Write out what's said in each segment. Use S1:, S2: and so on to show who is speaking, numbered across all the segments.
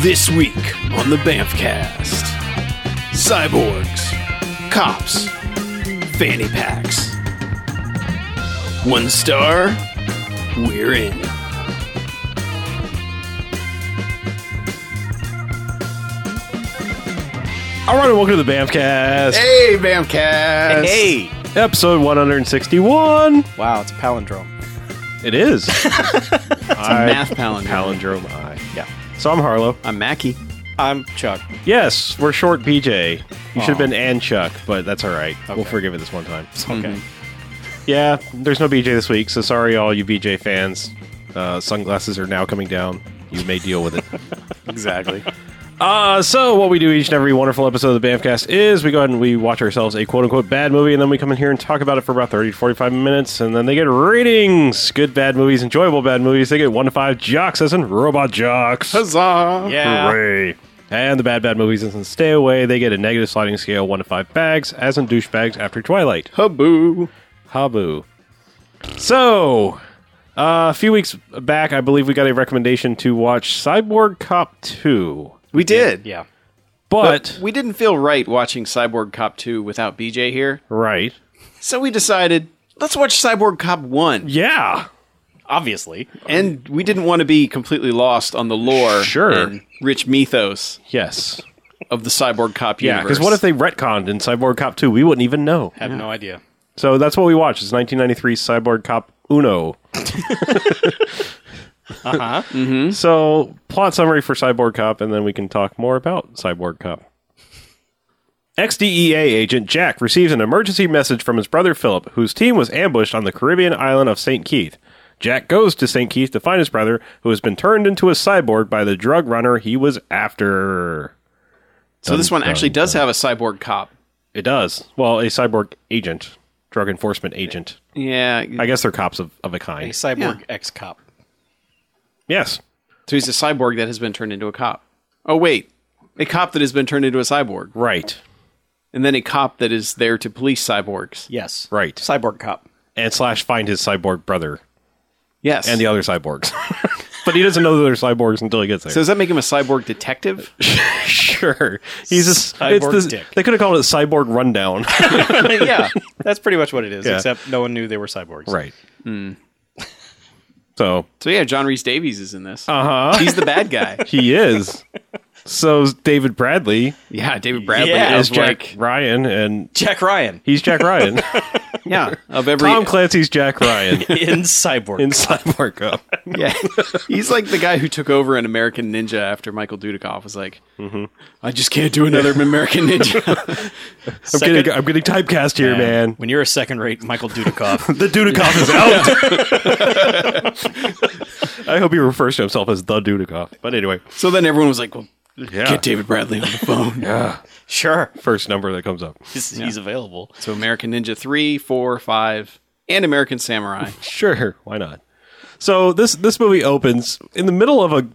S1: This week on the Banffcast Cyborgs, Cops, Fanny Packs. One star, we're in.
S2: All right, and welcome to the Bamcast,
S1: Hey, Banffcast!
S3: Hey!
S2: episode 161.
S3: Wow, it's a palindrome.
S2: It is. I-
S1: Math palindrome.
S2: palindrome I.
S3: Yeah.
S2: So I'm Harlow.
S1: I'm Mackie.
S3: I'm Chuck.
S2: Yes, we're short PJ. You should have been and Chuck, but that's all right. We'll forgive it this one time.
S1: Mm-hmm.
S3: Okay.
S2: Yeah, there's no BJ this week, so sorry all you BJ fans. Uh, sunglasses are now coming down. You may deal with it.
S3: Exactly.
S2: Uh, so what we do each and every wonderful episode of the Bamcast is we go ahead and we watch ourselves a quote unquote bad movie, and then we come in here and talk about it for about thirty to forty five minutes, and then they get ratings: good bad movies, enjoyable bad movies. They get one to five jocks, as in robot jocks.
S1: Huzzah!
S3: yeah.
S2: Hooray. And the bad bad movies, as in stay away. They get a negative sliding scale, one to five bags, as in douchebags after Twilight.
S1: Haboo!
S2: Habu. So, uh, a few weeks back, I believe we got a recommendation to watch Cyborg Cop Two,
S1: We did.
S3: Yeah.
S2: but,
S1: We didn't feel right watching Cyborg Cop 2 without BJ here,
S2: right,
S1: so we decided let's watch Cyborg Cop 1.
S2: yeah.
S3: Obviously.
S1: And we didn't want to be completely lost on the lore
S2: Sure.
S1: and rich mythos
S2: Yes.
S1: of the Cyborg Cop
S2: Yeah,
S1: universe.
S2: because what if they retconned in Cyborg Cop 2? We wouldn't even know.
S3: Have no idea.
S2: So that's what we watched. It's 1993 Cyborg Cop Uno. uh-huh. So plot summary for Cyborg Cop, and then we can talk more about Cyborg Cop. XDEA agent Jack receives an emergency message from his brother Philip, whose team was ambushed on the Caribbean island of St. Keith. Jack goes to St. Keith to find his brother, who has been turned into a cyborg by the drug runner he was after.
S1: So this one actually does have a cyborg cop.
S2: It does. Well, a cyborg agent, drug enforcement agent.
S1: Yeah.
S2: I guess they're cops of, of a
S3: A
S2: kind.
S3: cyborg ex cop.
S2: Yes.
S1: So he's a cyborg that has been turned into a cop. Oh wait. A cop that has been turned into a cyborg.
S2: Right.
S1: And then a cop that is there to police cyborgs.
S3: Yes.
S2: Right.
S3: Cyborg cop.
S2: and slash find his cyborg brother
S1: Yes.
S2: and the other cyborgs. but he doesn't know that they're cyborgs until he gets there.
S1: so does that make him a cyborg detective?
S2: sure. He's just
S3: Cyborg
S2: it's the-
S3: dick.
S2: They could have called it cyborg rundown.
S3: yeah. That's pretty much what it is,
S2: Yeah.
S3: except no one knew they were cyborgs.
S2: right. So
S1: So yeah, John Reese Davies is in this. Uh
S2: Uh-huh.
S1: huh. He's the bad guy.
S2: he is. So David Bradley
S1: yeah, David Bradley
S3: Yeah.
S2: is
S1: is
S2: Jack
S1: like
S2: Ryan, and
S3: Jack Ryan
S2: he's Jack Ryan.
S1: yeah of every
S2: Tom Clancy's Jack Ryan
S3: in cyborg.
S2: in Cyborg Cup.
S1: yeah. He's like the guy who took over an American Ninja after Michael Dudikoff was like,
S2: Mm-hmm.
S1: I just can't do another American Ninja.
S2: I'm getting, I'm getting typecast here, man.
S3: When you're a second rate Michael Dudikoff.
S2: The Dudikoff is out. I hope he refers to himself as the Dudikoff. But anyway,
S1: so then everyone was like, well,
S2: yeah,
S1: get David Bradley on the phone.
S3: sure.
S2: first number that comes up.
S3: He's, he's available.
S1: So American Ninja 3, 4, 5, and American Samurai.
S2: Sure, why not? So this this movie opens in the middle of a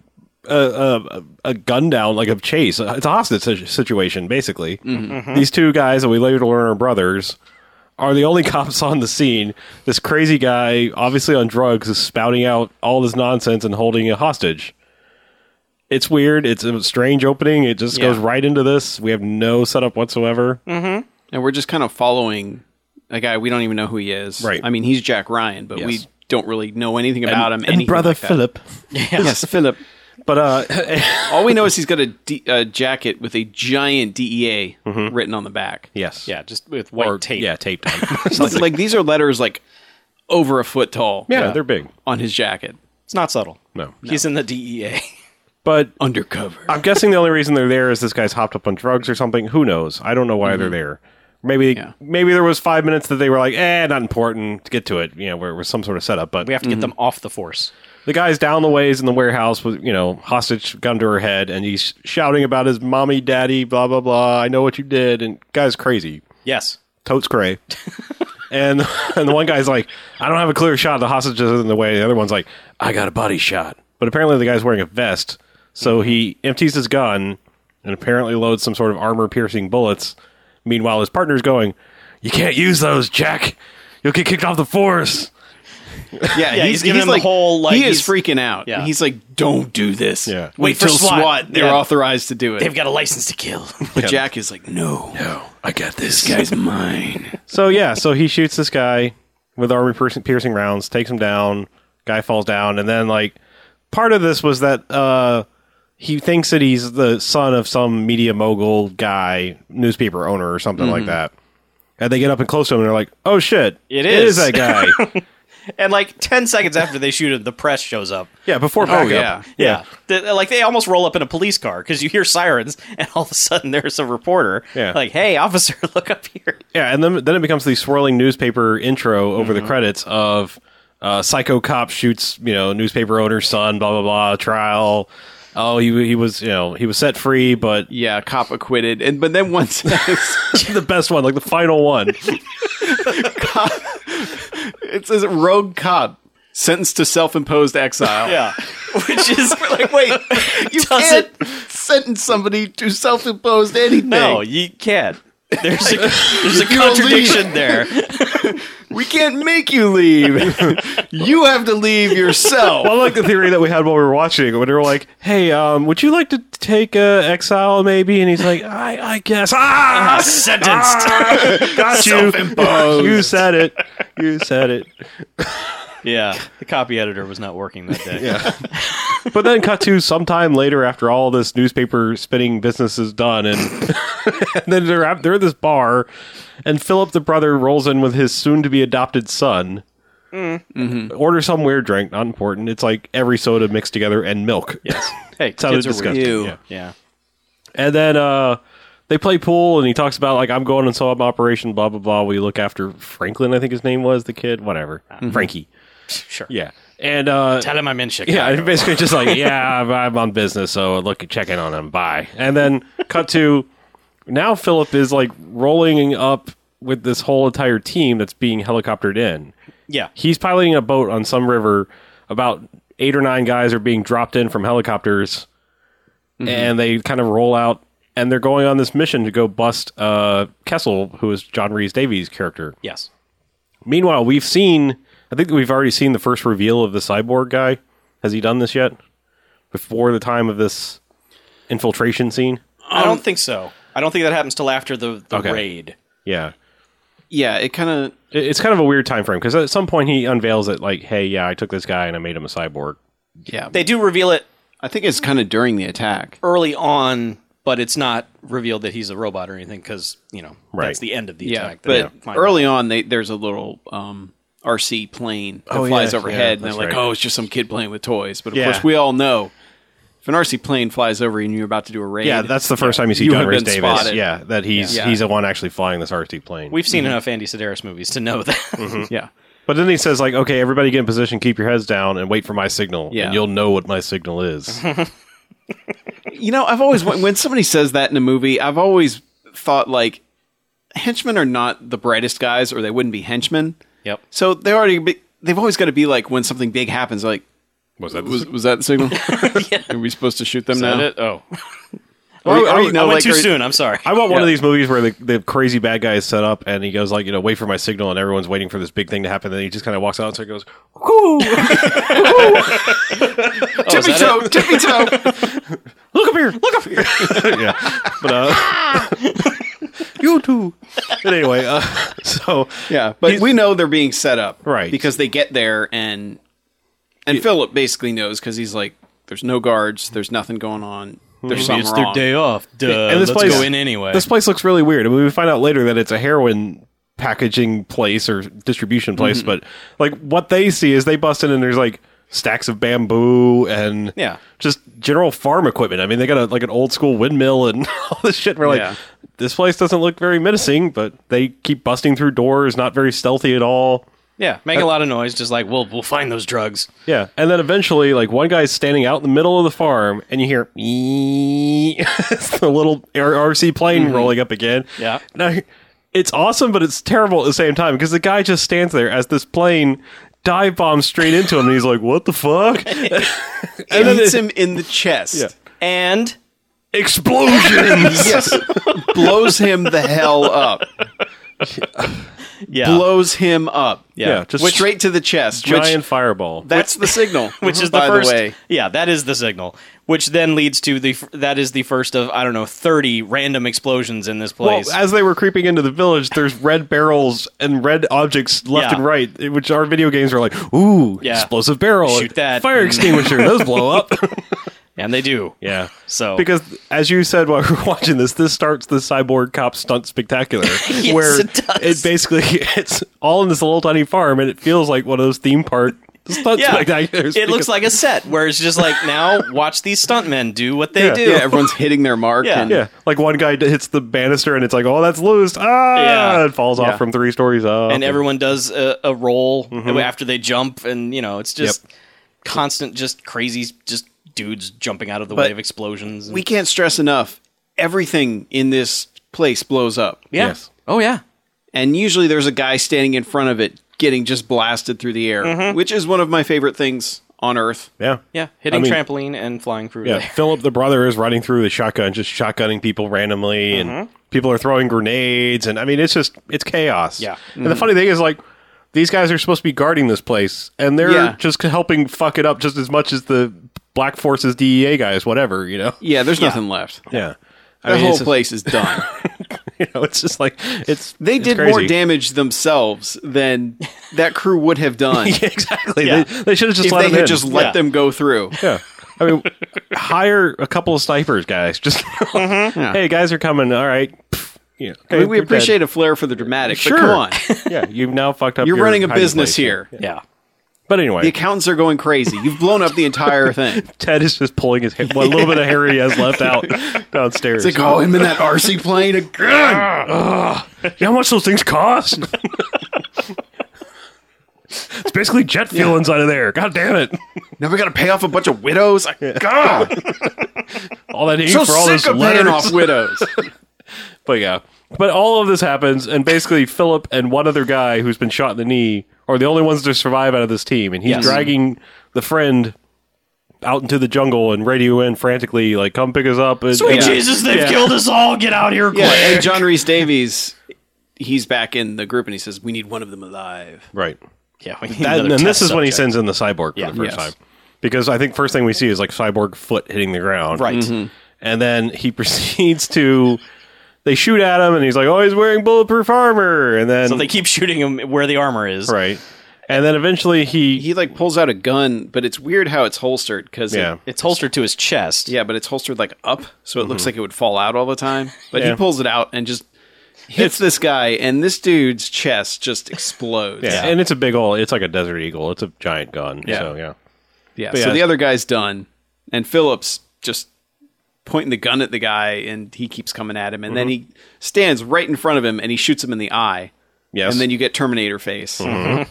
S2: a, a, a gun down, like a chase. It's a hostage si- situation, basically. These two guys that we later learn are brothers are the only cops on the scene. This crazy guy, obviously on drugs, is spouting out all this nonsense and holding a hostage. It's weird. It's a strange opening. It just
S1: Yeah. Mm.
S2: goes right into this. We have no setup whatsoever.
S1: And we're just kind of following a guy we don't even know who he is.
S2: Right.
S1: I mean, he's Jack Ryan, but we
S2: Yes.
S1: don't really know anything about him.
S2: and
S1: anything
S2: brother
S1: like that.
S2: Philip.
S1: Yes, Philip.
S2: But uh,
S1: All we know is he's got a, D- a jacket with a giant DEA written on the back.
S2: yes,
S3: Yeah, just with white
S2: or
S3: tape.
S2: Yeah, taped.
S1: It's like these are letters like over a foot tall
S2: Yeah, they're big.
S1: on his jacket.
S3: It's not subtle.
S2: No.
S3: He's in the
S1: E
S3: DEA.
S2: But
S1: Undercover.
S2: I'm guessing the only reason they're there is this guy's hopped up on drugs or something. Who knows? I don't know why they're there. Maybe
S1: Yeah.
S2: maybe there was five minutes that they were like, eh, not important. Get to it. You know, where it was some sort of setup. But
S3: We have to get them off the force.
S2: the guy's down the ways in the warehouse with you know hostage gun to her head, and he's shouting about his mommy, daddy, blah blah blah. I know what you did, and guy's crazy,
S3: Yes.
S2: totes cray. and and the one guy's like, I don't have a clear shot. The hostage is in the way. The other one's like, I got a body shot. But apparently the guy's wearing a vest, so he empties his gun and apparently loads some sort of armor piercing bullets. Meanwhile, his partner's going, You can't use those, Jack. You'll get kicked off the force.
S1: Yeah,
S3: he's giving him the
S1: like,
S3: whole, like,
S1: he is
S3: he's-
S1: freaking out.
S3: Yeah.
S1: He's like, "Don't do this.
S2: Yeah.
S1: Wait, till SWAT. They're
S3: Yeah.
S1: authorized to do it."
S3: They've got a license to kill.
S1: but Jack is like, "No,
S2: No, Oh, I got
S1: this guy's mine."
S2: So yeah, so he shoots this guy with armor piercing, piercing rounds, takes him down. Guy falls down, and then like part of this was that uh, he thinks that he's the son of some media mogul guy, newspaper owner or something like that. And they get up and close to him, and they're like, "Oh shit,
S3: It
S2: is
S3: is.
S2: that guy."
S3: and like 10 seconds after they shoot him, the press shows up.
S2: yeah, before backup.
S1: yeah.
S3: Yeah. They- like they almost roll up in a police car because you hear sirens and all of a sudden there's a reporter.
S2: Yeah.
S3: Like, hey, officer, look up here.
S2: Yeah, and then then it becomes the swirling newspaper intro over the credits of uh, psycho cop shoots you know newspaper owner's son blah blah blah trial. Oh, he he was you know he was set free, but
S1: Yeah, cop acquitted, and but then once it
S2: the best one, like the final one.
S1: says rogue cop sentenced to self-imposed exile.
S3: Yeah. Which is like, wait,
S1: you
S3: doesn't-
S1: can't sentence somebody to self-imposed anything.
S3: no, you can't. There's a, there's a
S1: You don't
S3: contradiction there.
S1: we can't make you leave. you have to leave yourself.
S2: I like the theory that we had while we were watching when they were like, "Hey, um, would you like to take uh, exile, maybe?" And he's like, "I, I guess." Ah,
S3: Sentenced.
S2: got you.
S1: Self-imposed.
S2: You said it. You said it.
S3: Yeah, the copy editor was not working that day.
S2: But then cut to sometime later after all this newspaper spinning business is done, and, and then they're at, they're at this bar, and Philip the brother rolls in with his soon to be adopted son. Order some weird drink, not important. It's like every soda mixed together and milk.
S3: Yes. Hey,
S2: Sounded
S3: kids are
S2: disgusting.
S3: weird.
S1: Ew.
S2: Yeah.
S3: Yeah.
S2: And then uh, they play pool, and he talks about like I'm going on some operation, blah blah blah. We look after Franklin, I think his name was the kid, whatever, Frankie.
S3: Sure.
S2: Yeah, and uh,
S3: Tell him I'm in Chicago.
S2: yeah, and basically just like yeah, I'm, I'm on business, so look, check in on him, bye. And then cut to now Philip is like rolling up with this whole entire team that's being helicoptered in.
S3: Yeah.
S2: He's piloting a boat on some river. About eight or nine guys are being dropped in from helicopters, and they kind of roll out, and they're going on this mission to go bust uh, Kessel, who is John Reese Davies' character.
S3: Yes.
S2: Meanwhile, we've seen, I think we've already seen the first reveal of the cyborg guy. Has he done this yet? Before the time of this infiltration scene?
S3: I don't think so. I don't think that happens till after the, the
S2: Okay.
S3: raid.
S2: Yeah.
S1: Yeah, it kind of
S2: It- It's kind of a weird time frame because at some point he unveils it like, hey, yeah, I took this guy and I made him a cyborg.
S1: yeah.
S3: They do reveal it
S1: I think it's kind of during the attack.
S3: early on, but it's not revealed that he's a robot or anything because you know
S2: Right.
S3: that's the end of the
S1: Yeah,
S3: attack.
S1: but
S3: They find
S1: early on, they, there's a little um, RC plane that
S2: Oh,
S1: flies
S2: yeah, yeah,
S1: overhead, and they're
S2: that's
S1: like,
S2: right.
S1: "Oh, it's just some kid playing with toys." But of
S2: Yeah.
S1: course, we all know if an RC plane flies over and you're about to do a raid,
S2: Yeah, that's the first time you see
S1: You
S2: John
S1: have
S2: Rhys
S1: been
S2: Davis.
S1: spotted.
S2: Yeah, that he's
S1: Yeah.
S2: he's the one actually flying this RT plane.
S3: out. we've seen enough Andy Sedaris movies to know that.
S1: yeah,
S2: but then he says like, okay, everybody get in position, keep your heads down, and wait for my signal.
S1: Yeah.
S2: and you'll know what my signal is.
S1: You know, I've always when somebody says that in a movie, I've always thought like henchmen are not the brightest guys, or they wouldn't be henchmen.
S3: yep.
S1: So they already be, they've always got to be like when something big happens, like
S2: was that
S1: was was that the signal? Are we supposed to shoot them now?
S3: That it? Oh,
S1: Are we-
S2: I
S1: are we-
S2: would-
S1: no,
S3: I went
S1: like,
S3: too
S1: are-
S3: soon. I'm sorry.
S2: I want one
S1: Yeah.
S2: of these movies where the, the crazy bad guy is set up and he goes like, you know, wait for my signal and everyone's waiting for this big thing to happen. And then he just kind of walks out and so he goes,
S1: Tippy
S3: that
S1: toe, tippy toe.
S2: look up here, look up here. yeah. But, uh, you too. But anyway, uh, so
S1: Yeah, but we know they're being set up,
S2: Right.
S1: Because they get there and and Philip basically knows because he's like, "There's no guards, there's nothing going on, there's something wrong."
S3: off. Duh.
S2: and this place
S3: anyway.
S2: This place looks really weird. I mean, we find out later that it's a heroin packaging place or distribution place,
S3: Mm-hmm.
S2: but like what they see is they bust in and there's like stacks of bamboo and
S3: Yeah.
S2: just general farm equipment. I mean, they got a, like an old school windmill and all this shit. We're like,
S1: Yeah.
S2: this place doesn't look very menacing, but they keep busting through doors, not very stealthy at all.
S3: yeah, make a lot of noise. Just like we'll we'll find those drugs.
S2: Yeah, and then eventually, like one guy's standing out in the middle of the farm, and you hear it's the little R- RC plane rolling up again.
S3: Mm-hmm. Yeah.
S2: now it's awesome, but it's terrible at the same time because the guy just stands there as this plane dive bombs straight into him, and he's like, "What the fuck?"
S1: It hits him in the chest.
S3: And
S2: Explosion!
S1: yes, blows him the hell up.
S3: Yeah.
S1: blows him up.
S2: Yeah, just
S1: Which- straight to the chest. which-
S2: giant fireball.
S1: that's the signal.
S3: which is mm-hmm, the
S1: by
S3: first.
S1: the way.
S3: Yeah, that is the signal. Which then leads to the f- that is the first of I don't know thirty random explosions in this
S2: well,
S3: place.
S2: as they were creeping into the village, there's red barrels and red objects left
S3: Yeah.
S2: and right, which our video games are like, ooh,
S3: Yeah.
S2: explosive barrel,
S3: Shoot that.
S2: fire extinguisher, those blow up.
S3: and they do.
S2: yeah,
S3: So
S2: because as you said while we were watching this, this starts the cyborg cop stunt spectacular,
S3: Yes,
S2: where
S3: it does.
S2: basically it's all in this little tiny farm, and it feels like one of those theme park stunt
S3: yeah,
S2: spectaculars.
S3: it looks
S2: because-
S3: like a set where it's just like now watch these stuntmen do what they
S2: Yeah.
S3: do.
S1: Yeah, everyone's hitting their mark.
S3: Yeah.
S1: and
S2: Yeah, like one guy d- hits the banister and it's like, oh, that's loose. Ah,
S3: Yeah.
S2: it falls
S1: Yeah.
S2: off from three stories up.
S3: and everyone does a, a roll
S2: Mm-hmm.
S3: after they jump, and you know it's just constant, just crazy, just dudes jumping out of the way of explosions. and-
S1: We can't stress enough. Everything in this place blows up.
S3: yeah.
S2: Yes.
S3: Oh yeah.
S1: and usually there's a guy standing in front of it getting just blasted through the air,
S3: Mm-hmm.
S1: which is one of my favorite things on Earth.
S2: yeah,
S3: Yeah, hitting
S2: I mean-
S3: trampoline and flying through.
S2: yeah.
S3: there.
S2: Philip the brother is riding through the shotgun, just shotgunning people randomly,
S1: Mm-hmm.
S2: and people are throwing grenades, and I mean, it's just it's chaos.
S3: Yeah.
S2: and
S1: Mm-hmm.
S2: the funny thing is like. These guys are supposed to be guarding this place, and they're
S1: Yeah.
S2: just helping fuck it up just as much as the Black Forces DEA guys, whatever, you know?
S1: Yeah, there's nothing left.
S2: Yeah. I
S1: The
S2: mean,
S1: whole
S2: it's just-
S1: place is done.
S2: You know, it's just like, it's.
S1: They
S2: it's
S1: did more
S2: crazy.
S1: damage themselves than that crew would have done
S2: Yeah, exactly.
S3: Yeah.
S2: They, should have just
S1: if
S2: let
S1: they
S2: them
S1: had
S2: in.
S1: just let
S3: Yeah.
S1: them go through.
S2: Yeah. I mean, hire a couple of snipers, guys. Just, hey, guys are coming. All right. Pff, Yeah.
S1: Mm-hmm. I
S2: Okay,
S1: mean, we
S2: you're
S1: appreciate a flair for the dramatic,
S2: Sure.
S1: but come on.
S2: dead. Yeah, you've now fucked up.
S1: You're
S2: your
S1: running a
S2: hiding
S1: business
S2: place.
S1: here.
S3: Yeah.
S2: But
S1: The
S2: anyway,
S1: accountants are going crazy. You've blown up the entire thing.
S2: Ted is just pulling his hair, what little bit of hair he has left out downstairs.
S1: It's like, oh, him in that RC plane again.
S2: "Oh, You know how much those things cost? it's basically jet fuel inside of there. God damn it!
S1: Now we got to pay off a bunch of widows. God,
S2: All that heat
S1: so
S2: for all
S1: sick
S2: this
S1: of paying
S2: letters.
S1: off widows.
S2: But yeah. But all of this happens, and basically Philip and one other guy who's been shot in the knee are the only ones to survive out of this team, and he's
S3: Yes.
S2: dragging the friend out into the jungle and radio in frantically, like, "Come pick us up!" And,
S3: Sweet
S2: and-
S3: Jesus, they've killed us all. Get out here quick.
S1: Yeah, and John Reese Davies, he's back in the group and he says, "We need one of them alive."
S2: right.
S3: Yeah, we need
S2: That,
S3: another
S2: and this
S3: test
S2: is when he
S3: subject.
S2: sends in the cyborg for the first
S1: yes.
S2: time, because I think first thing we see is like cyborg foot hitting the ground,
S3: Right.
S2: And then he proceeds to. They shoot at him, and he's like, "Oh, he's wearing bulletproof armor." And then,
S3: So they keep shooting him where the armor is.
S2: right, and then eventually
S1: He like pulls out a gun, but it's weird how it's holstered because
S2: Yeah.
S1: yeah.
S3: It's holstered to his chest.
S1: yeah, but it's holstered like up, so it looks like it would fall out all the time. But
S2: Yeah.
S1: he pulls it out and just hits this guy, and this dude's chest just explodes.
S2: Yeah. and it's a big ol' It's like a desert eagle. It's a giant gun. Yeah. So yeah,
S1: Yeah,
S2: But
S1: So
S2: yeah.
S1: the other guy's done, and Phillips just pointing the gun at the guy, and he keeps coming at him, and then he stands right in front of him, and he shoots him in the eye.
S2: yes.
S1: And then you get Terminator face.
S2: and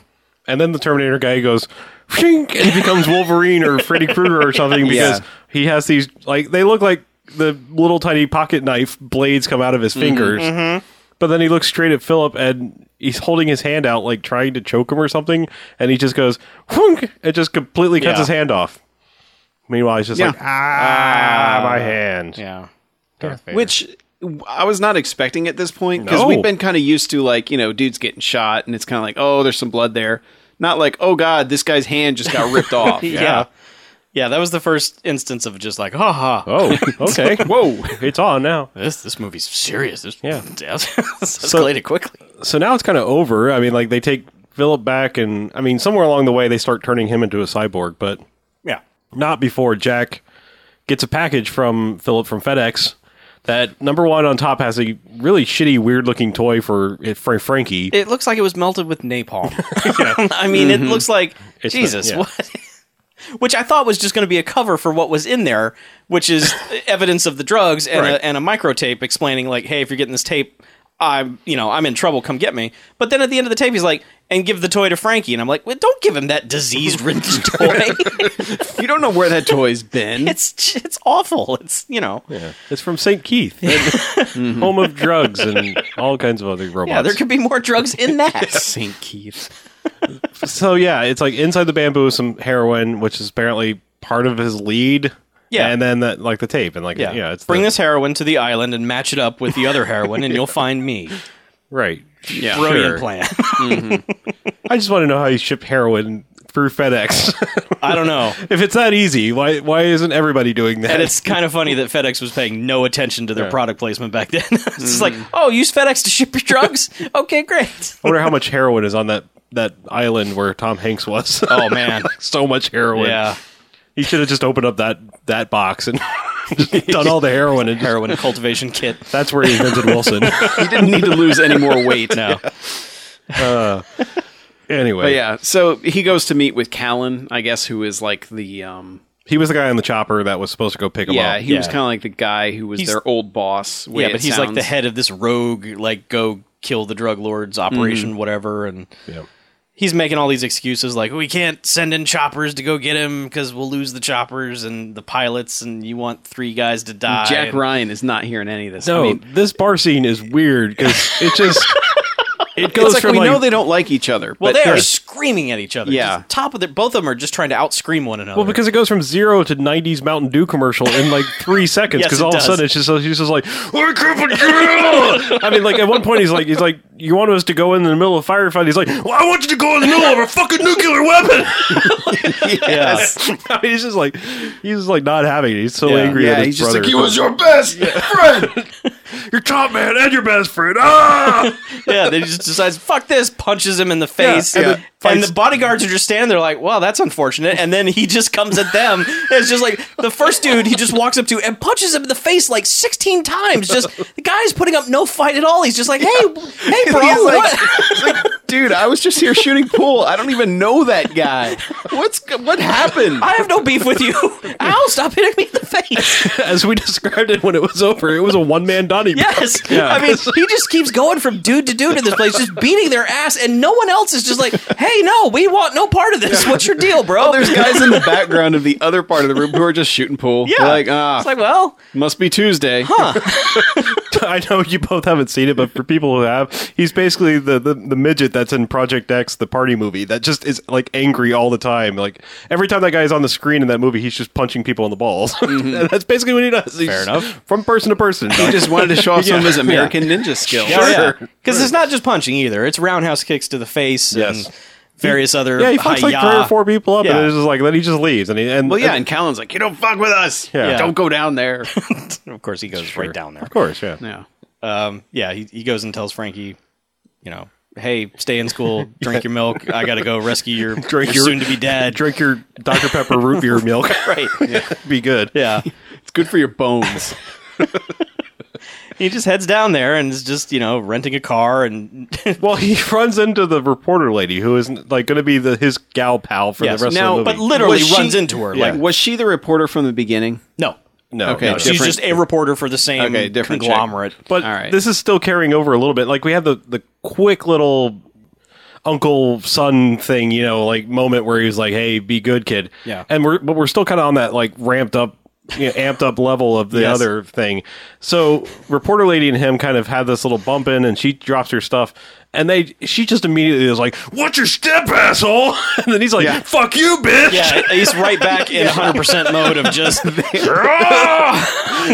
S2: then the Terminator guy goes, "Phink," and he becomes Wolverine or Freddy Krueger or something because
S1: Yeah.
S2: he has these like they look like the little tiny pocket knife blades come out of his fingers. But then he looks straight at Philip and he's holding his hand out like trying to choke him or something, and he just goes, "Phink," and just completely cuts
S3: Yeah.
S2: his hand off. Meanwhile, he's just
S1: Yeah.
S2: like, "Ah, my hand."
S3: Yeah.
S1: which I was not expecting at this point because
S2: No.
S1: we've been kind of used to like you know dudes getting shot and it's kind of like oh there's some blood there, not like oh god this guy's hand just got ripped off.
S3: Yeah. yeah. that was the first instance of just like, ha ha.
S2: Oh, okay.
S1: Whoa.
S2: It's on now.
S3: This this movie's serious. This
S2: Yeah.
S3: this escalated quickly.
S2: so now it's kind of over. I mean, like they take Philip back, and I mean, somewhere along the way they start turning him into a cyborg, but
S3: Yeah.
S2: not before Jack gets a package from Philip from FedEx. That number one on top has a really shitty, weird-looking toy for eh, for Frankie.
S3: It looks like it was melted with napalm. I mean, it looks like
S2: Mm-hmm. It's the-
S3: Jesus.
S2: yeah.
S3: What? Which I thought was just going to be a cover for what was in there, which is evidence of the drugs and
S2: Right.
S3: a, and a microtape explaining like, hey, if you're getting this tape, I'm you know I'm in trouble. Come get me. But then at the end of the tape, he's like, and give the toy to Frankie, and I'm like, well, don't give him that disease-ridden toy.
S1: you don't know where that toy's been.
S3: it's it's awful. It's you know yeah,
S2: It's from St. Keith,
S3: Mm-hmm.
S2: home of drugs and all kinds of other robots.
S3: there could be more drugs in that.
S1: Saint Keith.
S2: so yeah, it's like inside the bamboo is some heroin, which is apparently part of his lead.
S3: Yeah.
S2: and then that like the tape and like yeah, it's
S3: bring
S2: the-
S3: this heroin to the island and match it up with the other heroin, and you'll find me.
S2: Right.
S1: Yeah.
S3: Brilliant
S2: Sure.
S3: plan.
S2: I just want to know how you ship heroin through FedEx.
S3: I don't know.
S2: if it's that easy, why why isn't everybody doing that?
S3: And it's kind of funny that FedEx was paying no attention to their product placement back then. it's just
S1: Mm-hmm.
S3: like, oh, use FedEx to ship your drugs? okay, great.
S2: I wonder how much heroin is on that that island where Tom Hanks was.
S3: Oh, man.
S2: so much heroin.
S3: yeah.
S2: He should have just opened up that that box and just done all the heroin and
S3: Heroin cultivation kit.
S2: That's where he invented Wilson.
S1: He didn't need to lose any more weight.
S3: No.
S2: Uh, anyway,
S1: But yeah, so he goes to meet with Callan, I guess, who is like the um
S2: he was the guy on the chopper that was supposed to go pick him
S1: yeah,
S2: up.
S1: he was
S3: yeah.
S1: kind of like the guy who was
S3: He's-
S1: their old boss. way
S3: yeah,
S1: it
S3: but he's like the
S1: sounds.
S3: head of this rogue, like, go kill the drug lords operation,
S1: Mm-hmm.
S3: whatever. And
S2: Yeah.
S3: he's making all these excuses like, we can't send in choppers to go get him because we'll lose the choppers and the pilots, and you want three guys to die.
S1: Jack
S3: and-
S1: Ryan is not hearing any of this.
S2: No,
S1: I mean,
S2: this bar scene is weird because it just it goes
S1: it's like
S2: from
S1: we
S2: like,
S1: know they don't like each other.
S3: Well,
S1: but
S3: they are
S1: they're-
S3: screaming at each other.
S1: Yeah.
S3: Just top of their, both of them are just trying to outscream one another.
S2: well because it goes from zero to '90s Mountain Dew commercial in like three seconds
S3: Yes,
S2: because
S3: it
S2: all
S3: does.
S2: of a sudden it's just he's just like I can't believe-" I mean like at one point he's like he's like you want us to go in the middle of a firefight he's like well, I want you to go in the middle of a fucking nuclear weapon
S1: yes.
S2: I mean, he's just like he's just like not having it he's so
S3: Yeah.
S2: angry
S1: yeah,
S2: at his
S1: he's just
S2: brother
S1: like he was your best friend.
S2: your top man and your best friend. Ah!
S3: yeah, they just decides fuck this, punches him in the face,
S1: and
S3: and,
S1: then
S3: The,
S2: fights-
S3: bodyguards are just standing there like, wow, that's unfortunate. And then he just comes at them. It's just like the first dude he just walks up to and punches him in the face like sixteen times. Just the guy's putting up no fight at all. He's just like, hey, hey, bro,
S1: He's like-
S3: what?
S1: he's like, dude, I was just here shooting pool. I don't even know that guy. What's what happened?
S3: I have no beef with you. Ow, stop hitting me in the face.
S2: As we described it when it was over, it was a one man Donnie.
S3: Yes.
S2: Yeah.
S3: I mean, he just keeps going from dude to dude in this place, just beating their ass, and no one else is just like, hey, no, we want no part of this. What's your deal, bro?
S1: There's guys in the background of the other part of the room who are just shooting pool.
S3: yeah.
S1: They're like ah,
S3: It's like, well,
S1: must be Tuesday.
S2: I know you both haven't seen it, but for people who have, he's basically the, the, the midget that's in Project X, the party movie, that just is like angry all the time. Like every time that guy's on the screen in that movie, he's just punching people in the balls. And that's basically what he does. He's
S3: Mm-hmm. Fair
S2: just
S3: enough.
S2: From person to person.
S1: He just wanted to show off some of his
S2: Yeah.
S1: American ninja skills.
S3: Yeah,
S2: Sure.
S3: Because it's not just punching either. It's roundhouse kicks to the face
S2: Yes.
S3: and various other
S2: yeah, he fucks like
S3: hi-yah.
S2: three or four people up,
S3: Yeah.
S2: and it's just like then he just leaves. And he, and
S1: Well, yeah, and Callan's like, you don't fuck with us.
S2: Yeah.
S1: Don't go down there.
S3: Of course, he goes right down there.
S2: of course, yeah.
S1: yeah.
S3: Um, yeah, he, he goes and tells Frankie, you know, hey, stay in school, drink your milk. I got to go rescue your,
S2: Drink
S3: your
S2: your-
S3: soon to be dad.
S2: Drink your Dr Pepper root beer milk.
S3: Right.
S2: Be good.
S3: Yeah.
S1: It's good for your bones.
S3: He just heads down there and is just, you know, renting a car and
S2: Well, he runs into the reporter lady who is like going to be the his gal pal for
S3: Yes,
S2: the rest
S1: now-
S2: of the
S3: but
S2: movie.
S3: literally
S1: Was she-
S3: runs into her.
S2: Yeah.
S3: Like,
S1: Was she the reporter from the beginning?
S3: no.
S2: no,
S1: okay,
S2: no,
S1: just-
S3: She's
S1: Different-
S3: just a reporter for the same
S1: Okay, different chick.
S3: conglomerate.
S2: but
S1: all right.
S2: this is still carrying over a little bit. Like we had the the quick little uncle son thing, you know, like moment where he was like, "Hey, be good, kid."
S3: Yeah.
S2: and we're but we're still kind of on that like ramped up. You know, amped up level of the
S3: Yes.
S2: other thing. So reporter lady and him kind of had this little bump in, and she drops her stuff, and they she just immediately is like, "What's your step, asshole?" And then he's like, "Fuck you, bitch."
S3: Yeah, he's right back in 100% mode of just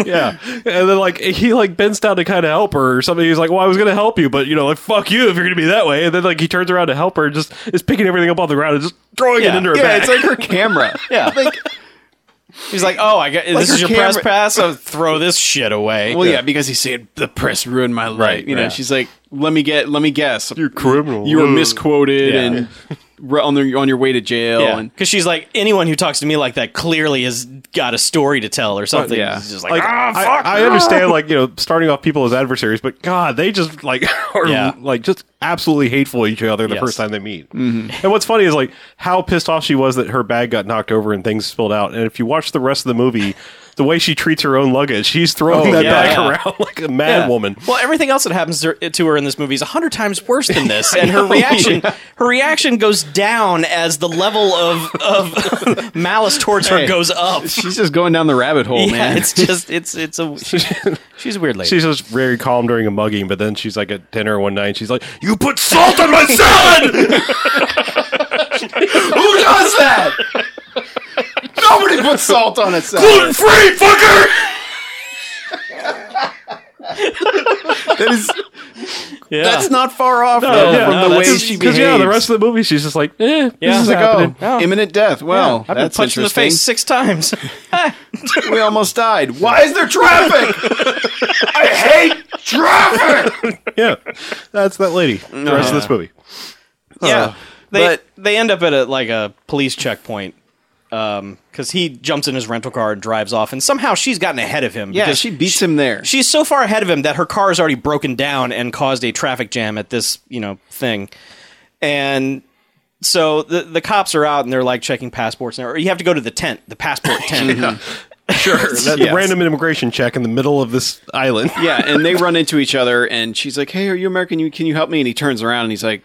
S2: yeah. And then like he like bends down to kind of help her or something. He's like, "Well, I was gonna help you, but you know, like fuck you if you're gonna be that way." And then like he turns around to help her, and just is picking everything up off the ground and just throwing
S3: Yeah.
S2: it into her
S1: Yeah,
S2: back.
S1: it's like her camera.
S3: Yeah.
S1: Like,
S3: He's like, oh, I got this
S1: her
S3: is your
S1: camera-
S3: press pass. So throw this shit away.
S1: well, yeah, because he said the press ruined my life.
S2: Right,
S1: you know,
S2: yeah.
S1: she's like, let me get, let me guess.
S2: You're
S1: You,
S2: a criminal.
S1: were misquoted
S2: Yeah.
S1: and re- on the, on your way to jail. And
S3: because she's like, anyone who talks to me like that clearly has got a story to tell or something.
S1: yeah.
S3: She's just like,
S2: Like,
S3: "Ah,
S2: I-
S3: fuck."
S2: I, understand, like you know, starting off people as adversaries, but God, they just like are
S3: Yeah.
S2: like just absolutely hateful to each other the
S3: Yes. Mm-hmm.
S2: first time they meet. And what's funny is like how pissed off she was that her bag got knocked over and things spilled out. And if you watch the rest of the movie, the way she treats her own luggage, she's throwing
S1: Oh,
S2: that
S3: yeah.
S2: bag
S3: Yeah.
S2: around like a mad
S3: Yeah.
S2: woman.
S3: Well, everything else that happens to her, to her in this movie is a hundred times worse than this, and her reaction, her reaction goes down as the level of of malice towards her
S1: Hey.
S3: goes up.
S1: she's just going down the rabbit hole,
S3: Yeah,
S1: man.
S3: it's just it's it's a she's a weird lady.
S2: She's just very calm during a mugging, but then she's like at dinner one night. And she's like, "You put salt on my salad."
S1: Who does that? Nobody puts salt on itself.
S2: Gluten free, fucker.
S1: That is
S3: Yeah.
S1: That's not far off though,
S2: yeah,
S1: Oh, from
S3: no,
S1: the
S3: that's-
S1: way
S2: Because
S1: she behaves.
S2: yeah, the rest of the movie, she's just like, eh,
S3: Yeah.
S2: this is
S3: Like,
S1: Like, oh,
S2: happening.
S1: imminent death. Well,
S3: I've been
S1: that's
S3: punched in the face six times.
S1: We almost died. Why is there traffic? I hate traffic.
S2: yeah, that's that lady. The rest
S1: Uh,
S2: of this movie.
S3: yeah, they
S1: but-
S3: they end up at a like a police checkpoint because he jumps in his rental car and drives off, and somehow she's gotten ahead of him.
S1: Yeah,
S3: because
S1: she beats him there.
S3: she's so far ahead of him that her car is already broken down and caused a traffic jam at this you know thing and so the the cops are out and they're like checking passports and or you have to go to the tent the passport tent
S2: Sure, that
S1: Yes.
S2: random immigration check in the middle of this island.
S1: yeah, and they run into each other, and she's like, "Hey, are you American? You- Can you help me?" And he turns around and he's like,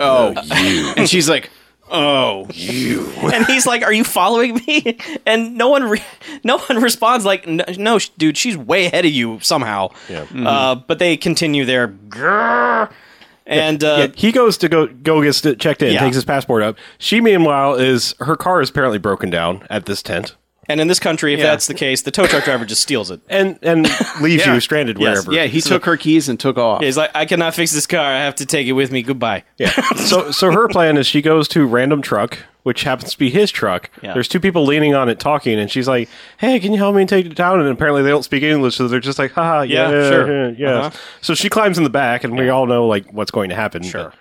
S1: "Oh, you." And she's like, "Oh, you."
S3: and he's like are you following me and no one re- no one responds like "N- no sh- dude she's way ahead of you somehow
S2: Yeah.
S3: uh, but they continue their grrr, and uh,
S2: Yeah, he goes to go go gets it checked in,
S3: Yeah.
S2: takes his passport up. She meanwhile is her car is apparently broken down at this tent,
S3: and in this country if that's the case the tow truck driver just steals it
S2: and and leaves
S1: Yeah.
S2: you stranded
S3: Yes.
S2: wherever.
S1: Yeah, he took her keys and took off.
S3: He's like, I cannot fix this car. I have to take it with me. Goodbye.
S2: Yeah. So so her plan is she goes to random truck, which happens to be his truck.
S3: Yeah.
S2: There's two people leaning on it talking, and she's like, "Hey, can you help me take it down?" And apparently they don't speak English, so they're just like, "Ha yeah,
S3: Yeah,
S2: yeah,
S3: sure.
S2: yeah." yes." So she climbs in the back, and we all know like what's going to happen.
S3: Sure.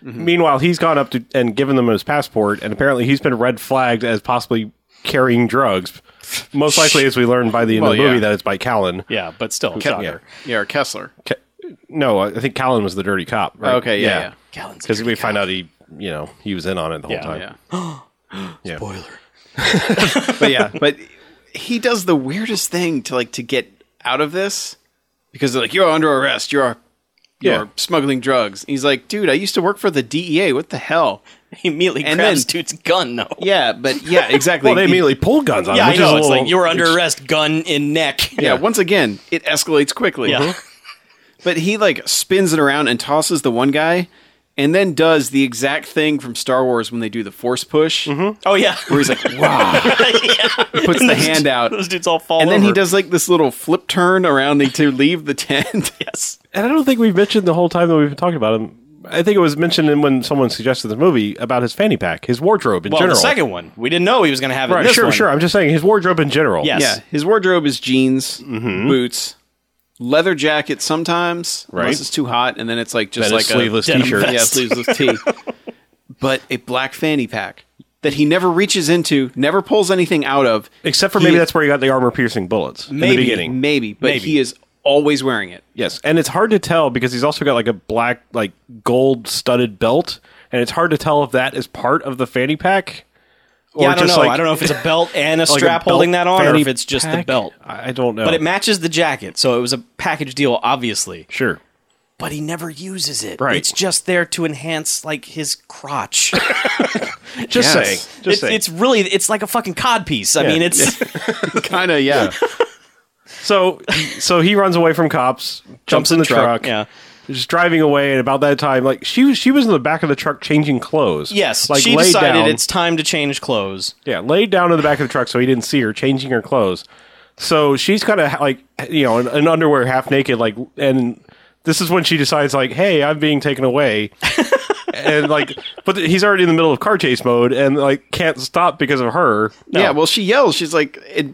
S2: but- Meanwhile, he's gone up to and given them his passport, and apparently he's been red flagged as possibly carrying drugs. Most likely, as we learn by the end
S1: Well,
S2: of the movie,
S1: yeah.
S2: that it's by Callan.
S3: Yeah, but still,
S2: yeah.
S3: shocker.
S1: yeah, or Kessler.
S2: Ca- no, I think Callan was the dirty cop. Right?
S1: Okay, yeah, yeah.
S3: Callan's
S2: Because we find out he, you know, he was in on it the whole
S3: Yeah.
S2: time.
S1: Yeah,
S2: Yeah.
S1: but yeah, but he does the weirdest thing to like to get out of this because they're like, "You're under arrest. You're." You're
S2: Yeah.
S1: smuggling drugs. And he's like, dude, I used to work for the DEA. What the hell?
S3: He immediately
S1: And
S3: grabs
S1: then-
S3: dude's gun, though.
S1: Yeah, but yeah, exactly.
S2: Well, they
S1: He-
S2: immediately pulled guns on
S3: Yeah,
S2: him.
S3: I
S2: which is
S3: know.
S2: a
S3: It's
S2: little-
S3: like you're under arrest, gun in neck.
S1: yeah, Mm-hmm. once again, it escalates quickly.
S3: Yeah.
S1: But he like spins it around and tosses the one guy and then does the exact thing from Star Wars when they do the force push
S2: Mm-hmm.
S3: Oh yeah.
S1: where he's like, wow, puts the hand out.
S3: Those dudes all fall.
S1: And then he
S3: over.
S1: does like this little flip turn around the- to leave the tent.
S3: Yes.
S2: And I don't think we've mentioned the whole time that we've been talking about him. I think it was mentioned in when someone suggested the movie about his fanny pack, his wardrobe in
S3: Well,
S2: general.
S3: the second one, we didn't know he was going to have it. in
S2: right,
S3: this
S2: sure,
S3: one.
S2: sure. I'm just saying his wardrobe in general.
S3: Yes.
S1: Yeah, his wardrobe is jeans, boots, leather jacket sometimes,
S2: Mm-hmm. Right.
S1: unless it's too hot, and then it's like just
S2: That
S1: like
S2: is sleeveless
S1: a
S3: denim
S2: t-shirt.
S3: vest.
S1: yeah, sleeveless tee. But a black fanny pack that he never reaches into, never pulls anything out of,
S2: Except for
S1: He-
S2: maybe that's where he got the armor piercing bullets in the beginning.
S1: maybe, but
S3: Maybe.
S1: he is always wearing it.
S2: Yes. And it's hard to tell because he's also got like a black like gold studded belt and it's hard to tell if that is part of the fanny pack or
S3: Yeah, I don't
S2: just
S3: know.
S2: like
S3: I don't know if it's a belt and a
S2: like a
S3: strap
S2: belt Oh.
S3: holding that on, or
S2: fanny
S3: if it's just the
S2: pack.
S3: belt.
S2: I I don't know.
S3: But it matches the jacket, so it was a package deal, obviously.
S2: sure.
S3: But he never uses it.
S2: Right.
S3: It's just there to enhance like his crotch.
S2: Just
S1: Yes.
S2: saying. Just
S3: it's,
S2: saying.
S3: it's really it's like a fucking cod piece. I mean, it's
S1: kind of, yeah.
S2: So so he runs away from cops, jumps, in the truck,
S3: Yeah.
S2: just driving away. And about that time, like she was she was in the back of the truck changing clothes.
S3: Yes,
S2: like
S3: she
S2: laid
S3: decided
S2: down,
S3: it's time to change clothes.
S2: yeah laid down in the back of the truck so he didn't see her changing her clothes. So she's kind of like you know in, in underwear, half naked, like and this is when she decides like, hey, I'm being taken away. and like, but he's already in the middle of car chase mode and like can't stop because of her.
S1: Yeah, well, she yells. She's like, it,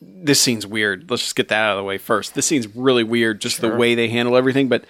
S1: "This scene's weird. Let's just get that out of the way first. This scene's really weird, just the way they handle everything." But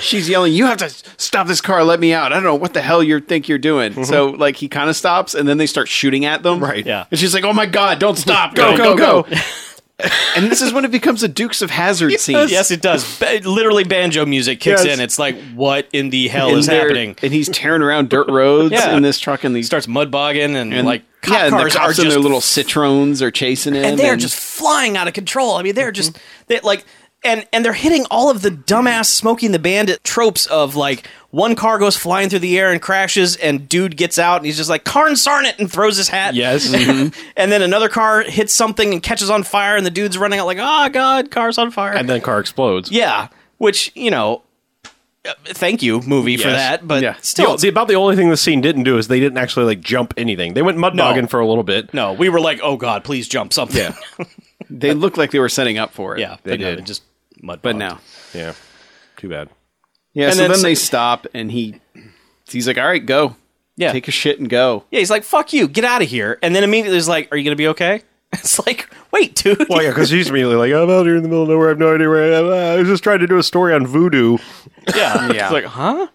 S1: she's yelling, "You have to s- stop this car. Let me out. I don't know what the hell you think you're doing." So like he kind of stops, and then they start shooting at them.
S2: Right.
S3: Yeah.
S1: And she's like, "Oh my god, don't stop! Go
S2: Go,
S1: go go!"
S2: go,
S1: and this is when it becomes a Dukes of Hazard scene.
S3: Yes, it does. Ba- literally, banjo music kicks
S2: Yes.
S3: in. It's like, what in the hell
S1: And
S3: is
S1: they're-
S3: happening?
S1: And he's tearing around dirt roads
S3: Yeah.
S1: in this truck, and these
S3: Starts mud bogging and,
S1: and,
S3: like cop
S1: yeah, and the
S3: cars
S1: cops
S3: are
S1: in
S3: just
S1: their little Citroens are chasing him,
S3: and they are just flying out of control. I mean, they're just they like and and they're hitting all of the dumbass smoking the bandit tropes of like one car goes flying through the air and crashes and dude gets out and he's just like Karn Sarn it and throws his hat.
S2: Yes.
S3: and then another car hits something and catches on fire and the dude's running out like, "Ah, god, car's on fire."
S2: and then car explodes.
S3: yeah, which, you know, uh, thank you movie for
S2: Yes.
S3: that, but
S1: Yeah.
S3: still
S2: the, the- about the only thing the scene didn't do is they didn't actually like jump anything. They went mud bogging for a little bit.
S3: no, we were like, "Oh god, please jump something." Yeah.
S1: They look like they were setting up for it.
S3: yeah,
S2: They
S3: but no,
S2: did.
S3: it just mud
S1: But
S3: bugged.
S1: now,
S2: Yeah, too bad.
S1: Yeah.
S3: And
S1: so
S3: then
S1: then,
S3: s-
S1: they stop, and he he's like, "All right, go.
S3: Yeah.
S1: Take a shit and go."
S3: Yeah, he's like, "Fuck you, get out of here!" And then immediately he's like, "Are you gonna be okay?" It's like, "Wait, dude."
S2: Well, yeah, because she's immediately like, I'm out here in the middle of nowhere. I have no idea where I am. Ah, I was just trying to do a story on voodoo.
S3: yeah.
S1: Yeah.
S3: It's like, huh?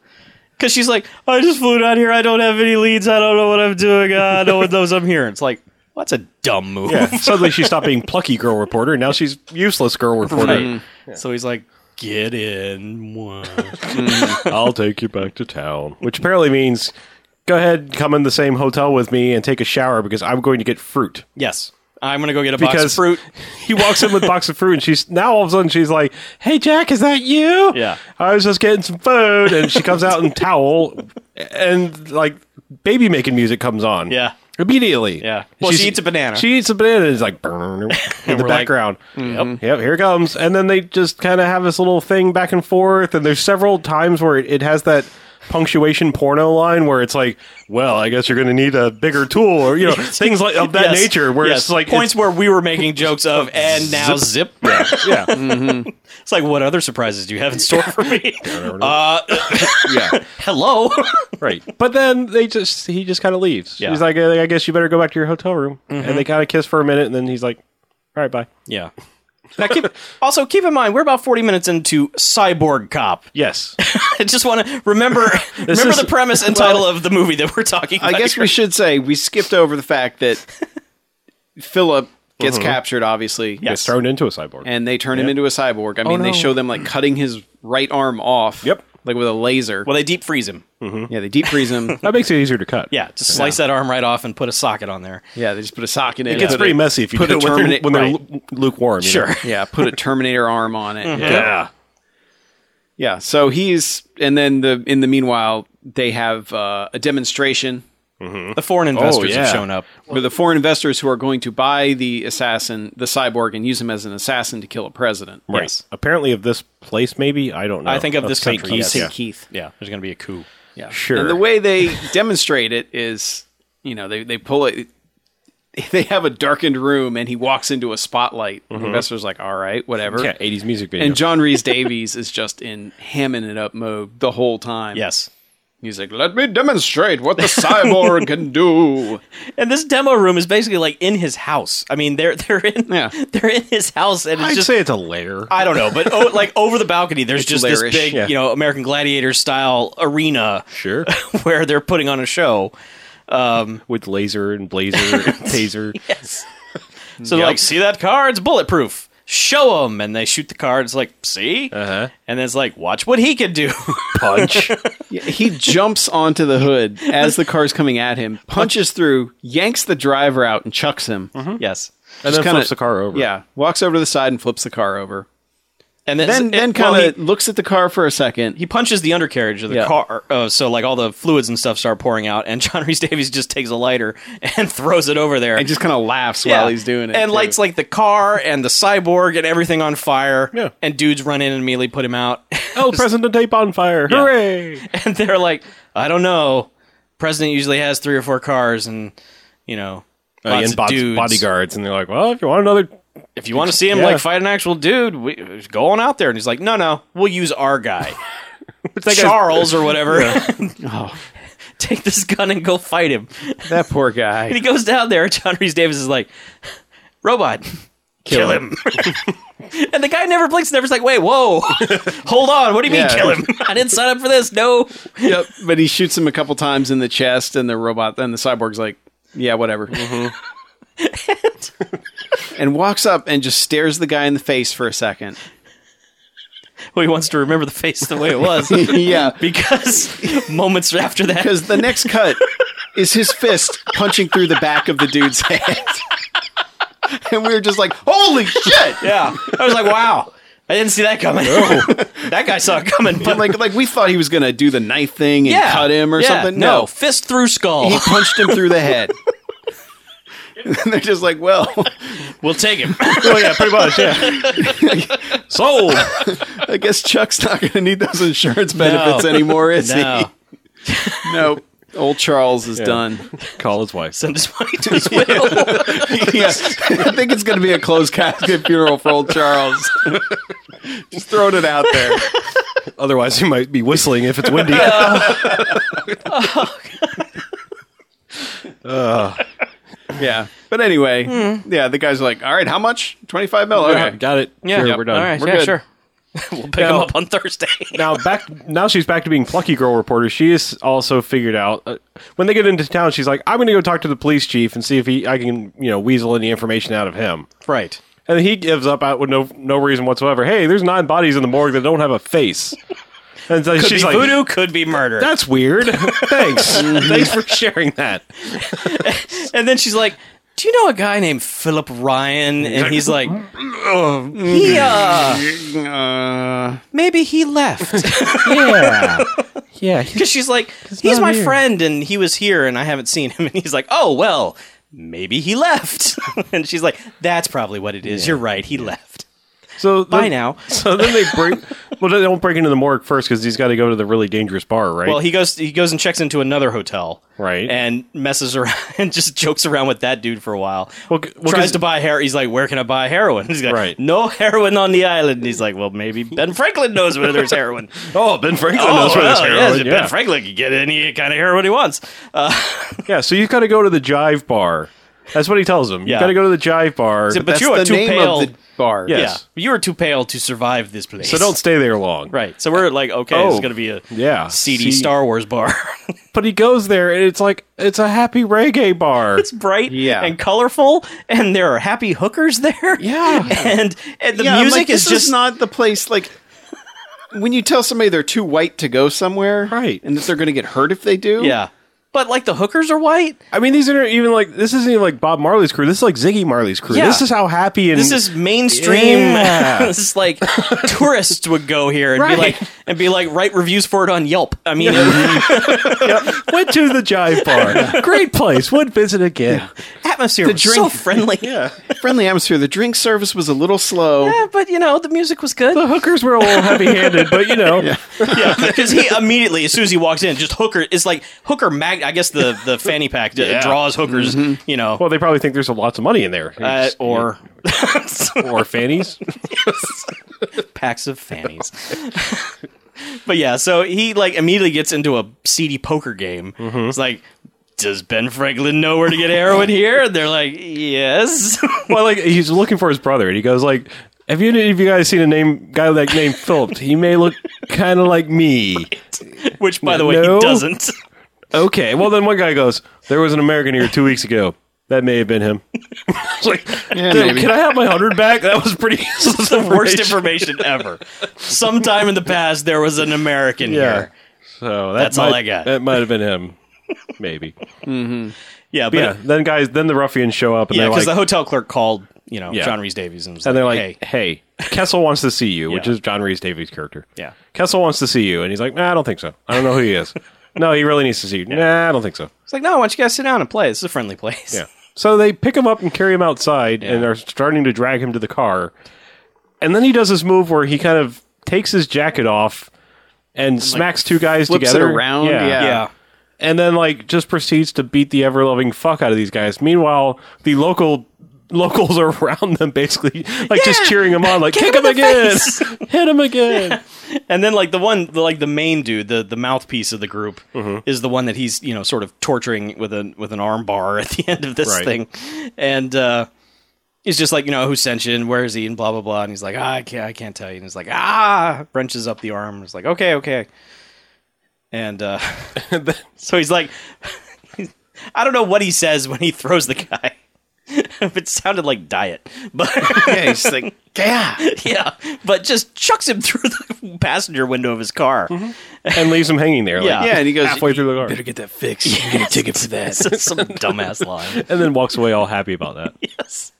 S3: Because she's like, "I just flew down here. I don't have any leads. I don't know what I'm doing. Uh, no one knows I'm here." It's like, well, that's a dumb move.
S2: Yeah. Suddenly she stopped being plucky girl reporter, and now she's useless girl reporter.
S3: Right. So he's like, "Get in." Mwah.
S2: I'll take you back to town. Which apparently means go ahead, come in the same hotel with me and take a shower because I'm going to get fruit.
S3: yes, I'm gonna go get a box
S2: Because
S3: of fruit.
S2: he walks in with a box of fruit and she's now all of a sudden she's like, Hey Jack, is that you?
S3: Yeah.
S2: I was just getting some food and she comes out in towel and like baby making music comes on.
S3: Yeah.
S2: Immediately.
S3: Yeah.
S2: And
S3: Well, she
S2: she's-
S3: eats a banana.
S2: She eats a banana and it's like "Brrr," in the
S3: we're like, mm-hmm.
S2: background. yep. Yep, here it comes. And then they just kinda have this little thing back and forth and there's several times where it, it has that punctuation porno line where it's like, Well, I guess you're gonna need a bigger tool or you know, things like of that
S3: Yes.
S2: nature where
S3: Yes.
S2: it's like
S3: points where we were making jokes of, and now zip.
S2: it's, yeah.
S3: It's like, what other surprises do you have in store for me? uh,
S1: Yeah.
S3: hello.
S2: right. But then they just he just kind of leaves.
S3: Yeah.
S2: He's like, I guess you better go back to your hotel room.
S1: Mm-hmm.
S2: And they kind of kiss for a minute, and then he's like, All right, bye.
S3: yeah. Now keep, also keep in mind we're about forty minutes into Cyborg Cop.
S2: Yes.
S3: I just want to remember remember
S2: is-
S3: the premise and title of the movie that we're talking.
S1: I
S3: about
S1: guess
S3: here.
S1: we should say we skipped over the fact that Philip gets captured, obviously,
S2: Gets thrown into a cyborg.
S1: and they turn him into a cyborg. I mean, they
S2: no.
S1: show them like cutting his right arm off.
S2: Yep.
S1: Like with a laser.
S3: well they deep freeze him.
S1: Yeah, they deep freeze him.
S2: that makes it easier to cut.
S3: Yeah, just slice that arm right off and put a socket on there.
S1: yeah, they just put a socket in.
S2: It gets
S1: put
S2: pretty
S1: a-
S2: messy if you
S1: put
S2: do
S1: a
S2: it when they're,
S1: Termina-
S2: when they're
S1: right.
S2: lu- lukewarm. you know?
S3: Sure.
S1: Yeah, put a Terminator arm on it. Yeah.
S2: Yeah.
S1: Yeah, so he's and then the in the meanwhile they have uh, a demonstration
S3: The foreign investors have
S2: yeah.
S3: shown up.
S1: with the foreign investors who are going to buy the assassin, the cyborg, and use him as an assassin to kill a president.
S2: Right.
S3: Yes.
S2: Apparently, of this place, maybe I don't know.
S3: I think of this
S2: St.
S3: country,
S2: Kitts,
S3: yes.
S2: yeah.
S1: Keith.
S3: Yeah, there's going to be a coup.
S1: Yeah,
S2: Sure.
S1: And the way they demonstrate it is, you know, they they pull it. They have a darkened room, and he walks into a spotlight. The investor's like, "All right, whatever."
S2: Mm-hmm. Yeah, '80s music video.
S1: And John Reese Davies is just in hamming it up mode the whole time.
S3: Yes.
S1: He's like, let me demonstrate what the cyborg can do.
S3: And this demo room is basically like in his house. I mean, they're they're in
S1: Yeah.
S3: they're in his house, and it's
S2: I'd
S3: just
S2: say it's a layer.
S3: I don't know, but oh, like over the balcony, there's just
S1: lairish.
S3: this big,
S2: Yeah.
S3: you know, American Gladiator style arena
S2: sure.
S3: where they're putting on a show.
S2: With laser and blazer, and taser.
S3: Yes. So they're like, see that car? It's bulletproof. Show them, and they shoot the car. It's like, see,
S2: Uh-huh.
S3: and it's like, watch what he can do.
S2: Punch.
S1: Yeah, he jumps onto the hood as the car's coming at him, punches through, yanks the driver out, and chucks him.
S3: yes,
S2: and then
S1: Just kinda-
S2: flips the car over.
S1: Yeah, walks over to the side and flips the car over.
S3: and then
S1: Then,
S3: it-
S1: then
S3: well,
S1: kind of
S3: he,
S1: looks at the car for a second.
S3: he punches the undercarriage of the
S1: Yeah.
S3: car, uh, so like all the fluids and stuff start pouring out, and John Reese Davies just takes a lighter and throws it over there,
S1: and just kind of laughs while he's doing it.
S3: And
S1: too.
S3: lights like the car and the cyborg and everything on fire.
S2: Yeah.
S3: And dudes run in and immediately put him out.
S2: El Presidente Tape on fire. Hooray!
S3: and they're like, I don't know. President usually has three or four cars and, you know,
S2: Uh,
S3: lots
S2: and
S3: of
S2: Bob's
S3: dudes.
S2: bodyguards, and they're like, "Well, if you want another,
S3: If you want to see him
S2: Yeah.
S3: like fight an actual dude, we, go on out there. And he's like, no, no, we'll use our guy, Charles or whatever. Oh. Take this gun and go fight him.
S1: that poor
S3: And
S1: guy.
S3: he goes down there. John Reese Davis is like, robot, kill, him. and the guy never blinks. Never's like, wait, whoa, hold on. What do you mean,
S1: Yeah.
S3: kill him? I didn't sign up for this. No.
S1: yep. But he shoots him a couple times in the chest, and the robot, and the cyborg's like, "Yeah, whatever,"
S3: Mm-hmm.
S1: and walks up and just stares the guy in the face for a second.
S3: Well, he wants to remember the face the way it was
S1: yeah,
S3: because moments after that,
S1: because the next cut is his fist punching through the back of the dude's head. And we were just like, holy shit!
S3: yeah, I was like, wow, I didn't see that coming. that guy saw it coming. But
S1: Like, like we thought he was gonna do the knife thing and
S3: yeah,
S1: cut him or
S3: yeah,
S1: something.
S3: No, fist through skull.
S1: he punched him through the head. and they're just like, well,
S3: we'll take him.
S2: oh yeah, pretty much, yeah." Sold.
S1: I guess Chuck's not going to need those insurance benefits anymore, is
S3: no,
S1: he? No. Old Charles is done.
S2: Call his wife.
S3: send his money to his widow.
S1: yeah. I think it's going to be a closed casket funeral for old Charles. Just throwing it out there.
S2: Otherwise, you might be whistling if it's windy.
S1: Yeah. But anyway, yeah, the guys are like, all right, how much? 25 mil.
S2: Yeah,
S1: Okay.
S2: got it.
S3: Yeah,
S2: Sure,
S1: Yep.
S2: we're done.
S3: All right,
S1: We're
S3: yeah,
S1: good.
S3: sure. we'll pick
S2: Now-
S3: them up on Thursday.
S2: now back now she's back to being plucky girl reporter she is also figured out uh, when they get into town she's like i'm gonna go talk to the police chief and see if he i can you know weasel any information out of him
S3: right.
S2: and he gives up out with no no reason whatsoever hey there's nine bodies in the morgue that don't have a face and so
S3: Could
S2: she's
S3: be
S2: like
S3: voodoo, could be murder.
S2: that's weird thanks
S3: Mm-hmm.
S2: thanks for sharing that
S3: and then she's like, "Do you know a guy named Philip Ryan?" And he's like, "He uh,
S1: Uh,
S3: maybe he left."
S2: yeah yeah
S3: Because she's like, he's
S2: not
S3: my
S2: here."
S3: friend and he was here and I haven't seen him. And he's like, oh, well, maybe he left. and she's like, that's probably what it is. You're right. He left.
S2: so
S3: Bye
S2: then-
S3: now.
S2: so then they break well they don't break into the morgue first because he's got to go to the really dangerous bar right
S3: Well, he goes he goes and checks into another hotel.
S2: Right.
S3: And messes around and just jokes around with that dude for a while.
S2: Well, c- well, 'cause-
S3: Tries to buy hair. He's like, where can I buy heroin? He's like,
S2: Right.
S3: no heroin on the island. And he's like, well, maybe Ben Franklin knows where there's heroin.
S2: oh ben franklin knows where this
S3: well,
S2: heroin-
S3: yes, oh, Ben Franklin can get any kind of heroin he wants. Uh,
S2: Yeah, so you've got to go to the jive bar. That's what he tells him.
S3: Yeah.
S2: You've got to go to the jive bar.
S3: But
S1: that's
S3: you are
S1: the
S3: too
S1: name
S3: pale.
S1: of the bar.
S2: Yeah.
S3: Yeah, you were too pale to survive this place.
S2: so don't stay there long.
S3: Right. So we're like, okay,
S2: Oh,
S3: it's going to be a
S2: yeah,
S3: seedy
S2: see-
S3: Star Wars bar.
S2: But he goes there and it's like it's a happy reggae bar.
S3: it's bright
S1: Yeah.
S3: and colorful, and there are happy hookers there.
S2: Yeah.
S3: And, and the
S1: Yeah, I'm
S3: music
S1: like,
S3: is
S1: this
S3: just
S1: not the place. Like when you tell somebody they're too white to go somewhere,
S2: Right.
S1: and that they're going to get hurt if they do.
S3: Yeah. But like the hookers are white.
S2: I mean, these aren't even like this isn't even like Bob Marley's crew. This is like Ziggy Marley's crew.
S3: Yeah.
S2: This is how happy and
S3: This is mainstream.
S2: Yeah.
S3: this is like tourists would go here and
S2: Right.
S3: be like and be like write reviews for it on Yelp. I mean,
S2: went to the jive bar. Great place. Would visit again.
S3: atmosphere was so
S1: drink-
S3: friendly. yeah.
S1: friendly atmosphere. The drink service was a little slow.
S3: but you know the music was good.
S2: The hookers were a little heavy-handed, but you know,
S3: Yeah, because he immediately, as soon as he walks in, just hooker. It's like hooker mag. I guess the the fanny pack d- draws hookers. You know,
S2: well, they probably think there's lots of money in there,
S3: uh, or
S2: or fannies.
S3: packs of fannies. but yeah, so he like immediately gets into a seedy poker game.
S2: Mm-hmm.
S3: It's like. Does Ben Franklin know where to get heroin here? And they're like, yes.
S2: well, like he's looking for his brother, and he goes like, "Have you any of you guys seen a name guy like named Philip? He may look kind of like me."
S3: Which, by the way,
S2: No.
S3: he doesn't.
S2: Okay, well then one guy goes, "There was an American here two weeks ago. That may have been him." It's like,
S1: Yeah,
S2: "Dude,
S1: maybe.
S2: can I have my hundred back? That was pretty useless
S3: the worst
S2: information."
S3: information ever. Sometime in the past, there was an American
S2: Yeah.
S3: here.
S2: So that
S3: That's
S2: might,
S3: all I got.
S2: That might have been him. Maybe.
S3: Yeah, but
S2: yeah. Then guys, then the ruffians show up and
S3: Yeah,
S2: they're
S3: because
S2: like,
S3: the hotel clerk called, you know,
S2: Yeah.
S3: John Reese Davies and, was
S2: and they're like,
S3: hey.
S2: "Hey, Kessel wants to see you," which
S3: Yeah.
S2: is John Reese Davies' character.
S3: Yeah.
S2: Kessel wants to see you, and he's like, nah, "I don't think so. I don't know who he is. no, he really needs to see you. Nah, I don't think so."
S3: It's like, no, why don't you guys sit down and play? This is a friendly place.
S2: Yeah. So they pick him up and carry him outside and are starting to drag him to the car. And then he does this move where he kind of takes his jacket off and smacks two guys
S1: flips it
S2: together
S1: around, yeah.
S3: Yeah.
S2: And then like just proceeds to beat the ever loving fuck out of these guys. Meanwhile, the local locals are around them basically like just
S3: Yeah.
S2: cheering him on like
S3: Kick
S2: kick
S3: him
S2: him
S3: in the
S2: again.
S3: face."
S2: Hit him again.
S3: And then, like, the one, the, like, the main dude, the, the mouthpiece of the group,
S2: Mm-hmm.
S3: is the one that he's, you know, sort of torturing with, a, with an arm bar at the end of this
S2: Right.
S3: thing. And uh, he's just like, you know, who sent you and where is he and blah, blah, blah. And he's like, ah, I, can't, I can't tell you. And he's like, ah, wrenches up the arm. And it's like, okay, okay. And uh, so he's like, I don't know what he says when he throws the guy. it sounded like diet, but
S1: yeah he's just like, yeah.
S3: yeah, but just chucks him through the passenger window of his car.
S2: and leaves him hanging there
S3: Yeah.
S2: like
S1: Yeah, and he goes
S2: halfway through the car.
S1: get that fixed. You get a ticket for that.
S3: That's some dumbass line.
S2: And then walks away all happy about that.
S3: Yes.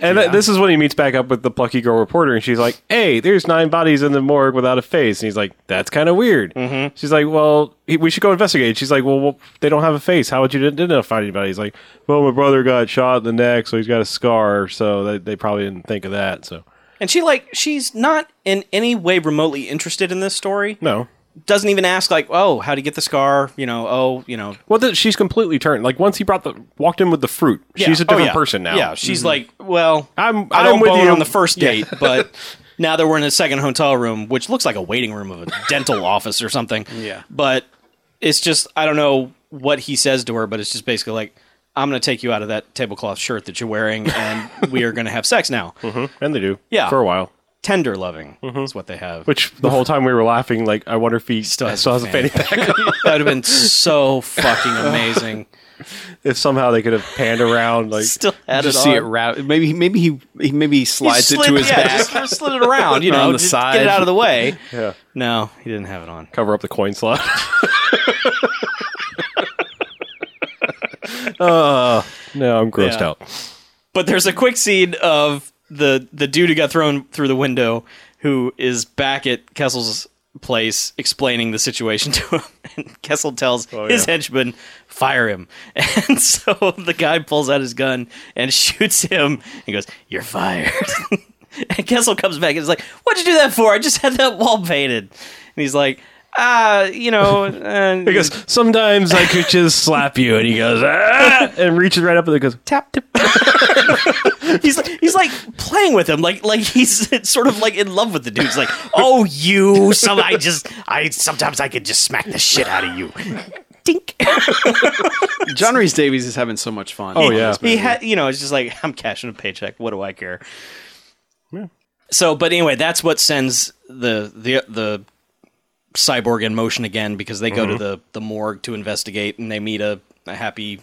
S2: And th- this is when he meets back up with the plucky girl reporter, and she's like, "Hey, there's nine bodies in the morgue without a face." And he's like, "That's kind of weird." Mm-hmm. She's like, "Well, he- we should go investigate." She's like, well, "Well, they don't have a face. How would you didn't identify anybody?" He's like, "Well, my brother got shot in the neck, so he's got a scar. So they, they probably didn't think of that." So
S3: And she like she's not in any way remotely interested in this story.
S2: no.
S3: Doesn't even ask like, "Oh, how would you get the scar?" You know, "Oh, you know."
S2: Well, th- she's completely turned. Like once he brought the walked in with the fruit,
S3: Yeah.
S2: she's a
S3: Oh,
S2: different
S3: yeah.
S2: person now.
S3: Yeah, she's like, "Well,
S2: I'm-
S3: I
S2: I'm
S3: don't
S2: with
S3: bone
S2: you.
S3: on the first date, but Now that we're in a second hotel room, which looks like a waiting room of a dental office or something.
S1: Yeah.
S3: But it's just I don't know what he says to her, but it's just basically like, I'm gonna take you out of that tablecloth shirt that you're wearing, and we are gonna have sex now.
S2: Mm-hmm. And they do.
S3: Yeah.
S2: For a while.
S3: Tender loving is what they have.
S2: Mm-hmm. Which the whole time we were laughing, like, I wonder if he
S3: Still
S2: still
S3: has
S2: has,
S3: a
S2: a fanny pack.
S3: that would have been so fucking amazing.
S2: If somehow they could have panned around, like,
S3: Still had
S1: Just
S3: it
S1: see
S3: on.
S1: it wrap. Maybe maybe he he- maybe he
S3: He
S1: slides it
S3: slid-
S1: to his
S3: yeah,
S1: back.
S3: Just kinda slid it around, you
S1: Or
S3: know,
S1: on the
S3: just
S1: side.
S3: get it out of the way.
S2: Yeah.
S3: No, he didn't have it on.
S2: cover up the coin slot. uh, no, I'm grossed
S3: Yeah.
S2: out.
S3: But there's a quick scene of the the dude who got thrown through the window, who is back at Kessel's place explaining the situation to him. And Kessel tells his
S2: Oh, yeah.
S3: henchman, "Fire him." And so the guy pulls out his gun and shoots him. and goes, "You're fired." and Kessel comes back and is like, "What'd you do that for? I just had that wall painted." And he's like. Uh, you know, uh,
S2: He goes, sometimes I could just slap you, and he goes, ah, and reaches right up and goes, tap, tap.
S3: he's like he's like playing with him, like like he's sort of like in love with the dude. He's like, oh, you, some I just I sometimes I could just smack the shit out of you. Dink.
S1: John Reese Davies is having so much fun.
S2: Oh, yeah.
S3: he had you know it's just like I'm cashing a paycheck. What do I care? So, but anyway, that's what sends the the the cyborg in motion again because they go to
S2: Mm-hmm.
S3: the the morgue to investigate and they meet a, a happy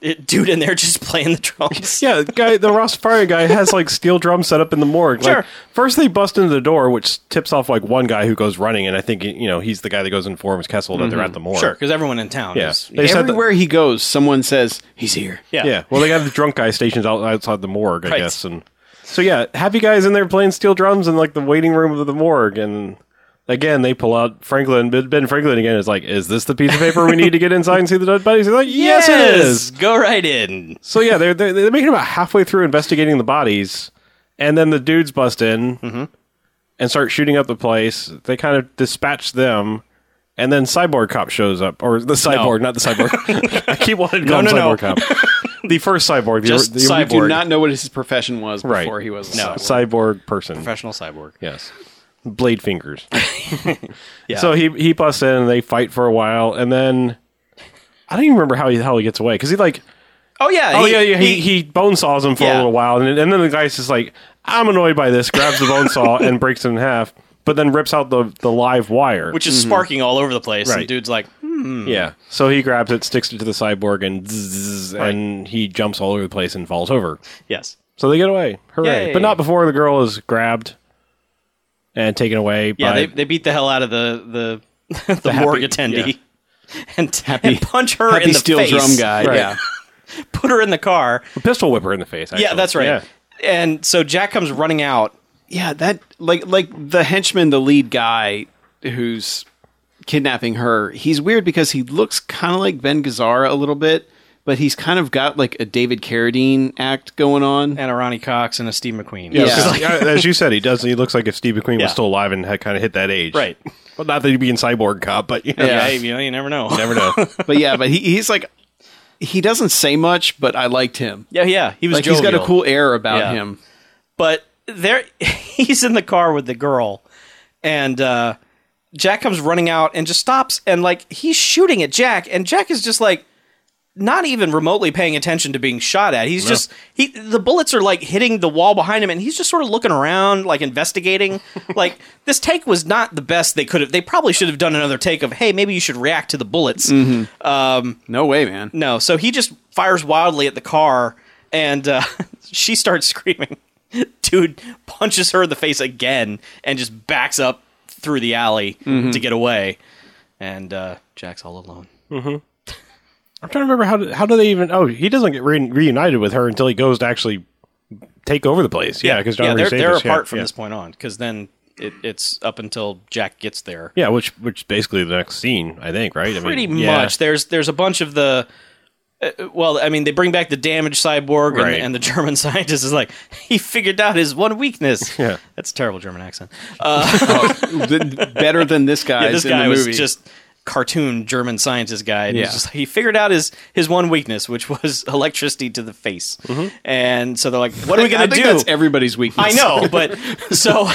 S3: it, dude in there just playing the drums.
S2: Yeah, the guy, the Rastafarian guy has like steel drums set up in the morgue.
S3: Sure.
S2: Like, first they bust into the door, which tips off like one guy who goes running, and I think you know he's the guy that goes and informs Kessel that they're at the morgue.
S3: Sure, because everyone in town
S2: Yeah.
S3: is
S2: They said that-
S1: Everywhere he goes, someone says he's here.
S3: yeah.
S2: Yeah. Well, they have the drunk guy stationed out, outside the morgue, I
S3: Right.
S2: guess. And so yeah, happy guys in there playing steel drums in like the waiting room of the morgue, and again they pull out Franklin. Ben Ben Franklin again is like, "Is this the piece of paper we need to get inside and see the dead bodies?" He's like, "Yes, it is."
S3: Go right in.
S2: So yeah, they're they're, they're making about halfway through investigating the bodies, and then the dudes bust in
S3: Mm-hmm.
S2: and start shooting up the place. They kind of dispatch them. And then cyborg cop shows up, or the cyborg, not the cyborg. I keep wanting to call
S3: No,
S2: him
S3: no,
S2: cyborg cop. The first cyborg, the,
S3: Just
S2: the,
S1: I
S3: cyborg.
S1: do not know what his profession was before
S2: Right.
S1: he was a
S3: No.
S1: cyborg.
S2: cyborg person.
S3: Professional cyborg.
S2: Yes. Blade fingers.
S3: Yeah.
S2: So he he busts in and they fight for a while and then I don't even remember how he how he gets away because he like
S3: oh yeah.
S2: oh yeah, yeah he, he bone saws him for
S3: Yeah.
S2: a little while and and then the guy's just like I'm annoyed by this grabs the bone saw and breaks it in half but then rips out the the live wire
S3: which is sparking all over the place. And
S2: Right.
S3: dude's like, hmm,
S2: yeah so he grabs it sticks it to the cyborg and zzz, and he jumps all over the place and falls over
S3: yes.
S2: so they get away hooray
S3: Yay.
S2: but not before the girl is grabbed and taken away
S3: Yeah,
S2: by
S3: they, they beat the hell out of the the, the, morgue attendee. And, and punch her in
S1: Happy
S3: the
S1: steel
S3: face.
S1: drum guy.
S2: Right.
S1: Yeah.
S3: Put her in the car.
S2: pistol whip her in the face. Actually.
S3: Yeah, that's right.
S2: Yeah.
S3: And so Jack comes running out.
S1: Yeah, that like like the henchman, the lead guy who's kidnapping her. He's weird because he looks kind of like Ben Gazzara a little bit, but he's kind of got like a David Carradine act going on.
S3: And a Ronnie Cox and a Steve McQueen.
S2: Yeah,
S1: Yeah.
S2: because, uh, as you said, he does. He looks like if Steve McQueen
S3: Yeah.
S2: was still alive and had kind of hit that age,
S3: Right.
S2: Well, not that he'd be in Cyborg Cop, but you know,
S1: Yeah.
S3: Hey, you know, you never know.
S2: never know.
S1: But yeah, but he, he's like he doesn't say much, but I liked him.
S3: yeah, yeah. He was
S1: Like he's got a
S3: jovial.
S1: cool air about
S3: Yeah.
S1: him.
S3: but there he's in the car with the girl and uh jack comes running out and just stops and like he's shooting at jack and jack is just like not even remotely paying attention to being shot at he's just he the bullets are like hitting the wall behind him and he's just sort of looking around like investigating like this take was not the best they could have they probably should have done another take of hey maybe you should react to the bullets Um,
S1: No way, man.
S3: no. So he just fires wildly at the car, and uh, she starts screaming. Dude punches her in the face again and just backs up through the alley
S2: Mm-hmm.
S3: to get away. And uh, Jack's all alone.
S2: I'm trying to remember how do, how do they even? Oh, he doesn't get re- reunited with her until he goes to actually take over the place. Yeah, because John
S3: they're,
S2: Reese
S3: they're
S2: Davis, yeah,
S3: apart from
S2: yeah.
S3: this point on because then it, it's up until Jack gets there.
S2: Yeah, which which is basically the next scene, I think. Right? I mean,
S3: Pretty
S2: yeah.
S3: much. There's there's a bunch of the. Uh, well, I mean, they bring back the damaged cyborg, and,
S2: Right.
S3: and the German scientist is like, he figured out his one weakness.
S2: Yeah.
S3: that's a terrible German accent.
S1: Oh, Th- better than this guy
S3: Yeah, this
S1: in
S3: guy
S1: the
S3: was
S1: movie.
S3: just cartoon German scientist guy. And he's
S1: Yeah.
S3: just- he figured out his his one weakness, which was electricity to the face. And so they're like, "What are we
S1: Mm-hmm. I
S3: going to
S1: think
S3: do?"
S1: That's everybody's weakness.
S3: I know, but so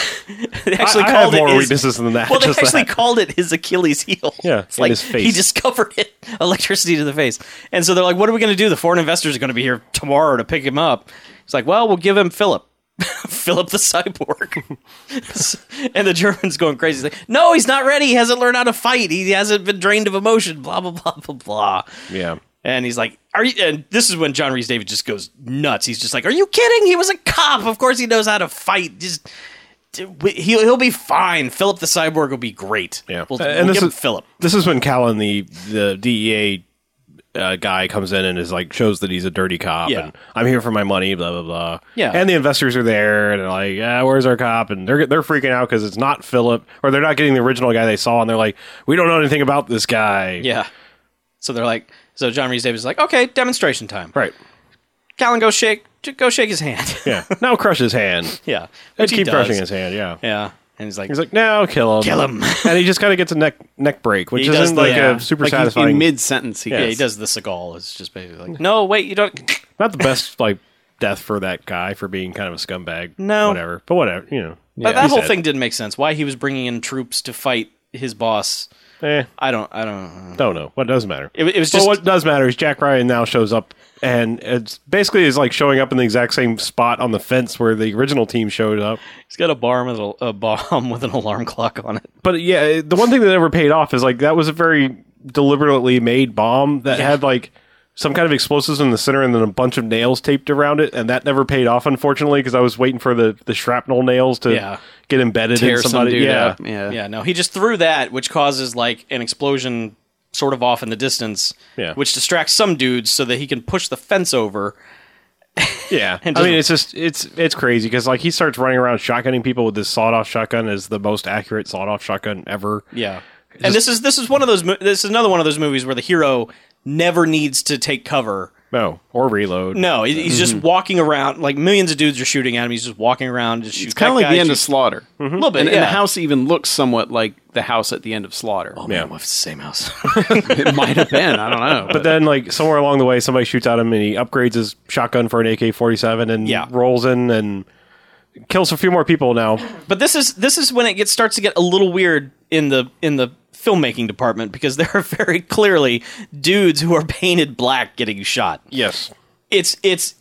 S3: they actually
S2: I have
S3: called it
S2: more
S3: his-
S2: weaknesses than that,
S3: Well, they
S2: just
S3: actually
S2: that.
S3: called it his Achilles heel.
S2: Yeah,
S3: it's
S2: and
S3: like
S2: his face.
S3: he discovered it, electricity to the face, and so they're like, "What are we going to do? The foreign investors are going to be here tomorrow to pick him up." He's like, "Well, we'll give him Philip." Philip the cyborg, and the German's going crazy. He's like, no, he's not ready. He hasn't learned how to fight. He hasn't been drained of emotion. Blah blah blah blah blah.
S2: Yeah.
S3: And he's like, "Are you?" And this is when John Reese David just goes nuts. He's just like, "Are you kidding? He was a cop. Of course he knows how to fight. Just he'll he'll be fine. Philip the cyborg will be great.
S2: Yeah.
S3: we'll,
S2: Uh,
S3: we'll
S2: this
S3: give him
S2: is-
S3: Philip.
S2: This is when Callan, the the DEA uh, guy, comes in and is like shows that he's a dirty cop.
S3: Yeah.
S2: And I'm here for my money. Blah blah blah.
S3: Yeah.
S2: And the investors are there and they're like, ah, "Where's our cop?" And they're they're freaking out because it's not Philip, or they're not getting the original guy they saw, and they're like, "We don't know anything about this guy."
S3: Yeah. So they're like, so John Reese David's like, "Okay, demonstration time.
S2: Right.
S3: Callan, go shake, j- go shake his hand.
S2: Yeah. now crush his hand.
S3: yeah,
S2: And
S3: Which he
S2: keep
S3: does.
S2: crushing his hand. Yeah.
S3: Yeah, and he's like,
S2: He's like, "No, kill him.
S3: Kill him.
S2: and he just kind of gets a neck neck break, which
S3: He does
S2: isn't
S3: the-
S2: like
S3: yeah.
S2: a super
S1: Like in-
S2: satisfying.
S1: in mid sentence, he
S3: yeah, he
S1: gets-
S3: does the Seagal. It's just basically like, no, wait, you don't.
S2: not the best like death for that guy for being kind of a scumbag.
S3: No.
S2: whatever. But whatever, you know.
S3: But that
S2: He's
S3: whole
S2: dead.
S3: thing didn't make sense. Why he was bringing in troops to fight his boss?
S2: Eh,
S3: I don't. I don't. Know.
S2: don't know. What does matter?
S3: It, it was
S2: But
S3: just.
S2: what does matter is Jack Ryan now shows up, and it's basically is like showing up in the exact same spot on the fence where the original team showed up.
S3: He's got a bomb with a, a bomb with an alarm clock on it.
S2: But yeah, the one thing that never paid off is like that was a very deliberately made bomb that had like some kind of explosives in the center and then a bunch of nails taped around it, and that never paid off unfortunately because I was waiting for the the shrapnel nails to
S3: Yeah.
S2: get embedded
S1: tear
S2: in
S1: some
S2: somebody.
S1: dude
S2: yeah.
S1: up. Yeah.
S3: Yeah, no, he just threw that, which causes like an explosion sort of off in the distance,
S2: Yeah.
S3: which distracts some dudes so that he can push the fence over.
S2: Yeah,
S3: And
S2: I
S3: just-
S2: mean, it's just it's it's crazy because like he starts running around shotgunning people with this sawed-off shotgun is the most accurate sawed-off shotgun ever.
S3: Yeah, and this is this is one of those. mo- This is another one of those movies where the hero never needs to take cover.
S2: No, or reload.
S3: No, he- he's
S1: Mm-hmm.
S3: just walking around. Like millions of dudes are shooting at him. He's just walking around. Just
S1: It's kind of like the end of Slaughter.
S3: a little bit.
S1: And,
S3: yeah. Oh,
S1: and the house even looks somewhat like the house at the end of Slaughter.
S2: Yeah.
S3: Well, it's the same house.
S1: it might have been. I don't know.
S2: But then, like somewhere along the way, somebody shoots at him, and he upgrades his shotgun for an AK forty-seven, and
S3: Yeah.
S2: rolls in and kills a few more people. Now,
S3: But this is this is when it gets starts to get a little weird in the in the filmmaking department because there are very clearly dudes who are painted black getting shot.
S2: yes,
S3: It's it's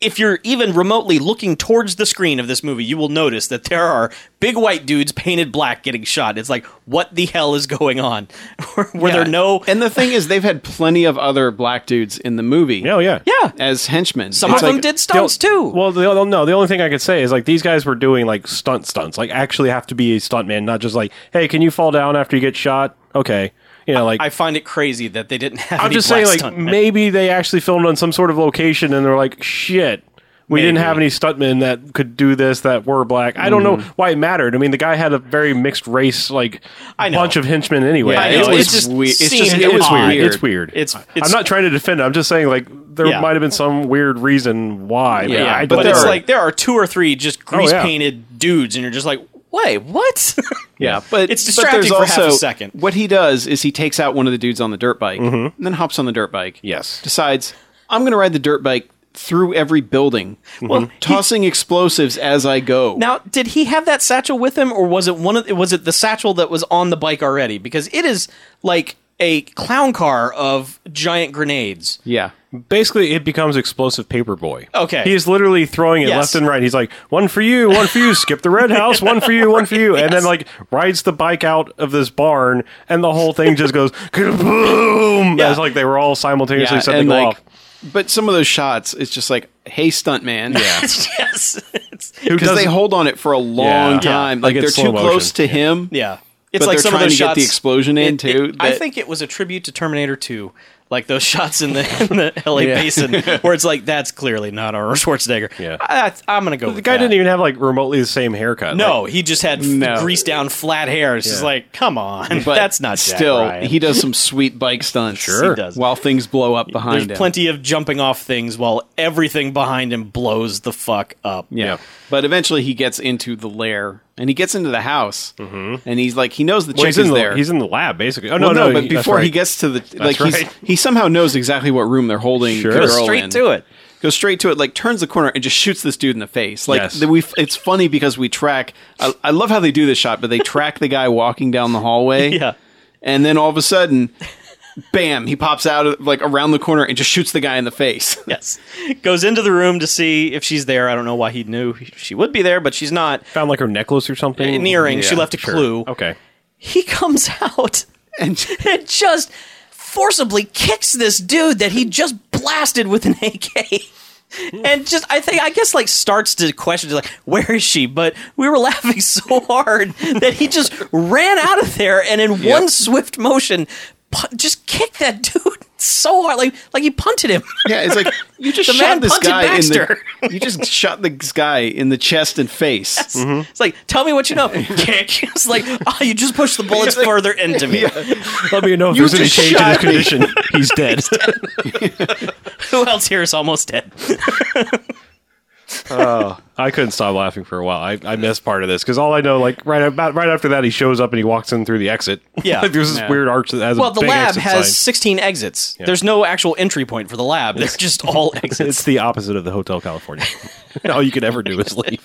S3: if you're even remotely looking towards the screen of this movie, you will notice that there are big white dudes painted black getting shot. It's like what the hell is going on? Were there
S1: Yeah.
S3: no
S1: And the thing is, they've had plenty of other black dudes in the movie.
S2: oh yeah,
S3: yeah?
S1: As henchmen.
S3: Some
S1: It's
S3: of them
S1: like-
S3: did stunts too.
S2: Well, the, oh, no, the only thing I could say is like these guys were doing like stunt stunts, like actually have to be a stuntman, not just like, hey, can you fall down after you get shot? Okay, you know, like
S3: I find it crazy that they didn't have.
S2: I'm
S3: any
S2: just
S3: black
S2: saying, like
S3: stuntmen.
S2: maybe they actually filmed on some sort of location, and they're like, "Shit, we didn't
S3: Maybe. Mm.
S2: have any stuntmen that could do this that were black." I don't know why it mattered. I mean, the guy had a very mixed race, like
S3: I know.
S2: bunch of henchmen anyway.
S1: Yeah,
S3: I
S1: it
S3: know,
S1: was
S3: it's just
S1: weird. It's just
S3: seemed
S1: it was
S3: odd.
S1: weird.
S3: weird.
S2: It's weird.
S3: It's- it's-
S2: I'm not trying to defend it. I'm just saying, like, there
S3: Yeah.
S2: might have been some weird reason why.
S1: Yeah,
S3: Yeah,
S2: I
S3: but
S2: don't
S1: there
S3: it's
S2: know.
S1: are- Oh,
S3: like there are two or three just grease painted dudes, and you're just like, wait, what?
S1: Yeah, but
S3: It's
S1: but
S3: distracting
S1: there's
S3: for half a
S1: also-
S3: second. Mm-hmm.
S1: What he does is he takes out one of the dudes on the dirt bike and then hops on the dirt bike.
S2: Yes.
S1: Decides, I'm going to ride the dirt bike through every building, tossing explosives as I go.
S3: Mm-hmm. now, did he have that satchel with him, or was it one of was it the satchel that was on the bike already? Because it is like a clown car of giant grenades.
S1: yeah.
S2: Basically, it becomes explosive paperboy.
S3: Okay.
S2: he is literally throwing it
S3: Yes.
S2: left and right. He's like, one for you, one for you. Skip the red house, one for you, one for you, and then like rides the bike out of this barn, and the whole thing just goes boom.
S3: Yeah.
S2: As like they were all simultaneously
S1: Yeah,
S2: setting off.
S1: but some of those shots, it's just like, hey, stuntman. Yeah.
S3: yes,
S1: Because
S3: it's,
S1: they
S2: doesn't-
S1: hold on it for a long
S2: Yeah.
S1: time.
S2: Yeah. Like,
S1: Like, they're
S2: it's
S1: too
S2: slow
S1: close
S2: motion.
S1: to him.
S3: yeah. It's
S1: But
S3: like
S1: they're
S3: some of
S1: trying
S3: those
S1: to get
S3: shots.
S1: the explosion in,
S3: it-
S1: too,
S3: it- I
S1: that-
S3: think it was a tribute to Terminator 2. like those shots in the, in the LA
S1: Yeah.
S3: basin where it's like that's clearly not Arnold Schwarzenegger.
S2: Yeah.
S3: I, I'm gonna go.
S2: The guy didn't even have like remotely the same haircut.
S3: No, he just had
S1: No.
S3: greased down flat hair. It's just
S2: Yeah.
S3: like, come on,
S1: But
S3: that's not Jack
S1: still.
S3: Ryan.
S1: He does some sweet bike stunts.
S3: Sure. He does.
S1: While things blow up behind
S3: There's
S1: him.
S3: plenty of jumping off things while everything behind him blows the fuck up.
S1: Yeah.
S2: Yeah.
S1: But eventually he gets into the lair and he gets into the house and he's like, he knows the
S2: Mm-hmm. Well,
S1: chick
S2: he's in
S1: is
S2: the
S1: there.
S2: he's in the lab basically. Oh
S1: Well,
S2: no, no,
S1: but
S2: he- that's
S1: before he
S2: right.
S1: gets to the, like,
S2: right.
S1: he's, he somehow knows exactly what room they're holding.
S2: Sure.
S1: the
S2: Goes
S1: girl
S3: straight
S1: in.
S3: to it.
S1: Goes straight to it, like turns the corner and just shoots this dude in the face. Like
S2: Yes.
S1: the, we, it's funny because we track. I, I love how they do this shot, but they track the guy walking down the hallway.
S3: Yeah.
S1: and then all of a sudden, bam! He pops out of, like around the corner and just shoots the guy in the face.
S3: Yes. Goes into the room to see if she's there. I don't know why he knew she would be there, but she's not.
S2: found like her necklace or something.
S3: An earring. She left a clue.
S2: Okay.
S3: He comes out
S1: And
S3: and just forcibly kicks this dude that he just blasted with an AK. And just, I think, I guess, like starts to question, like, where is she? But we were laughing so hard that he just ran out of there and in one swift motion, pu- just kicked that dude so hard, like, like he punted him.
S1: Yeah, it's like you just
S3: The man
S1: shot this
S3: punted
S1: guy
S3: Baxter.
S1: in the you just shot this guy in the chest and face.
S3: It's like, tell me what you know. Kick. It's like, oh, you just pushed the bullets further into me.
S2: Let me know if
S1: You
S2: there's any
S1: just
S2: change in his
S1: shot me.
S2: condition. He's dead.
S3: Who else here is almost dead?
S2: I couldn't stop laughing for a while. I, I missed part of this because all I know, like right about right after that, he shows up and he walks in through the exit.
S3: Yeah.
S2: like, there's this
S1: Yeah.
S2: weird arch that has
S3: Well,
S2: a
S3: the
S2: big
S3: lab
S2: exit
S3: has
S2: sign.
S3: 16 exits. There's no actual entry point for the lab. They're just all
S2: It's
S3: exits.
S2: the opposite of the Hotel California. All you could ever do is leave.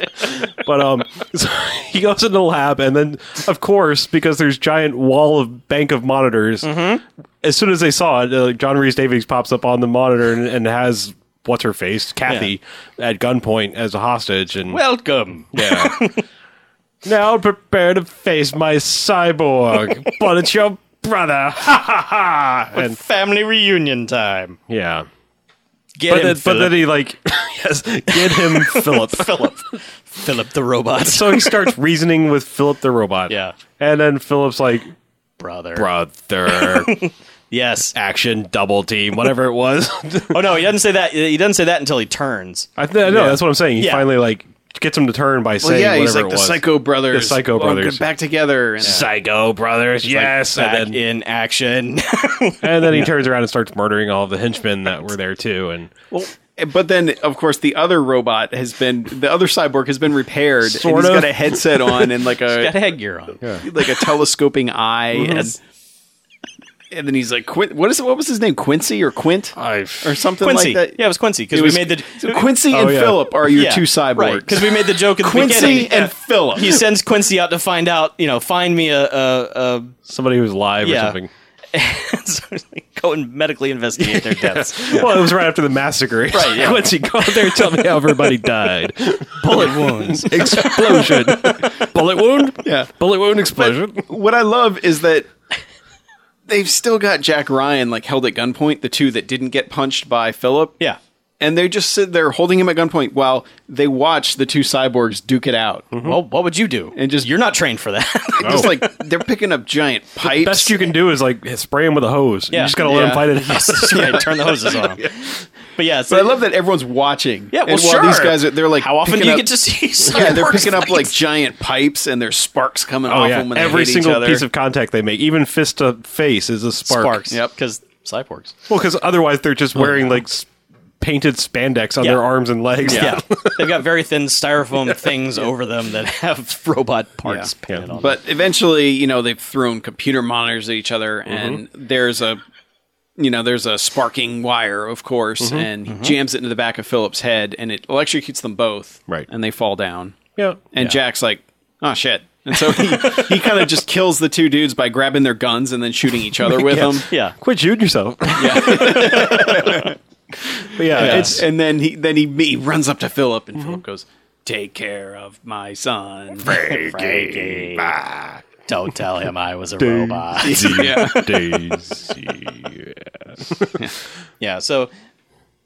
S2: But um, so he goes into the lab, and then of course, because there's giant wall of bank of monitors,
S3: Mm-hmm.
S2: as soon as they saw it, uh, John Reese Davies pops up on the monitor and, and has what's her face, Kathy, at gunpoint as a hostage, and
S3: Welcome.
S2: yeah. now prepare to face my cyborg, but it's your brother. Ha ha ha! And
S3: Family reunion time.
S2: yeah.
S3: Get
S2: But
S3: him,
S2: then, but
S3: Philip.
S2: then he like yes, get him Philip.
S3: Philip. Philip the robot.
S2: so he starts reasoning with Philip the robot.
S3: Yeah.
S2: And then Philip's like,
S3: Brother.
S2: brother,
S3: Yes.
S2: action, double team, whatever it was.
S3: Oh, no, he doesn't say that. He doesn't say that until he turns.
S2: I th- no, that's what I'm saying. He
S3: Yeah.
S2: finally like gets him to turn by
S1: Well,
S2: saying
S1: yeah, he's
S2: whatever
S1: like
S2: it
S1: the
S2: was.
S1: Psycho Brothers.
S2: The Psycho
S1: Oh,
S2: Brothers.
S1: get back together. And,
S2: Psycho brothers, yes.
S3: Back
S2: and then
S3: in action.
S2: and then he turns around and starts murdering all the henchmen that were there too. And
S1: Eh, But then, of course, the other robot has been the other cyborg has been repaired. and
S2: Sort
S1: he's
S2: of.
S1: got a headset on and like
S3: Got
S1: a
S3: headgear on.
S1: like a telescoping eye and.
S3: Mm-hmm.
S1: And then he's like, Quin- "What is what was his name? Quincy or Quint
S2: I
S1: or something
S3: Quincy.
S1: like that?
S3: yeah, it was Quincy because
S1: It
S3: we
S1: was-
S3: made the Oh,
S1: so Quincy and
S2: yeah.
S1: Philip are your
S3: Yeah,
S1: two cyborgs.
S3: because we made the joke at the
S1: Quincy
S3: beginning.
S1: and
S3: Yeah.
S1: Philip.
S3: He sends Quincy out to find out, you know, find me a, a, a
S2: somebody who's live or
S3: Yeah.
S2: something.
S3: so it's like, go and medically investigate their deaths.
S2: Well, it was right after the massacre.
S3: Right, yeah.
S2: Quincy, go out there and tell me how everybody died.
S3: Bullet wounds.
S2: explosion. Bullet wound?
S1: Yeah.
S2: Bullet wound explosion.
S1: what I love is that they've still got Jack Ryan like held at gunpoint, the two that didn't get punched by Philip.
S3: Yeah.
S1: And they just sit there holding him at gunpoint while they watch the two cyborgs duke it out.
S3: Mm-hmm. Well, what would you do?
S1: And just-
S3: you're Oh. not trained for that.
S1: Just like they're picking up giant pipes.
S2: Best you can do is like spray him with a hose.
S3: Yeah.
S2: You just gotta let him
S1: Yeah.
S2: fight it out.
S3: yeah, turn the hoses on 'em. But yeah, it's
S1: but I
S3: like-
S1: love that everyone's watching.
S3: Yeah, well,
S1: and
S3: sure.
S1: while these guys are, they're like,
S3: how often
S1: picking
S3: do you
S1: up-
S3: get to see?
S1: Yeah, they're
S3: cyborgs
S1: picking up like
S3: fight?
S1: giant pipes and there's sparks coming
S2: Oh
S1: off
S2: yeah,
S1: them. When
S2: every
S1: they hit each
S2: single
S1: other.
S2: piece of contact they make, even fist to face, is a spark.
S3: sparks.
S1: Yep.
S3: because cyborgs.
S2: Well, because otherwise they're just wearing like s- painted spandex on
S3: Yeah.
S2: their arms and legs.
S3: Yeah, they've got very thin styrofoam things over them that have robot parts
S2: Yeah.
S3: painted on. them.
S1: But eventually, you know, they've thrown computer monitors at each other,
S2: Mm-hmm.
S1: and there's a, you know, there's a sparking wire, of course,
S2: Mm-hmm.
S1: and he jams it into the back of Philip's head, and it electrocutes them both.
S2: Right.
S1: and they fall down.
S2: yeah.
S1: And Jack's like, "Oh shit!" And so he he kind of just kills the two dudes by grabbing their guns and then shooting each other with them.
S3: yeah,
S2: quit shooting yourself. Yeah, but yeah, it's
S1: and then he then he, he runs up to Philip, and
S2: Mm-hmm.
S1: Philip goes, "Take care of my son,
S3: Frankie. Don't tell him I was a robot.
S1: yeah.
S2: Daisy.
S3: Yeah, so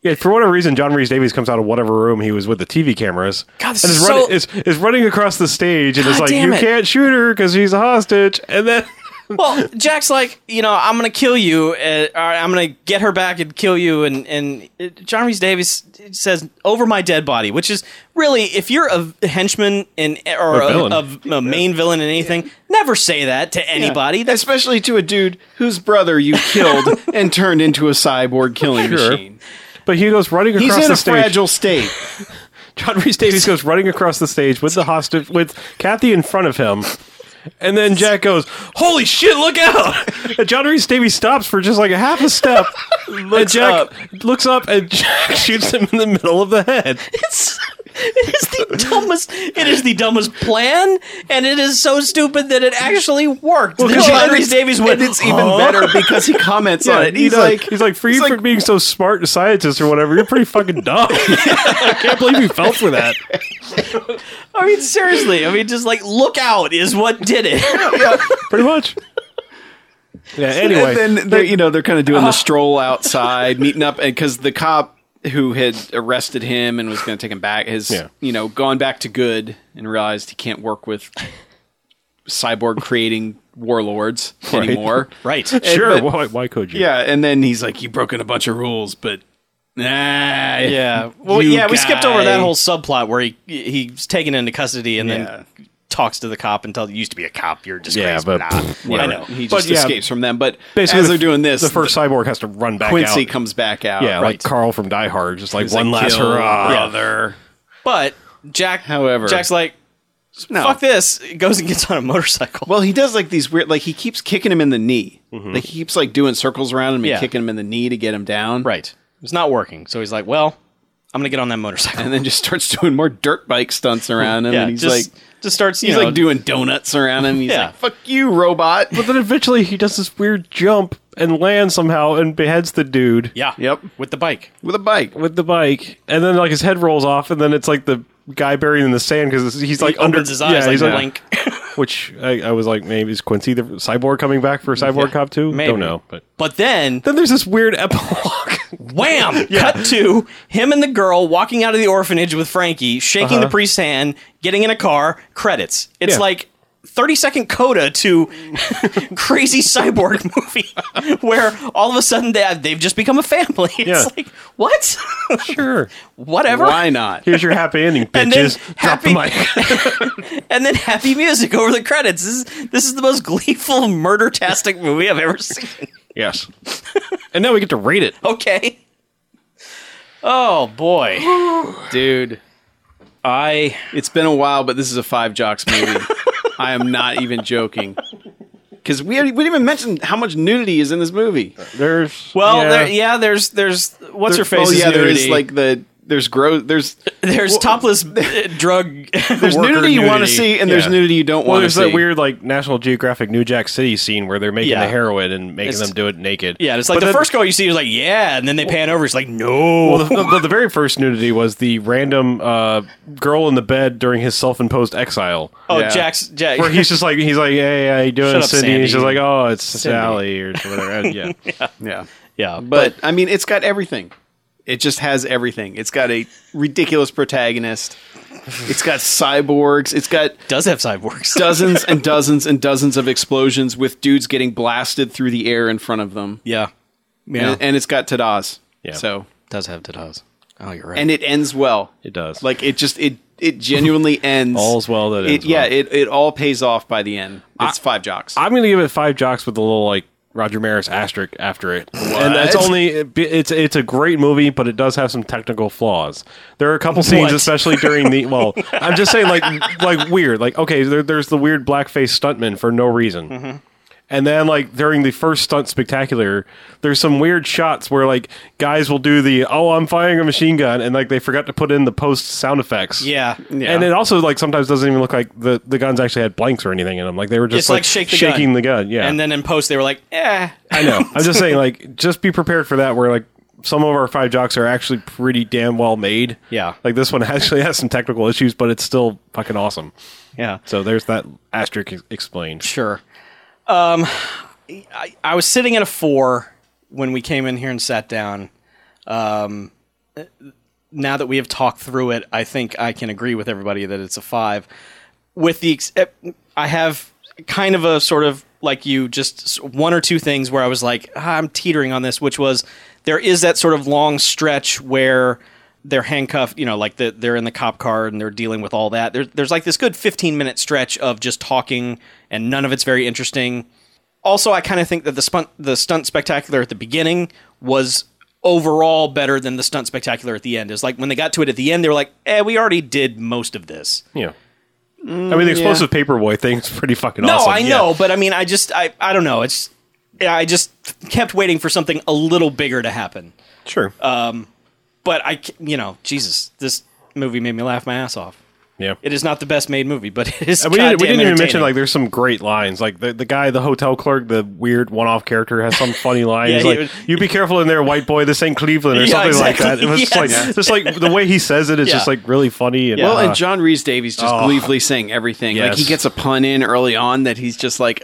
S2: Yeah, for whatever reason, John Reese Davies comes out of whatever room he was with the TV cameras.
S3: God, this
S2: and
S3: is
S2: is, running,
S3: so-
S2: is, is running across the stage and it's
S3: God
S2: like,
S3: damn
S2: you
S3: it."
S2: can't shoot her because she's a hostage. And then
S3: Well, Jack's like, you know, I'm gonna kill you. Uh, all right, I'm gonna get her back and kill you. And and uh, John Reese Davis says, "Over my dead body," which is really, if you're a henchman in or
S2: A
S3: a,
S2: villain.
S3: a- a main villain in anything, never say that to anybody. That's
S1: especially to a dude whose brother you killed and turned into a cyborg killing
S2: Sure.
S1: machine.
S2: But he goes running
S1: He's
S2: across
S1: in
S2: the
S1: a
S2: stage.
S1: fragile state.
S2: John Reese Davies goes running across the stage with the hostage with Kathy in front of him. And then Jack goes, "Holy shit, look out!" And John Reese Davies stops for just like a half a step. and Jack
S3: up.
S2: looks up and Jack shoots him in the middle of the head.
S3: it's it is the dumbest it is the dumbest plan and it is so stupid that it actually worked well,
S1: Well,
S3: John
S1: and
S3: Reese
S1: it's-
S3: Davies went
S1: and it's even better because he comments on it.
S2: he
S1: He's
S2: does.
S1: like,
S2: he's like, for you
S1: he's
S2: for
S1: like-
S2: being so smart and scientist or whatever, you're pretty fucking dumb. I can't believe you fell for that.
S3: I mean seriously I mean just like look out is what did it
S2: Pretty much. Yeah. Anyway,
S1: and then they're, you know they're kind of doing the stroll outside, meeting up, because the cop who had arrested him and was going to take him back has
S2: Yeah.
S1: you know gone back to good and realized he can't work with cyborg creating warlords anymore.
S3: right
S2: sure.
S1: but-
S2: why, why could you?
S1: Yeah, and then he's like, "You've broken a bunch of rules, but nah,
S3: yeah Uh, well
S1: you
S3: yeah we skipped over that
S1: guy."
S3: whole subplot where he he's taken into custody and
S1: Yeah.
S3: then talks to the cop and tells you used to be a cop you're just
S2: Yeah, but
S3: nah,
S2: pff,
S3: I
S1: whatever."
S3: know
S1: He just
S2: But yeah,
S1: escapes from them, but
S2: Basically,
S1: as
S2: the-
S1: they're doing this,
S2: the first cyborg has to run back
S1: Quincy
S2: out.
S1: comes back out.
S2: Yeah,
S1: right.
S2: like Carl from Die Hard, just like
S1: He's
S2: one
S1: like,
S2: last
S1: "Kill
S2: hurrah.
S1: brother.
S3: but Jack
S1: However-
S3: Jack's like
S1: No.
S3: fuck this goes and gets on a motorcycle
S1: Well, he does like these weird, like he keeps kicking him in the knee. Like he keeps like doing circles around him and
S3: Yeah.
S1: kicking him in the knee to get him down.
S3: Right. It's not working. So he's like, well, I'm going to get on that motorcycle.
S1: And then just starts doing more dirt bike stunts around him. and he's
S3: just,
S1: like,
S3: just starts, you
S1: he's
S3: know,
S1: like doing donuts around him. He's
S3: Yeah.
S1: like, fuck you, robot.
S2: But then eventually he does this weird jump and lands somehow and beheads the dude
S3: yeah.
S1: Yep.
S3: With the bike.
S1: With a bike.
S2: with the bike, and then like his head rolls off, and then it's like the guy buried in the sand because he's like
S3: He
S2: under
S3: opens his eyes like
S2: he's
S3: blink.
S2: Which I, I was like, maybe is Quincy the cyborg coming back for Cyborg Cop Two?
S3: maybe.
S2: Don't know. But
S3: But then,
S2: then there's this weird epilogue.
S3: wham! Cut to him and the girl walking out of the orphanage with Frankie, shaking the priest's hand, getting in a car, credits. It's
S2: Yeah.
S3: like 30 second coda to crazy cyborg movie where all of a sudden they, they've just become a family. It's
S2: Yeah.
S3: like, what?
S2: sure,
S3: Whatever.
S1: Why not?
S2: here's your happy ending,
S3: And then
S2: bitches. Drop the
S3: happy-
S2: mic.
S3: and then happy music over the credits. This is, this is the most gleeful murder-tastic movie I've ever seen.
S2: yes. And now we get to rate it.
S3: Okay. Oh boy,
S1: Dude,
S3: I
S1: it's been a while, but this is a Five Jocks movie. I am not even joking. Because we, already- we didn't even mention how much nudity is in this movie.
S2: There's
S3: well yeah. There, yeah there's there's what's her face?
S1: Oh, yeah, there is
S3: nudity.
S1: like the, there's gross, there's,
S3: there's topless uh, drug.
S1: there's
S2: Worker
S1: nudity you want to
S2: nudity.
S1: see, and there's
S2: Yeah.
S1: nudity you don't
S2: Well,
S1: want to
S2: there's
S1: see.
S2: that weird like National Geographic New Jack City scene where they're making
S3: Yeah.
S2: the heroin and making
S3: It's-
S2: them do it naked.
S3: yeah, it's like
S2: But
S3: the
S2: then-
S3: first girl you see is like yeah, and then they pan over. It's like no.
S2: Well, the, the, the very first nudity was the random uh, girl in the bed during his self-imposed exile,
S3: oh,
S1: yeah.
S3: Jack's Jack.
S2: where he's just like he's like, "Hey, how you doing,
S3: Shut up,
S2: Cindy?" And
S3: Sandy.
S2: she's like, "Oh, it's Sally or whatever." And yeah,
S1: Yeah.
S3: yeah,
S1: But, I mean, it's got everything. It just has everything. It's got a ridiculous protagonist. It's got cyborgs. It's got
S3: does have cyborgs.
S1: dozens and dozens and dozens of explosions with dudes getting blasted through the air in front of them.
S3: yeah, yeah,
S1: And, and it's got tadas.
S2: Yeah.
S1: So
S3: does have tatas. Oh, you're right.
S1: and it ends well.
S2: it does.
S1: Like it just it it genuinely ends.
S2: All's well that
S1: It-
S2: ends
S1: Yeah.
S2: well.
S1: It it all pays off by the end. It's five jocks.
S2: I'm gonna give it five jocks with a little like Roger Maris asterisk after it, and that's only it's it's a great movie, but it does have some technical flaws. There are a couple scenes,
S3: What?
S2: especially during the well, I'm just saying like like weird, like okay, there, there's the weird blackface stuntman for no reason.
S3: Mm-hmm.
S2: And then, like during the first stunt spectacular, there's some weird shots where like guys will do the "oh, I'm firing a machine gun" and like they forgot to put in the post sound effects.
S3: Yeah. Yeah.
S2: and it also like sometimes doesn't even look like the the guns actually had blanks or anything in them. Like they were just
S3: It's like shake the gun.
S2: shaking the gun. Yeah,
S3: and then in post they were like, eh.
S2: I know. I'm just saying, like, just be prepared for that. Where like some of our five jocks are actually pretty damn well made.
S3: Yeah.
S2: like this one actually has some technical issues, but it's still fucking awesome.
S3: Yeah.
S2: So there's that asterisk ex- explained.
S3: Sure. Um, I, I was sitting at a four when we came in here and sat down. Um, uh, now that we have talked through it, I think I can agree with everybody that it's a five. With the ex- eh, I have kind of a sort of like you, just s- one or two things where I was like, ah, I'm teetering on this, which was there is that sort of long stretch where they're handcuffed, you know, like the, they're in the cop car and they're dealing with all that. There, there's like this good 15 minute stretch of just talking, and none of it's very interesting also I kind of think that the spun- the stunt spectacular at the beginning was overall better than the stunt spectacular at the end. Is like when they got to it at the end, they were like, "Eh, we already did most of this."
S2: Yeah. I mean, the explosive paperboy thing is pretty fucking
S3: Mm, No,
S2: awesome.
S3: I
S2: yeah.
S3: know, but I mean, I just I I don't know. It's yeah, I just kept waiting for something a little bigger to happen.
S2: Sure.
S3: Uh, But I, c- you know, Jesus, this movie made me laugh my ass off.
S2: yeah.
S3: It is not the best made movie, but it is.
S2: And Uh, we didn't, we didn't even mention
S3: like.
S2: like there's some great lines like the, the guy the hotel clerk the weird one-off character has some funny line
S3: Yeah,
S2: he's
S3: he
S2: like
S3: was-
S2: you be careful in there white boy this ain't cleveland or
S3: Yeah,
S2: something like
S3: exactly.
S2: that it was just like
S3: Yes.
S2: just like the way he says it is
S3: Yeah.
S2: just like really funny and,
S1: Well,
S2: uh, oh.
S1: and John Reese Davies just gleefully saying everything. Like
S2: Yes.
S1: he gets a pun in early on that he's just like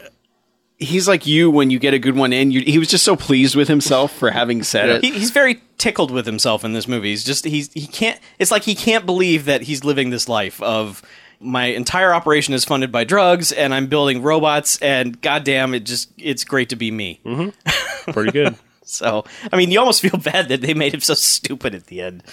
S1: he's like you when you get a good one in. You, he was just so pleased with himself for having said it.
S3: he, he's very tickled with himself in this movie. He's just he's he can't. It's like he can't believe that he's living this life of my entire operation is funded by drugs, and I'm building robots. And goddamn, it just it's great to be me.
S2: pretty good
S3: So I mean, you almost feel bad that they made him so stupid at the end.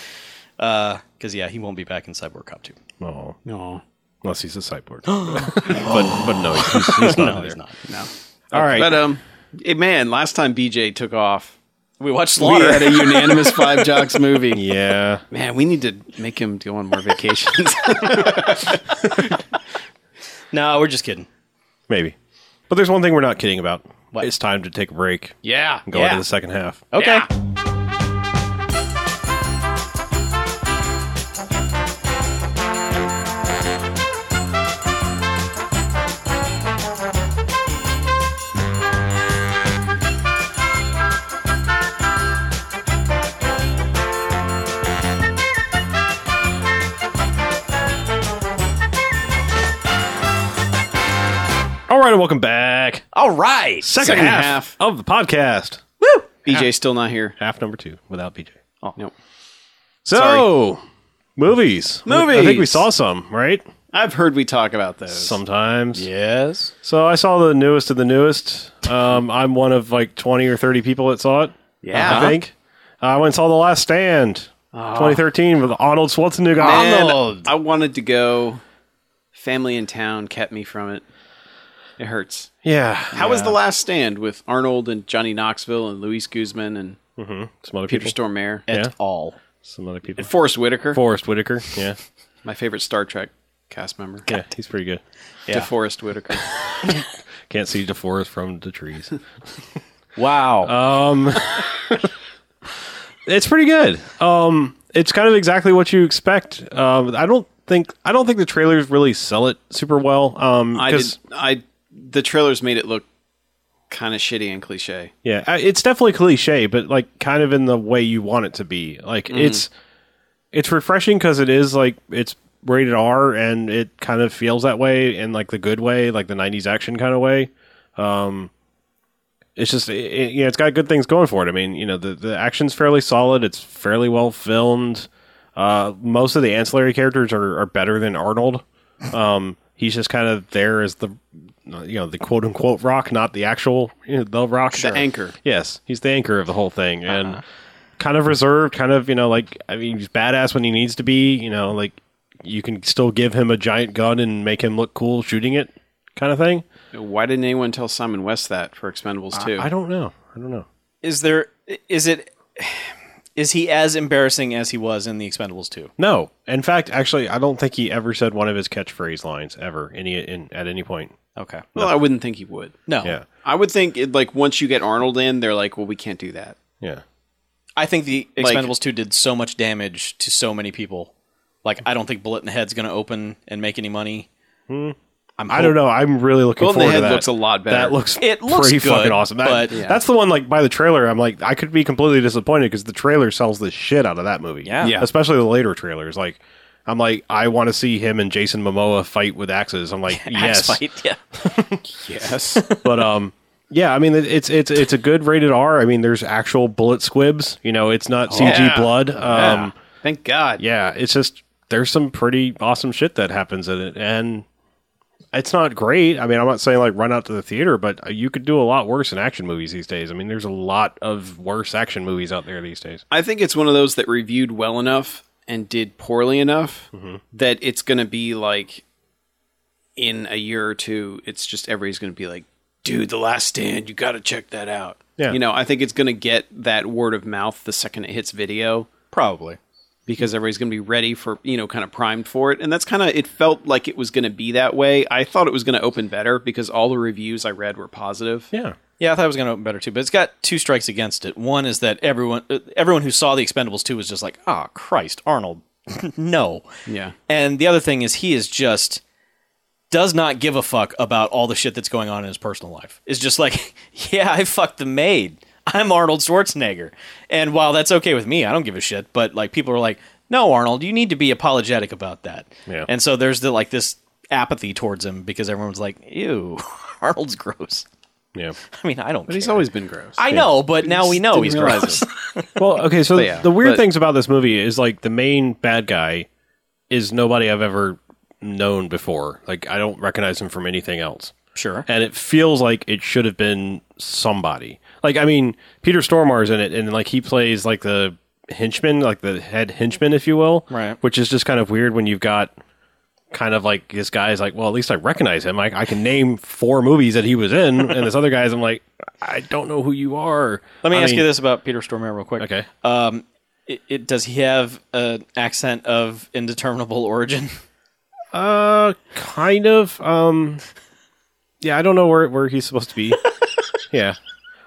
S3: Because yeah, he won't be back in Cyborg Cop Two.
S2: oh
S1: no,
S2: unless he's a cyborg but but no he's, he's not
S3: No,
S2: either.
S3: he's not.
S1: no.
S2: all right
S1: But um, eh, man, last time BJ took off,
S3: We watched
S1: we
S3: Slaughter.
S1: had a unanimous five jocks movie.
S2: yeah
S1: Man, we need to make him go on more vacations.
S3: no, we're just kidding.
S2: maybe but there's one thing we're not kidding about
S3: What? Oh.
S2: it's time to take a break
S1: yeah,
S2: and go into the second half
S3: Okay.
S1: Yeah.
S2: all right and welcome back
S3: All right.
S2: second,
S1: Second
S2: half,
S1: half.
S2: of the podcast
S3: Woo.
S1: BJ still not here.
S2: half number two without bj
S1: Oh no,
S2: So, movies. I think we
S1: Movies.
S2: saw some, right?
S1: I've heard we talk about those.
S2: Sometimes.
S4: Yes.
S2: So I saw the newest of the newest. Um, I'm one of like 20 or 30 people that saw it.
S1: Yeah.
S2: I think. I went and saw The Last Stand 2013 with Arnold Schwarzenegger.
S1: Man,
S4: Arnold.
S1: I wanted to go. Family in town kept me from it. It hurts.
S2: Yeah.
S1: How was
S2: Yeah.
S1: the last stand with Arnold and Johnny Knoxville and Luis Guzman and
S2: Some other
S1: Peter
S2: people.
S1: Stormare
S2: Yeah.
S3: All.
S2: Some other people.
S1: and Forrest Whitaker,
S2: Forrest Whitaker. Yeah.
S1: my favorite Star Trek cast member.
S2: Yeah. He's pretty good.
S1: DeForest Whitaker.
S2: Can't see the forest from the trees.
S4: Wow.
S3: Uh,
S2: it's pretty good. Um, it's kind of exactly what you expect. Um, I don't think I don't think the trailers really sell it super well. Um,
S1: I
S2: 'cause-
S1: did. I the trailers made it look kind of shitty and cliche.
S2: Yeah, I- it's definitely cliche, but like kind of in the way you want it to be. Like it's it's refreshing because it is like it's rated R and it kind of feels that way in like the good way, like the '90s action kind of way. Um, it's just it, it- you know it's got good things going for it. I mean, you know the the action's fairly solid. It's fairly well filmed. Uh, most of the ancillary characters are, are better than Arnold. Um, he's just kind of there as the you know the quote unquote rock, not the actual you know, the rock.
S1: The anchor.
S2: Yes, he's the anchor of the whole thing, and kind of reserved, kind of you know like I mean he's badass when he needs to be. You know, like you can still give him a giant gun and make him look cool shooting it, kind of thing.
S1: Why didn't anyone tell Simon West that for Expendables too?
S2: I don't know. I don't know.
S3: Is there? Is it? Is he as embarrassing as he was in The Expendables 2?
S2: No, in fact, actually, I don't think he ever said one of his catchphrase lines ever any in at any point.
S3: Okay.
S1: well, I wouldn't think he would.
S3: No.
S2: Yeah,
S1: I would think it, like once you get Arnold in, they're like, well, we can't do that.
S2: yeah.
S3: I think the
S1: Like-
S3: Expendables 2 did so much damage to so many people. Like, I don't think Bullet in the Head's going to open and make any money. I'm
S2: I don't know. I'm really looking
S1: Golden
S2: forward
S1: Head
S2: to that.
S1: looks a lot better.
S2: That looks
S3: It looks
S2: pretty
S3: good,
S2: fucking awesome. That-
S3: but-
S2: That's the one like by the trailer. I'm like, I could be completely disappointed because the trailer sells the shit out of that movie.
S3: Yeah. Yeah.
S2: especially the later trailers. Like, I'm like, I want to see him and Jason Momoa fight with axes. I'm like, yes,
S3: Axe fight. Yeah.
S1: Yes.
S2: but um yeah i mean it- it's it's it's a good rated r i mean there's actual bullet squibs you know it's
S3: Oh,
S2: not cg
S1: yeah.
S2: blood um
S1: Thank God.
S2: yeah. it's just there's some pretty awesome shit that happens in it and it's not great. I mean, I'm not saying like run out to the theater, but uh, you could do a lot worse in action movies these days. I mean, there's a lot of worse action movies out there these days.
S1: I think it's one of those that reviewed well enough and did poorly enough that it's going to be like in a year or two, it's just everybody's going to be like, dude, The Last Stand, you got to check that out.
S2: Yeah.
S1: You know, I think it's going to get that word of mouth the second it hits video
S2: Probably.
S1: because everybody's going to be ready for, you know, kind of primed for it. And that's kind of, it felt like it was going to be that way. I thought it was going to open better because all the reviews I read were positive.
S2: Yeah.
S3: Yeah, I thought it was going to open better too, but it's got two strikes against it. One is that everyone uh, everyone who saw The Expendables 2 was just like, "Ah, Christ, Arnold." no.
S1: Yeah.
S3: And the other thing is he is just does not give a fuck about all the shit that's going on in his personal life. It's just like, "Yeah, I fucked the maid. I'm Arnold Schwarzenegger." And while that's okay with me, I don't give a shit, but like people are like, "No, Arnold, you need to be apologetic about that."
S2: Yeah.
S3: And so there's the like this apathy towards him because everyone's like, "Ew, Arnold's gross."
S2: Yeah.
S3: I mean, I don't
S1: But he's always been gross.
S3: I know, but now we know
S1: didn't
S3: he's
S1: realize
S3: gross.
S1: it.
S2: Well, okay, so
S1: yeah,
S2: the weird
S1: but-
S2: things about this movie is like the main bad guy is nobody I've ever known before. Like I don't recognize him from anything else.
S3: Sure.
S2: And it feels like it should have been somebody. Like I mean, Peter Stormare's in it and like he plays like the henchman, like the head henchman if you will,
S3: Right.
S2: which is just kind of weird when you've got kind of like this guy's like, well, at least I recognize him. I, I can name four movies that he was in, and this other guy's, I'm like, I don't know who you are.
S3: Let me
S2: I
S3: ask
S2: mean-
S3: you this about Peter Stormare real quick.
S2: Okay.
S3: Um, it, it, does he have an accent of indeterminable origin?
S2: Uh, kind of. Um, yeah, I don't know where where he's supposed to be. yeah,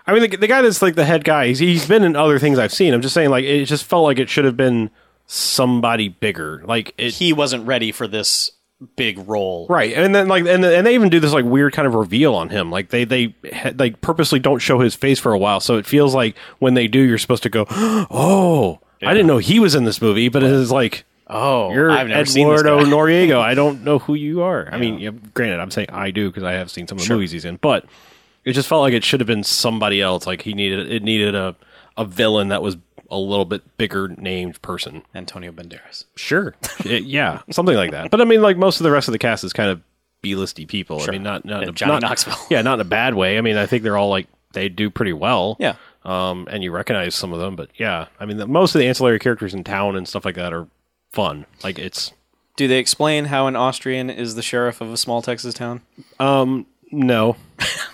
S2: I mean the, the guy that's like the head guy. He's, he's been in other things I've seen. I'm just saying, like it just felt like it should have been somebody bigger. Like it,
S3: He wasn't ready for this big role.
S2: right? And then like and and they even do this like weird kind of reveal on him. Like they they had- like purposely don't show his face for a while, so it feels like when they do, you're supposed to go, oh, I didn't know he was in this movie, but it is like.
S3: Oh,
S2: You're
S3: I've never seen this
S2: Eduardo
S3: guy.
S2: Noriego. I don't know who you are. I mean, yeah, granted, I'm saying I do because I have seen some of the movies he's in, but it just felt like it should have been somebody else. Like he needed it needed a a villain that was a little bit bigger named person.
S3: Antonio Banderas.
S2: Sure, It- yeah, something like that. But I mean, like most of the rest of the cast is kind of B-listy people. I mean, not not in a-
S3: Johnny
S2: not-
S3: Knoxville.
S2: Yeah, not in a bad way. I mean, I think they're all like they do pretty well.
S3: Yeah.
S2: Um, and you recognize some of them, but yeah, I mean, the, most of the ancillary characters in town and stuff like that are fun. Like it's
S3: Do they explain how an Austrian is the sheriff of a small Texas town?
S2: No,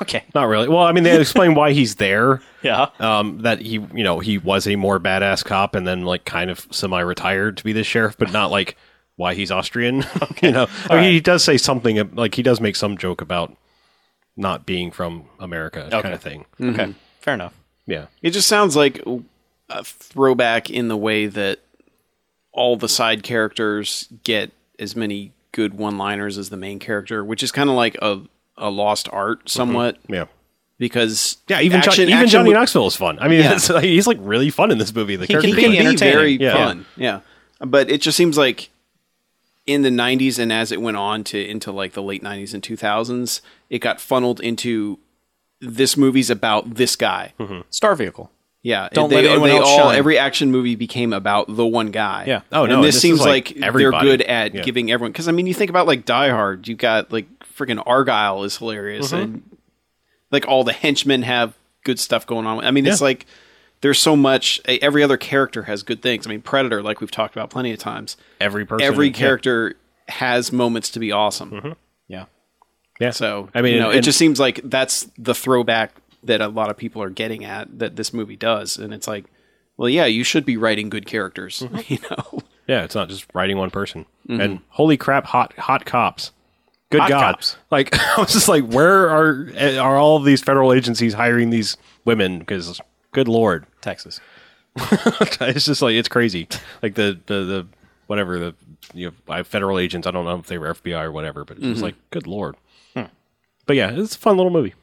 S3: Okay.
S2: not really. Well, I mean, they explain why he's there.
S3: Yeah.
S2: Um, that he, you know, he was a more badass cop, and then like kind of semi-retired to be the sheriff, but not like why he's Austrian. you know, I mean, he does say something like he does make some joke about not being from America, kind of thing.
S3: Okay. Hmm. Fair enough.
S2: Yeah,
S1: It just sounds like a throwback in the way that all the side characters get as many good one-liners as the main character, which is kind of like a a lost art somewhat
S2: yeah,
S1: because
S2: yeah. Even Jo-
S1: action-
S2: even
S1: action
S2: Johnny
S1: would-
S2: Knoxville is fun. I mean,
S1: Yeah.
S2: it's, like, he's like really fun in this movie. The character
S1: he
S3: be
S1: can be
S3: entertaining.
S1: very
S2: Yeah.
S1: fun. Yeah. But it just seems like in the 90s and as it went on to into like the late 90s and 2000s, it got funneled into this movie's about this guy.
S3: Star vehicle.
S1: Yeah,
S3: Don't let anyone else shine.
S1: Every action movie became about the one guy.
S3: Yeah.
S2: Oh, no,
S1: And this,
S2: this is
S1: seems
S2: like
S1: like, they're
S2: everybody.
S1: good at
S2: Yeah.
S1: giving everyone. Because I mean, you think about like Die Hard. You got like freaking Argyle is hilarious,
S2: Mm-hmm.
S1: and like all the henchmen have good stuff going on. I mean, it's
S2: Yeah.
S1: like there's so much. eh, Every other character has good things. I mean, Predator, like we've talked about plenty of times.
S2: every person,
S1: every
S2: yeah. Mm-hmm.
S1: character has moments to be awesome.
S3: Yeah.
S2: Yeah.
S1: So
S2: I mean,
S1: you know,
S2: and-
S1: it just seems like that's the throwback that a lot of people are getting at that this movie does, and it's like, well, yeah, you should be writing good characters, you know.
S2: Yeah, it's not just writing one person. And holy crap, hot hot cops. Good
S3: Mm-hmm. Hot
S2: God!
S3: cops.
S2: Like I was just like, where are are all of these federal agencies hiring these women? Because good lord,
S3: Texas.
S2: it's just like it's crazy. Like the the, the whatever the you know, I- federal agents. I don't know if they were FBI or whatever, but it's
S3: Mm-hmm.
S2: just like good lord.
S3: Hmm.
S2: But yeah, it's a fun little movie.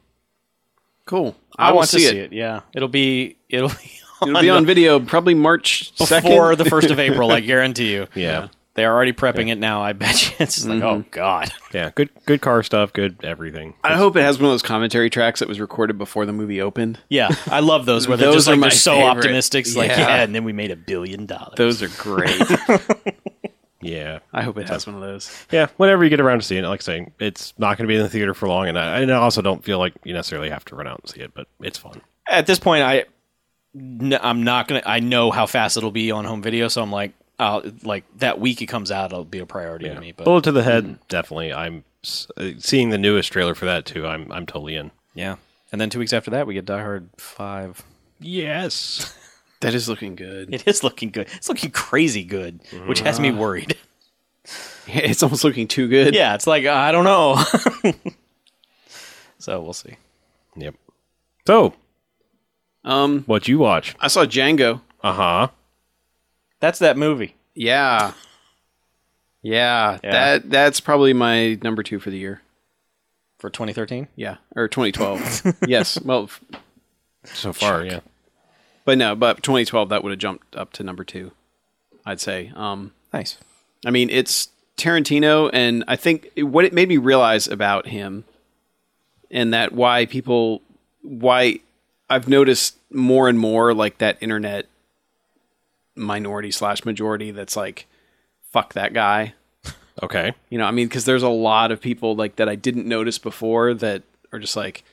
S1: Cool.
S3: I,
S1: will
S3: want to see it. Yeah. It'll be it'll be on,
S1: It'll be on video probably March
S3: before
S1: second.
S3: the 1st of April, I guarantee you.
S2: Yeah.
S3: They're already prepping it now. I bet you. It's just like,
S1: Mm-hmm.
S3: oh god.
S2: Yeah, good good car stuff, good everything.
S1: I hope it has one of those commentary tracks that was recorded before the movie opened.
S3: Yeah, I love those where they're
S1: Those
S3: just
S1: are
S3: like
S1: my
S3: they're so
S1: favorite.
S3: optimistic. It's Like, yeah.
S1: Yeah.
S3: and then we made a billion dollars.
S1: Those are great.
S2: Yeah.
S1: I hope it has one of those.
S2: Yeah, whenever you get around to seeing it, like saying, it's not going to be in the theater for long, and I, and I also don't feel like you necessarily have to run out and see it, but it's fun.
S3: At this point, I n- I'm not gonna. I know how fast it'll be on home video, so I'm like, I'll, like that week it comes out, it'll be a priority to me. But
S2: Bullet to the head, Mm-hmm. definitely. I'm s- uh, seeing the newest trailer for that too. I'm I'm totally in.
S3: yeah, and then two weeks after that, we get Die Hard Five.
S2: Yes.
S1: That is looking good.
S3: It is looking good. It's looking crazy good, which has
S1: Mm-hmm.
S3: me worried.
S1: It's almost looking too good.
S3: Yeah, it's like I don't know. so we'll see.
S2: Yep. So,
S1: Um,
S2: what you watch?
S1: I saw Django.
S2: Uh huh.
S3: That's that movie.
S1: Yeah. Yeah,
S3: Yeah.
S1: that that's probably my number two for the year.
S3: for 2013.
S1: Yeah, or 2012. yes, well, f-
S2: So far, yeah.
S1: but no, but 2012 that would have jumped up to number two, I'd say. Um,
S3: Nice.
S1: I mean, it's Tarantino, and I think what it made me realize about him, and that why people, why I've noticed more and more like that internet minority slash majority that's like, fuck that guy.
S2: Okay.
S1: You know, I mean, because there's a lot of people like that I didn't notice before that are just like,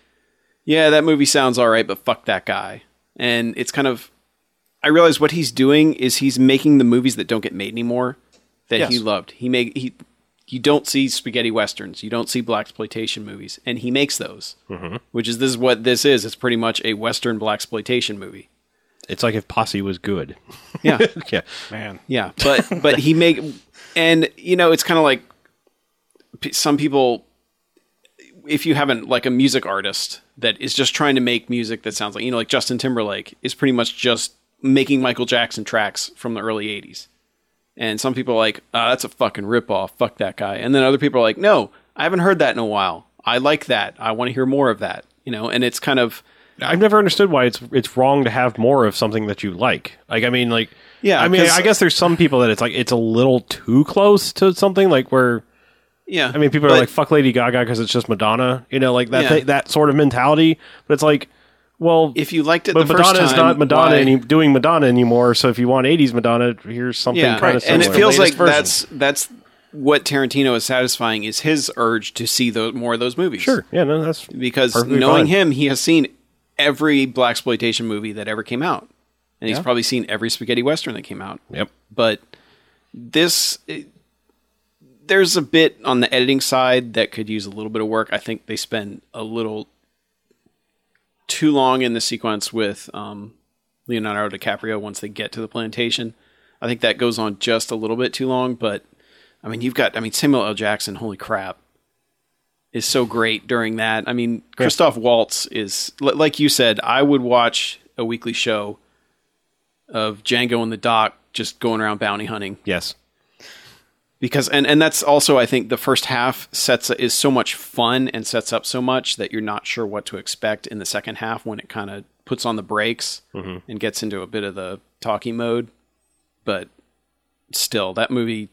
S1: yeah, that movie sounds all right, but fuck that guy. And it's kind of, I realize what he's doing is he's making the movies that don't get made anymore that he
S3: Yes.
S1: loved. He make he, you don't see spaghetti westerns, you don't see black exploitation movies, and he makes those, which is this is what this is. It's pretty much a western black exploitation movie.
S2: It's like if Posse was good.
S1: Yeah.
S2: yeah.
S3: Man.
S1: Yeah, but but he make and you know it's kind of like p- some people if you haven't like a music artist that is just trying to make music that sounds like you know like Justin Timberlake is pretty much just making Michael Jackson tracks from the early 80s. And some people are like, "Ah, that's a fucking ripoff. Fuck that guy." And then other people are like, "No, I haven't heard that in a while. I like that. I want to hear more of that." You know, and it's kind of
S2: I've never understood why it's it's wrong to have more of something that you like. Like I mean, like
S1: Yeah,
S2: I mean,
S1: 'cause-
S2: I guess there's some people that it's like it's a little too close to something like where
S1: yeah.
S2: I mean, people
S1: but-
S2: are like, "Fuck Lady Gaga" because it's just Madonna, you know, like that
S1: Yeah.
S2: thi- that sort of mentality. But it's like, well,
S1: If you liked it
S2: but
S1: the first
S2: Madonna is
S1: time,
S2: not Madonna
S1: why-
S2: any, doing Madonna anymore. So if you want '80s Madonna, here's something kind of
S1: and
S2: similar.
S1: it feels
S2: Latest
S1: like
S2: version.
S1: that's that's what Tarantino is satisfying is his urge to see tho- more of those movies.
S2: sure, yeah, no, that's
S1: because
S2: Perfectly
S1: knowing
S2: fine.
S1: him, he has seen every black exploitation movie that ever came out, and he's probably seen every spaghetti western that came out.
S2: yep.
S1: But this, it- there's a bit on the editing side that could use a little bit of work. I think they spend a little too long in the sequence with um, Leonardo DiCaprio once they get to the plantation. I think that goes on just a little bit too long, but I mean, you've got, I mean, Samuel L. Jackson, holy crap, is so great during that. I mean, Christoph Waltz is, li- like you said, I would watch a weekly show of Django and the Doc just going around bounty hunting
S2: Yes,
S1: because and and that's also I think the first half sets is so much fun and sets up so much that you're not sure what to expect in the second half when it kind of puts on the brakes and gets into a bit of the talkie mode. But still, that movie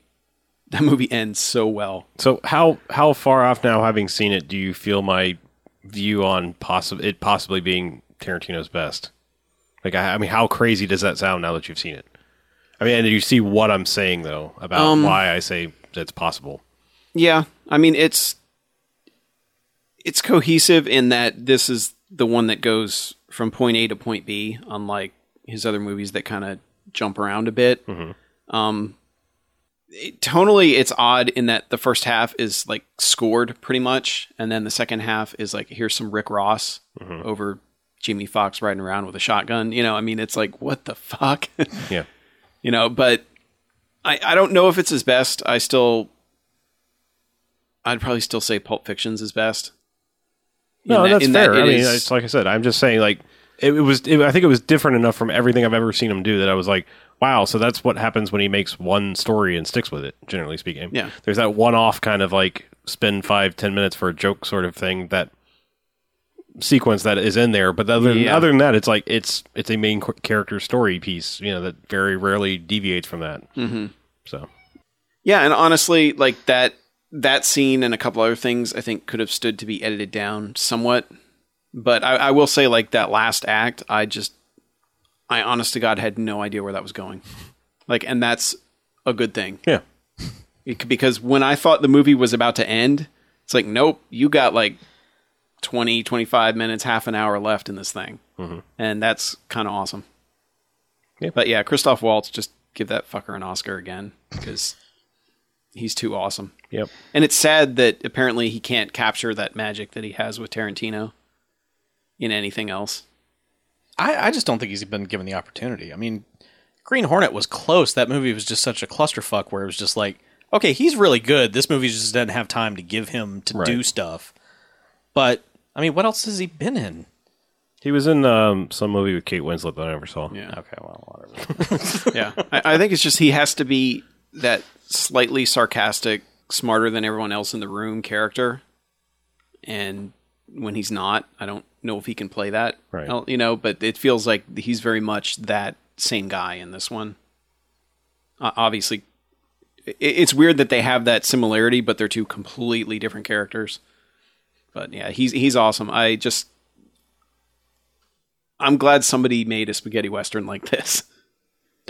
S1: that movie ends so well.
S2: So how how far off now, having seen it, do you feel my view on possible it possibly being Tarantino's best? Like, I, I mean, how crazy does that sound now that you've seen it? I mean, and you see what I'm saying though about
S1: Um,
S2: why I say that's possible.
S1: Yeah, I mean it's it's cohesive in that this is the one that goes from point A to point B, unlike his other movies that kind of jump around a bit. Um, it- tonally, it's odd in that the first half is like scored pretty much, and then the second half is like here's some Rick Ross over Jimmy Fox riding around with a shotgun. You know, I mean, it's like what the fuck.
S2: Yeah,
S1: you know but I, I don't know if it's his best i still i'd probably still say pulp fiction's his best In
S2: no,
S1: that-
S2: that's
S1: in that
S2: fair.
S1: it
S2: I mean,
S1: is-
S2: it's like I said, I'm just saying like it, it was. It, I think it was different enough from everything I've ever seen him do that I was like. Wow, so that's what happens when he makes one story and sticks with it. Generally speaking,
S1: Yeah.
S2: There's that one-off kind of like spend five, ten minutes for a joke sort of thing that sequence that is in there. But other than,
S1: Yeah.
S2: other than that, it's like it's it's a main qu- character story piece, you know, that very rarely deviates from that. Mm-hmm. So
S1: yeah and honestly like that that scene and a couple other things i think could have stood to be edited down somewhat but i, I will say like that last act i just i honest to god had no idea where that was going like and that's a good thing
S2: yeah,
S1: Bec- because when I thought the movie was about to end, it's like, nope, you got like 20, 25 minutes, half an hour left in this thing. And that's kind of awesome.
S2: Mm-hmm. Yeah.
S1: But yeah, Christoph Waltz, just give that fucker an Oscar again because he's too awesome.
S2: Yep.
S1: And it's sad that apparently he can't capture that magic that he has with Tarantino in anything else.
S3: I, I just don't think he's been given the opportunity. I mean, Green Hornet was close. That movie was just such a clusterfuck where it was just like, okay, he's really good. This movie just doesn't have time to give him to do stuff. But I mean, what else has he been in?
S2: He was in um, some movie with Kate Winslet that I never saw.
S1: Yeah.
S3: Okay, well, whatever.
S1: yeah. I, I think it's just he has to be that slightly sarcastic, smarter than everyone else in the room character. And when he's not, I don't know if he can play that.
S2: Right.
S1: I'll- You know, but it feels like he's very much that same guy in this one. Uh, obviously, i- it's weird that they have that similarity, but they're two completely different characters. But yeah, he's he's awesome. I just I'm glad somebody made a spaghetti western like this.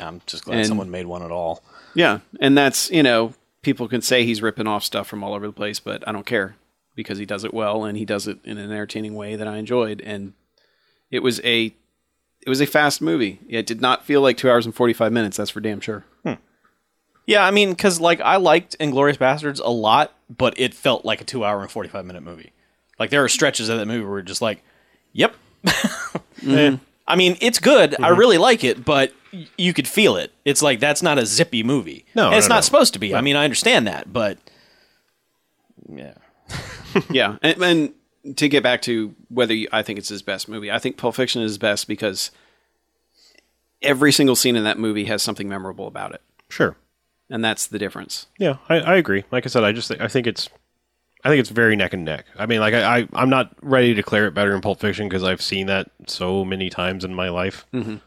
S3: I'm just glad
S1: And-
S3: someone made one at all.
S1: Yeah, and that's you know people can say he's ripping off stuff from all over the place, but I don't care because he does it well and he does it in an entertaining way that I enjoyed, and it was a it was a fast movie. It did not feel like two hours and forty five minutes. That's for damn sure.
S3: Yeah, I mean, because like I liked Inglorious Bastards a lot, but it felt like a two hour and forty five minute movie. Like there are stretches of that movie where you're just like, "Yep." Eh. Mm-hmm. I mean, it's good. I really like it, but y- you could feel it. It's like that's not a zippy movie.
S2: No,
S3: And it's
S2: no,
S3: not
S2: no.
S3: supposed to be. I mean, I understand that, but yeah,
S1: yeah, and, and to get back to whether you, I think it's his best movie, I think Pulp Fiction is his best because every single scene in that movie has something memorable about it,
S2: Sure.
S1: and that's the difference.
S2: Yeah, I, I agree. Like I said, I just think, I think it's I think it's very neck and neck. I mean, like I, I I'm not ready to declare it better in Pulp Fiction because I've seen that so many times in my life.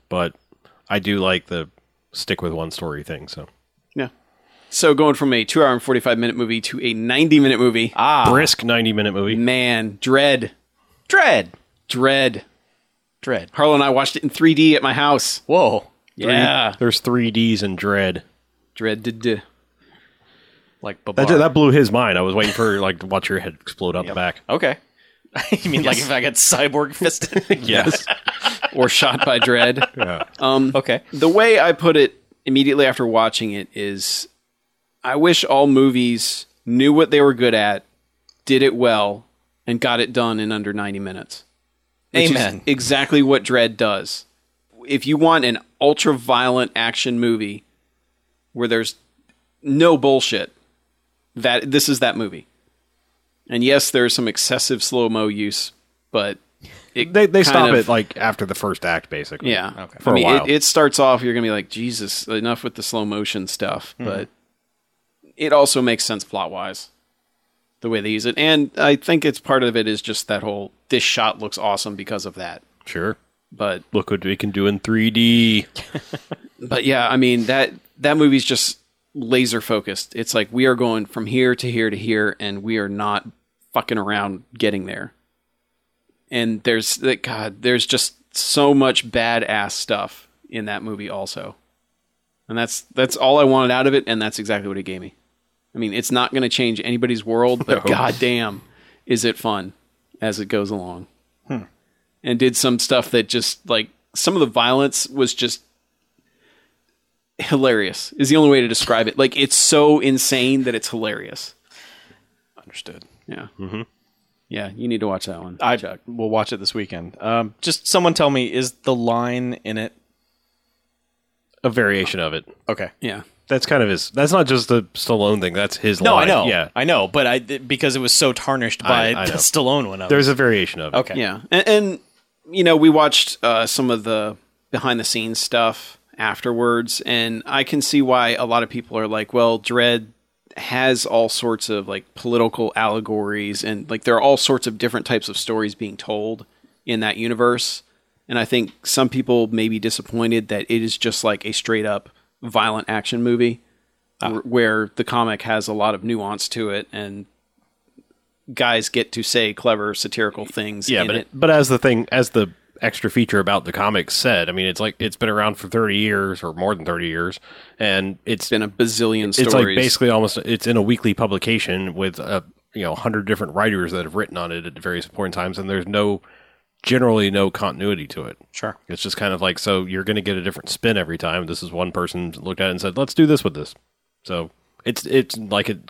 S2: But I do like the stick with one story thing. So
S1: Yeah. So going from a two hour and forty five minute movie to a ninety minute movie.
S2: brisk 90 minute movie.
S1: Man, Dread.
S3: dread,
S1: Dread.
S3: dread.
S1: Harlow and I watched it in 3D at my house.
S3: Whoa,
S1: Yeah.
S2: There's three D's in Dread.
S1: Dread.
S3: like
S2: That
S3: Babar.
S2: that blew his mind. I was waiting for like to watch your head explode out the back.
S3: okay. you mean like if I got cyborg fisted?
S2: Yes.
S1: Or shot by Dread.
S3: okay.
S1: The way I put it immediately after watching it is I wish all movies knew what they were good at, did it well, and got it done in under 90 minutes. Which is
S3: Amen.
S1: exactly what Dread does. If you want an ultra violent action movie where there's no bullshit, that this is that movie. And yes, there's some excessive slow mo use, but it
S2: they they
S1: kind
S2: stop
S1: of-
S2: it like after the first act, basically.
S1: yeah.
S2: For
S1: I
S2: a
S1: mean,
S2: while.
S1: It, it starts off, you're going to be like, Jesus, enough with the slow motion stuff. But it also makes sense plot wise the way they use it. And I think it's part of it is just that whole this shot looks awesome because of that.
S2: Sure.
S1: But
S2: Look what we can do in 3D.
S1: but yeah, I mean that that movie's just laser focused. It's like we are going from here to here to here, and we are not fucking around getting there. And there's that God, there's just so much badass stuff in that movie also, and that's that's all I wanted out of it, and that's exactly what it gave me. I mean, it's not going to change anybody's world, but goddamn, is it fun as it goes along? And did some stuff that just like some of the violence was just hilarious is the only way to describe it. Like it's so insane that it's hilarious.
S3: Understood.
S1: Yeah. Mm-hmm. Yeah, you need to watch that one.
S3: I uh,
S1: Chuck.
S3: will watch it this weekend. Um, just someone tell me is the line in it
S2: A variation of it.
S3: okay?
S1: Yeah.
S2: That's kind of his. That's not just the Stallone thing. That's his.
S3: No, I
S2: line.
S3: know.
S2: Yeah,
S3: I know, but I because it was so tarnished by
S2: I
S3: the
S2: know.
S3: Stallone one. I was-
S2: there's a variation of it.
S3: okay.
S1: Yeah. And, and you know, we watched uh, some of the behind the scenes stuff afterwards, and I can see why a lot of people are like, well, Dread has all sorts of like political allegories, and like there are all sorts of different types of stories being told in that universe. And I think some people may be disappointed that it is just like a straight up violent action movie
S2: Ah.
S1: wh- where the comic has a lot of nuance to it and guys get to say clever satirical things
S2: Yeah,
S1: in
S2: but
S1: it.
S2: but as the thing as the extra feature about the comics said. I mean, it's like it's been around for 30 years or more than 30 years, and it's
S1: been a bazillion stories.
S2: it's like basically almost it's in a weekly publication with a you know 100 different writers that have written on it at various important times and there's no generally no continuity to it
S3: Sure.
S2: it's just kind of like so you're going to get a different spin every time this is one person looked at it and said let's do this with this so it's it's like it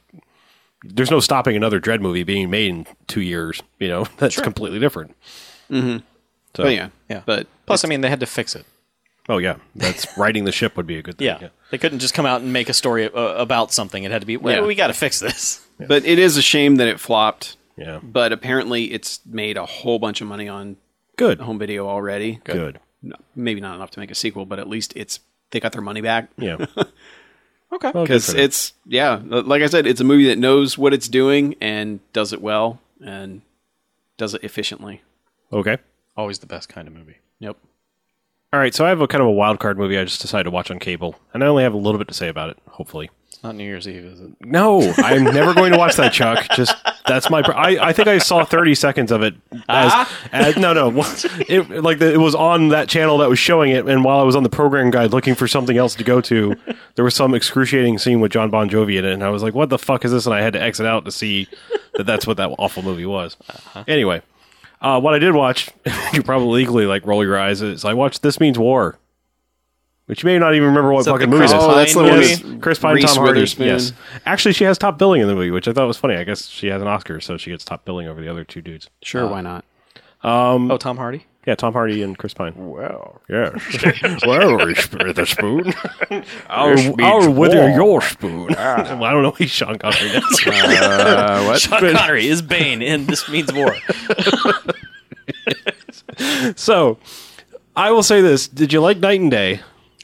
S2: there's no stopping another dread movie being made in two years you know that's completely different
S1: but Oh, yeah,
S3: Yeah.
S1: But
S3: Plus, I mean, they had to fix it.
S2: oh yeah that's riding the ship would be a good thing
S3: Yeah. They couldn't just come out and make a story uh, about something. It had to be, well,
S1: Yeah.
S3: we got to fix this.
S1: but it is a shame that it flopped.
S2: yeah
S1: But apparently, it's made a whole bunch of money on
S2: good
S1: home video already.
S2: good
S1: No, maybe not enough to make a sequel, but at least it's they got their money back.
S2: yeah
S3: Okay.
S2: Well, good
S1: because
S2: for them.
S1: it's yeah, like I said, it's a movie that knows what it's doing and does it well and does it efficiently.
S2: okay
S3: Always the best kind of movie.
S1: Yep.
S2: All right, so I have a kind of a wild card movie I just decided to watch on cable, and I only have a little bit to say about it. Hopefully,
S3: It's not New Year's Eve, is it?
S2: no, I'm never going to watch that, Chuck. Just that's my. Pr- I I think I saw 30 seconds of it. As,
S3: Uh-huh.
S2: as no, no, it like the, it was on that channel that was showing it, and while I was on the program guide looking for something else to go to, there was some excruciating scene with John Bon Jovi in it, and I was like, "What the fuck is this?" And I had to exit out to see that that's what that awful movie was.
S3: Uh-huh.
S2: Anyway. Uh, what I did watch, you probably legally like roll your eyes. Is I watched This Means War, which you may not even remember what
S3: that
S2: fucking
S3: the
S2: movie
S3: Chris
S2: this.
S3: Oh, that's Pine the one
S2: Yes.
S1: with
S2: Chris Pine,
S1: Reese
S2: Tom Hardy.
S1: Witherspoon.
S2: Yes, actually, she has top billing in the movie, which I thought was funny. I guess she has an Oscar, so she gets top billing over the other two dudes.
S3: Uh,
S1: Sure. why not?
S3: oh, Tom Hardy?
S2: Yeah, Tom Hardy and Chris Pine. Wow. Yeah. well, the spoon. I'll, I'll wither your spoon. well, I don't know. He's Sean Connery. That's
S3: Sean Connery is Bane in This Means War.
S2: so, I will say this: Did you like Night and Day?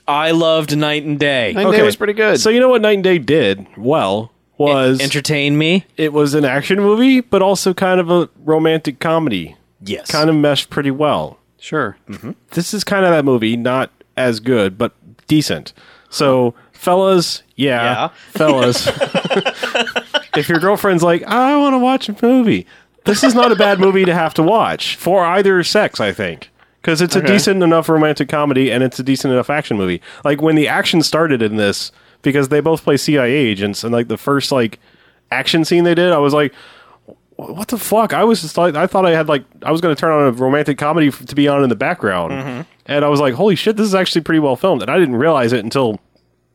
S3: I loved Night and Day.
S1: Night and Day was pretty good.
S2: So you know what Night and Day did well was
S3: Entertain me?
S2: it was an action movie, but also kind of a romantic comedy.
S3: Yes.
S2: Kind of meshed pretty well.
S1: sure.
S2: This is kind of that movie, not as good, but decent. So, fellas, yeah,
S3: Yeah.
S2: fellas, if your girlfriend's like, I want to watch a movie, this is not a bad movie to have to watch for either sex, I think. Because it's a decent enough romantic comedy and it's a decent enough action movie. Like when the action started in this, because they both play CIA agents, and like the first like action scene they did, I was like, what the fuck? I was just like, I thought I had like, I was going to turn on a romantic comedy f- to be on in the background,
S3: Mm-hmm.
S2: and I was like, holy shit, this is actually pretty well filmed, and I didn't realize it until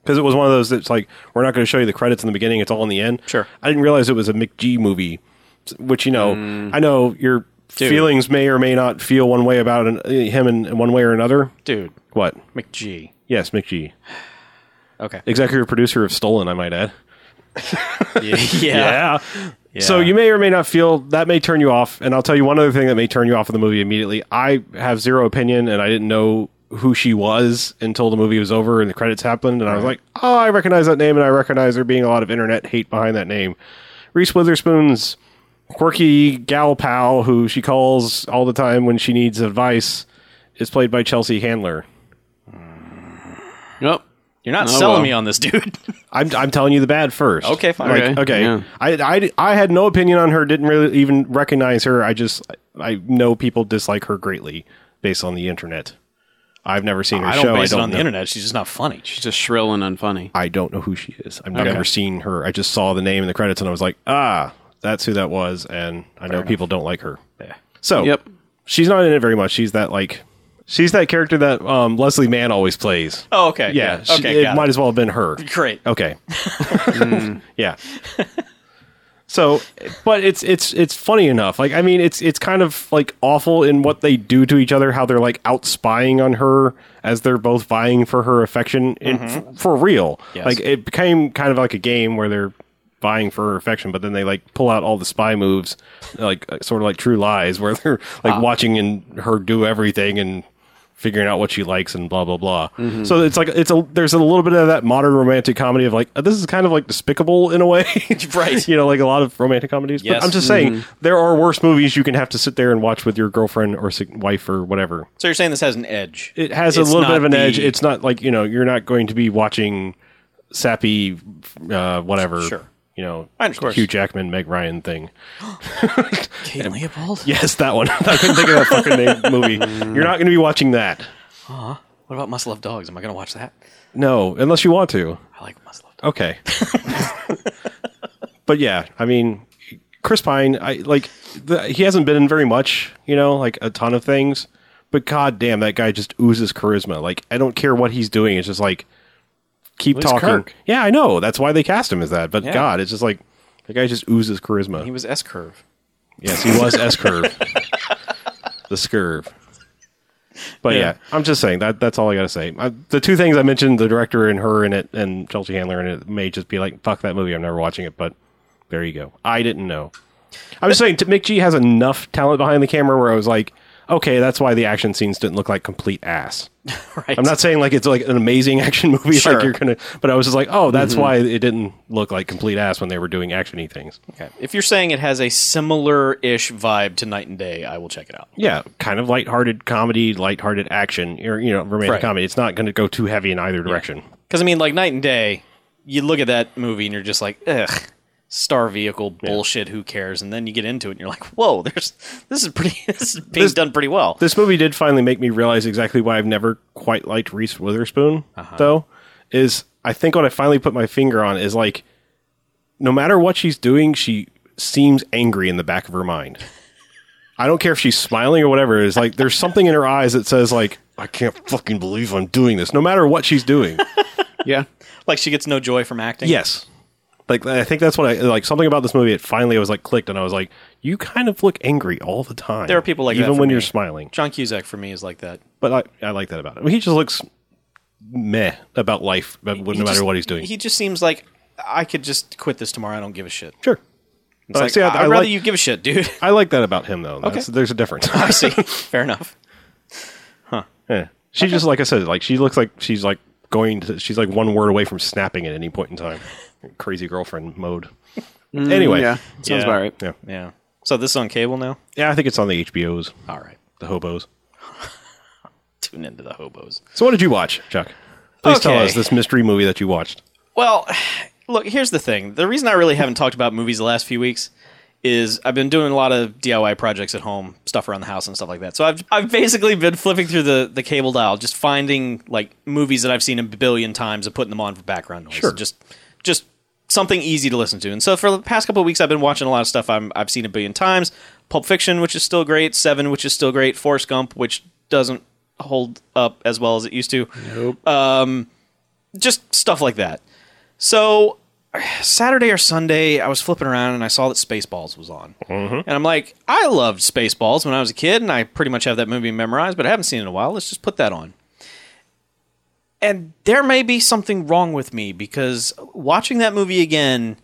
S2: because it was one of those that's like, we're not going to show you the credits in the beginning; it's all in the end.
S3: Sure.
S2: I didn't realize it was a McG movie, s- which you know,
S3: Mm.
S2: I know your feelings may or may not feel one way about an, eh, him in, in one way or another.
S3: Dude,
S2: What?
S3: McGee.
S2: Yes, McG,
S3: Okay.
S2: executive producer of Stolen, I might add.
S3: yeah.
S2: Yeah. So you may or may not feel that may turn you off, and I'll tell you one other thing that may turn you off of the movie immediately. I have zero opinion, and I didn't know who she was until the movie was over and the credits happened, and I was like, "Oh, I recognize that name, and I recognize there being a lot of internet hate behind that name." Reese Witherspoon's quirky gal pal, who she calls all the time when she needs advice, is played by Chelsea Handler.
S1: Yep.
S3: You're not
S1: Oh,
S3: selling
S1: well.
S3: me on this, dude.
S2: I'm, I'm telling you the bad first.
S3: Okay, fine.
S2: Like,
S1: Okay.
S2: okay.
S1: Yeah.
S2: I, I, I had no opinion on her. Didn't really even recognize her. I just I know people dislike her greatly based on the internet. I've never seen her
S3: I don't
S2: show.
S3: base
S2: I don't
S3: it on
S2: know.
S3: the internet. She's just not funny. She's
S1: Just shrill and unfunny.
S2: I don't know who she is. I've never seen her. I just saw the name in the credits and I was like, ah, that's who that was. And I know people don't like her. So
S1: Yep.
S2: she's not in it very much. She's that like she's that character that um, Leslie Mann always plays.
S3: Oh, okay.
S2: Yeah, she-
S3: okay.
S2: it
S3: got
S2: might as well have been her.
S3: Great. Mm.
S2: Okay. yeah. So, but it's it's it's funny enough. Like, I mean, it's it's kind of like awful in what they do to each other. How they're like out spying on her as they're both vying for her affection in, f- for real.
S3: Mm-hmm. Yes.
S2: Like, it became kind of like a game where they're vying for her affection, but then they like pull out all the spy moves, like uh, sort of like True Lies, where they're
S3: Ah.
S2: like watching and her do everything and figuring out what she likes and blah blah blah.
S3: Mm-hmm.
S2: So it's like it's a there's a little bit of that modern romantic comedy of like uh, this is kind of like despicable in a way,
S3: Right.
S2: you know, like a lot of romantic comedies.
S3: Yes. Mm-hmm.
S2: But I'm just saying there are worse movies you can have to sit there and watch with your girlfriend or sig- wife or whatever.
S3: So you're saying this has an edge?
S2: It has
S3: It's
S2: a little
S3: not
S2: bit of an
S3: the-
S2: edge. It's not like you know you're not going to be watching sappy uh, whatever
S3: Sure.
S2: you know,
S3: I understand.
S2: Hugh Jackman, Meg Ryan thing.
S3: Kate Leopold.
S2: Yes, that one. I couldn't think of that fucking name movie. You're not going to be watching that.
S3: What about Must Love Dogs? Am I going to watch that?
S2: No, unless you want to.
S3: I like Must Love Dogs.
S2: Okay. but yeah, I mean, Chris Pine, I like the, he hasn't been in very much, you know, like a ton of things. But god damn, that guy just oozes charisma. Like I don't care what he's doing. It's just like keep
S1: Well, he's
S2: talking.
S1: Kirk.
S2: Yeah, I know. That's why they cast him as that. But
S3: Yeah.
S2: god, it's just like the guy just oozes charisma.
S3: He was S curve.
S2: yes, he was S curve. the scurve. But yeah. I'm just saying that that's all I gotta say. I, the two things I mentioned, the director and her in it, and Chelsea Handler in it, may just be like, "Fuck that movie, I'm never watching it." But there you go. I didn't know. I'm just saying, t- Mick G has enough talent behind the camera where I was like, "Okay, that's why the action scenes didn't look like complete ass."
S3: Right.
S2: I'm not saying like it's like an amazing action movie,
S1: Sure.
S2: like you're gonna. But I was just like, "Oh, that's why it didn't look like complete ass when they were doing actiony things."
S3: Okay. If you're saying it has a similar ish vibe to Night and Day, I will check it out.
S2: yeah, kind of lighthearted comedy, lighthearted action, or you know, romantic
S3: Right.
S2: comedy. It's not going to go too heavy in either direction.
S3: Because, I mean, like Night and Day, you look at that movie and you're just like, ugh, star vehicle bullshit, who cares? And then you get into it and you're like, whoa, there's this is pretty, this is being done pretty well.
S2: This movie did finally make me realize exactly why I've never quite liked Reese Witherspoon. Though, is I think what I finally put my finger on is like, no matter what she's doing, she seems angry in the back of her mind. I don't care if she's smiling or whatever. It's like there's something in her eyes that says like, I can't fucking believe I'm doing this. No matter what she's doing.
S1: Yeah.
S3: Like she gets no joy from acting.
S2: Yes. Like I think that's what I like. Something about this movie, it finally I was like clicked, and I was like, "You kind of look angry all the time."
S3: There are people like that
S2: even
S3: for
S2: when
S3: me.
S2: you're smiling.
S3: John Cusack for me is like that.
S2: But I, I like that about him. He just looks meh about life, but no
S3: He
S2: matter
S3: just-
S2: what he's doing.
S3: He just seems like I could just quit this tomorrow. I don't give a shit.
S2: sure. But
S3: It's
S2: I
S3: like,
S2: see, I,
S3: I'd
S2: I
S3: rather
S2: like
S3: you give a shit, dude.
S2: I like that about him though. That's, There's a difference.
S3: I see. Fair enough.
S2: Yeah. She just like I said, like she looks like she's like going to she's like one word away from snapping at any point in time. Crazy girlfriend mode. anyway,
S1: Mm, Yeah. Sounds
S3: Yeah.
S1: about right.
S2: yeah,
S3: Yeah. So this is on cable now?
S2: yeah. I think it's on the HBO's,
S3: All right.
S2: the hobos.
S3: Tune into the hobos.
S2: So what did you watch, Chuck? Please tell
S3: Okay.
S2: us this mystery movie that you watched.
S3: Well, look, here's the thing. The reason I really haven't talked about movies the last few weeks is I've been doing a lot of DIY projects at home, stuff around the house and stuff like that. So I've I've basically been flipping through the, the cable dial, just finding like movies that I've seen a billion times and putting them on for background noise.
S2: Sure.
S3: Just just something easy to listen to. And so for the past couple of weeks I've been watching a lot of stuff I'm I've seen a billion times. Pulp Fiction, which is still great, Seven, which is still great, Forrest Gump, which doesn't hold up as well as it used to Um, just stuff like that. So Saturday or Sunday, I was flipping around and I saw that Spaceballs was on, and I'm like, I loved Spaceballs when I was a kid, and I pretty much have that movie memorized, but I haven't seen it in a while. Let's just put that on. And there may be something wrong with me because watching that movie again,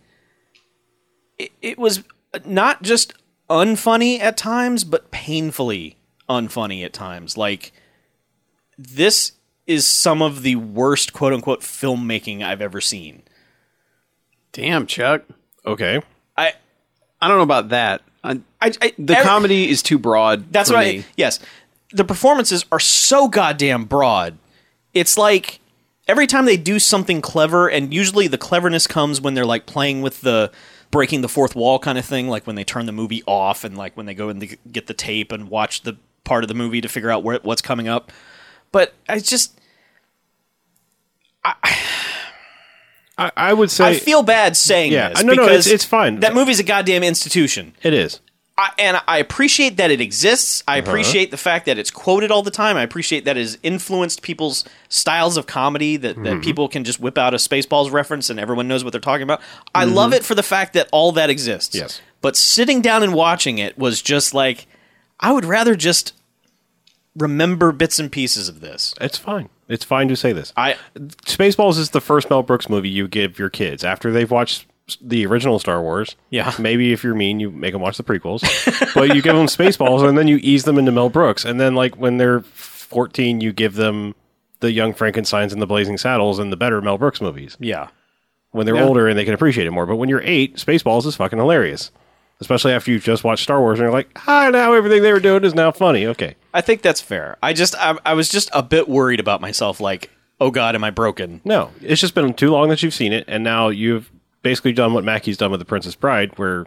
S3: it, it was not just unfunny at times, but painfully unfunny at times. Like this is some of the worst quote unquote filmmaking I've ever seen.
S1: Damn, Chuck.
S2: Okay.
S3: I,
S1: I don't know about that. I,
S3: I, I
S1: the
S3: every-
S1: comedy is too broad.
S3: That's
S1: for
S3: right.
S1: me.
S3: Yes, the performances are so goddamn broad. It's like every time they do something clever, and usually the cleverness comes when they're like playing with the breaking the fourth wall kind of thing, like when they turn the movie off and like when they go and they get the tape and watch the part of the movie to figure out where what's coming up. But I just
S2: I, I would say
S3: I feel bad saying
S2: Yeah.
S3: this.
S2: No, no, it's-
S3: because
S2: it's fine.
S3: That movie's a goddamn institution.
S2: it is.
S3: I, and I appreciate that it exists. I appreciate the fact that it's quoted all the time. I appreciate that it has influenced people's styles of comedy that, that people can just whip out a Spaceballs reference and everyone knows what they're talking about. I love it for the fact that all that exists.
S2: Yes.
S3: But sitting down and watching it was just like, I would rather just remember bits and pieces of this.
S2: It's fine. It's fine to say this.
S3: I
S2: Spaceballs is the first Mel Brooks movie you give your kids after they've watched s- the original Star Wars.
S3: Yeah.
S2: Maybe if you're mean, you make them watch the prequels, but you give them Spaceballs and then you ease them into Mel Brooks. And then like when they're 14, you give them the Young Frankenstein's and the Blazing Saddles and the better Mel Brooks movies.
S3: yeah.
S2: when they're older and they can appreciate it more. But when you're eight, Spaceballs is fucking hilarious, especially after you've just watched Star Wars and you're like, ah, now everything they were doing is now funny. Okay,
S3: I think that's fair. I just I, I was just a bit worried about myself like, "Oh god, am I broken?"
S2: no, it's just been too long that you've seen it, and now you've basically done what Mackie's done with The Princess Bride, where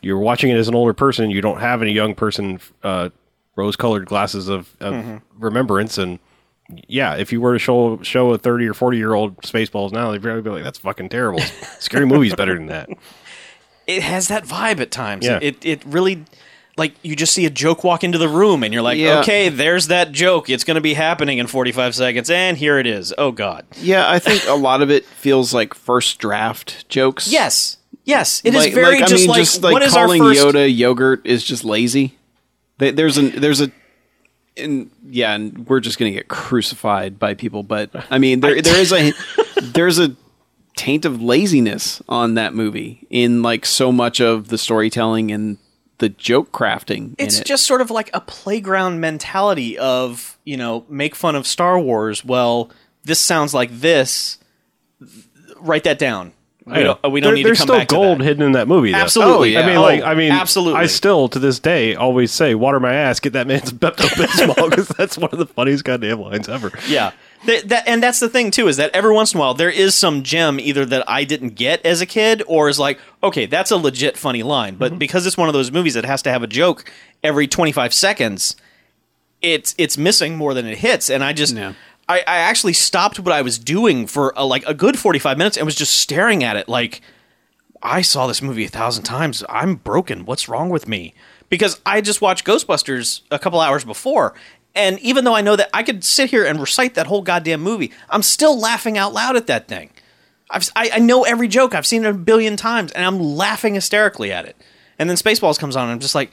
S2: you're watching it as an older person, you don't have any young person uh, rose-colored glasses of, of remembrance, and yeah, if you were to show show a thirty or forty year old Spaceballs now, they'd probably be like, "That's fucking terrible." Scary movie's better than that.
S3: it has that vibe at times.
S2: Yeah.
S3: It it really like you just see a joke walk into the room and you're like,
S1: Yeah.
S3: okay, there's that joke. It's going to be happening in 45 seconds, and here it is. Oh God.
S1: Yeah, I think a lot of it feels like first draft jokes.
S3: Yes, yes, it is very just, like, what is our
S1: calling
S3: first?
S1: Yoda yogurt is just lazy. They- There's an there's a and yeah, and we're just gonna get crucified by people. But I mean, there there is a there's a taint of laziness on that movie in like so much of the storytelling and the joke crafting. in
S3: It's
S1: it.
S3: just sort of like a playground mentality of you know make fun of Star Wars. Well, this sounds like this. Write that down. We don't, we don't
S2: There-
S3: need to
S2: there's
S3: come
S2: still
S3: back
S2: gold
S3: to that.
S2: hidden in that movie. Though.
S3: Absolutely.
S1: Oh,
S2: I
S1: yeah.
S2: mean,
S1: Oh,
S2: like, I mean,
S3: absolutely.
S2: I still to this day always say, "Water my ass, get that man's Pepto Bismol," because that's one of the funniest goddamn lines ever.
S3: yeah. Th- that, and that's the thing too is that every once in a while there is some gem either that I didn't get as a kid or is like okay that's a legit funny line but because it's one of those movies that has to have a joke every 25 seconds it's it's missing more than it hits and I just
S1: Yeah.
S3: I, I actually stopped what I was doing for a, like a good 45 minutes and was just staring at it like I saw this movie a thousand times. I'm broken. What's wrong with me? Because I just watched Ghostbusters a couple hours before. And even though I know that I could sit here and recite that whole goddamn movie, I'm still laughing out loud at that thing. I've, I, I know every joke. I've seen it a billion times, and I'm laughing hysterically at it. And then Spaceballs comes on, and I'm just like,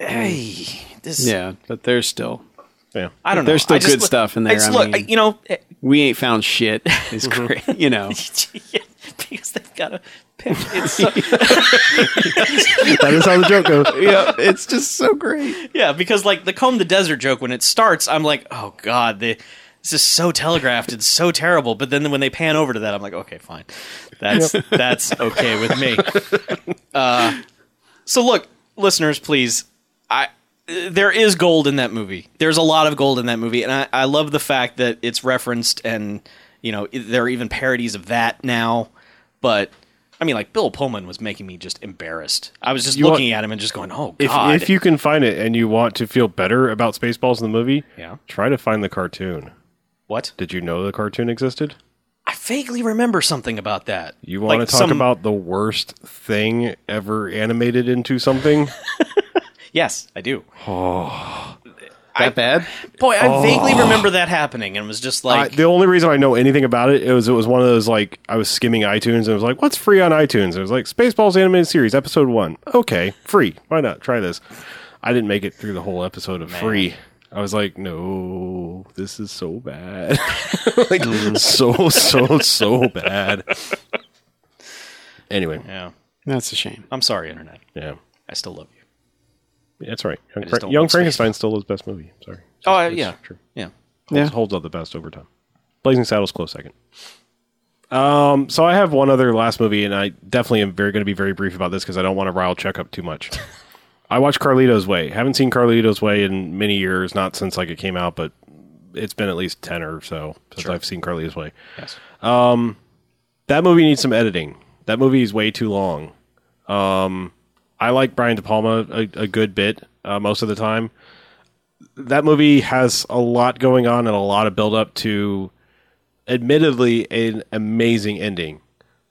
S3: hey, this.
S1: yeah, but there's still
S2: Yeah,
S3: I don't know.
S1: There's still
S3: I just
S1: good
S3: look-
S1: stuff in
S3: I
S1: there,
S3: just
S1: I
S3: look,
S1: mean-
S3: I- you know, eh,
S1: we ain't found shit. Is great, you know.
S3: because they've got a pitch. It's so,
S2: that is how the joke goes.
S3: Oh,
S1: yeah, it's just so great.
S3: Yeah, because like the comb the desert joke when it starts, I'm like, oh god, they, this is so telegraphed, it's so terrible. But then when they pan over to that, I'm like, okay, fine, that's that's okay with me. Uh, so look, listeners, please, I there is gold in that movie. There's a lot of gold in that movie, and I, I love the fact that it's referenced, and you know there are even parodies of that now. But I mean, like Bill Pullman was making me just embarrassed. I was just
S2: You want-
S3: looking at him and just going, oh
S2: If,
S3: god.
S2: if you can find it and you want to feel better about Spaceballs in the movie,
S3: Yeah.
S2: try to find the cartoon.
S3: what?
S2: Did you know the cartoon existed?
S3: I vaguely remember something about that.
S2: You want
S3: Like
S2: to talk
S3: some-
S2: about the worst thing ever animated into something?
S3: Yes, I do.
S1: That bad?
S3: Boy, I vaguely remember that happening, and was just
S2: Oh. I,
S3: like,
S2: the only reason I know anything about it, it was it was one of those like I was skimming iTunes and it was like, what's free on iTunes? And it was like Spaceballs animated series episode one. Okay, free. Why not try this? I didn't make it through the whole episode of free. I was like, no, this is so bad, like
S3: Mm.
S2: so so so bad. Anyway,
S3: yeah,
S1: That's a shame.
S3: I'm sorry, internet.
S2: yeah,
S3: I still love you.
S2: that's right. Young,
S3: just
S2: Fra-
S3: don't
S2: Young
S3: want
S2: Frankenstein still is best movie. Sorry.
S3: Oh, I-
S2: It's
S3: yeah,
S2: true.
S3: yeah.
S1: Yeah.
S2: holds up the best over time. Blazing Saddles close second. Um, so I have one other last movie, and I definitely am very going to be very brief about this because I don't want to rile Chuck up too much. I watched Carlito's Way. Haven't seen Carlito's Way in many years, not since like it came out, but it's been at least ten or so since I've seen Carlito's Way. Um,
S3: Yes.
S2: That movie needs some editing. That movie is way too long. Um, I like Brian De Palma a, a good bit uh, most of the time. That movie has a lot going on and a lot of build up to, admittedly, an amazing ending.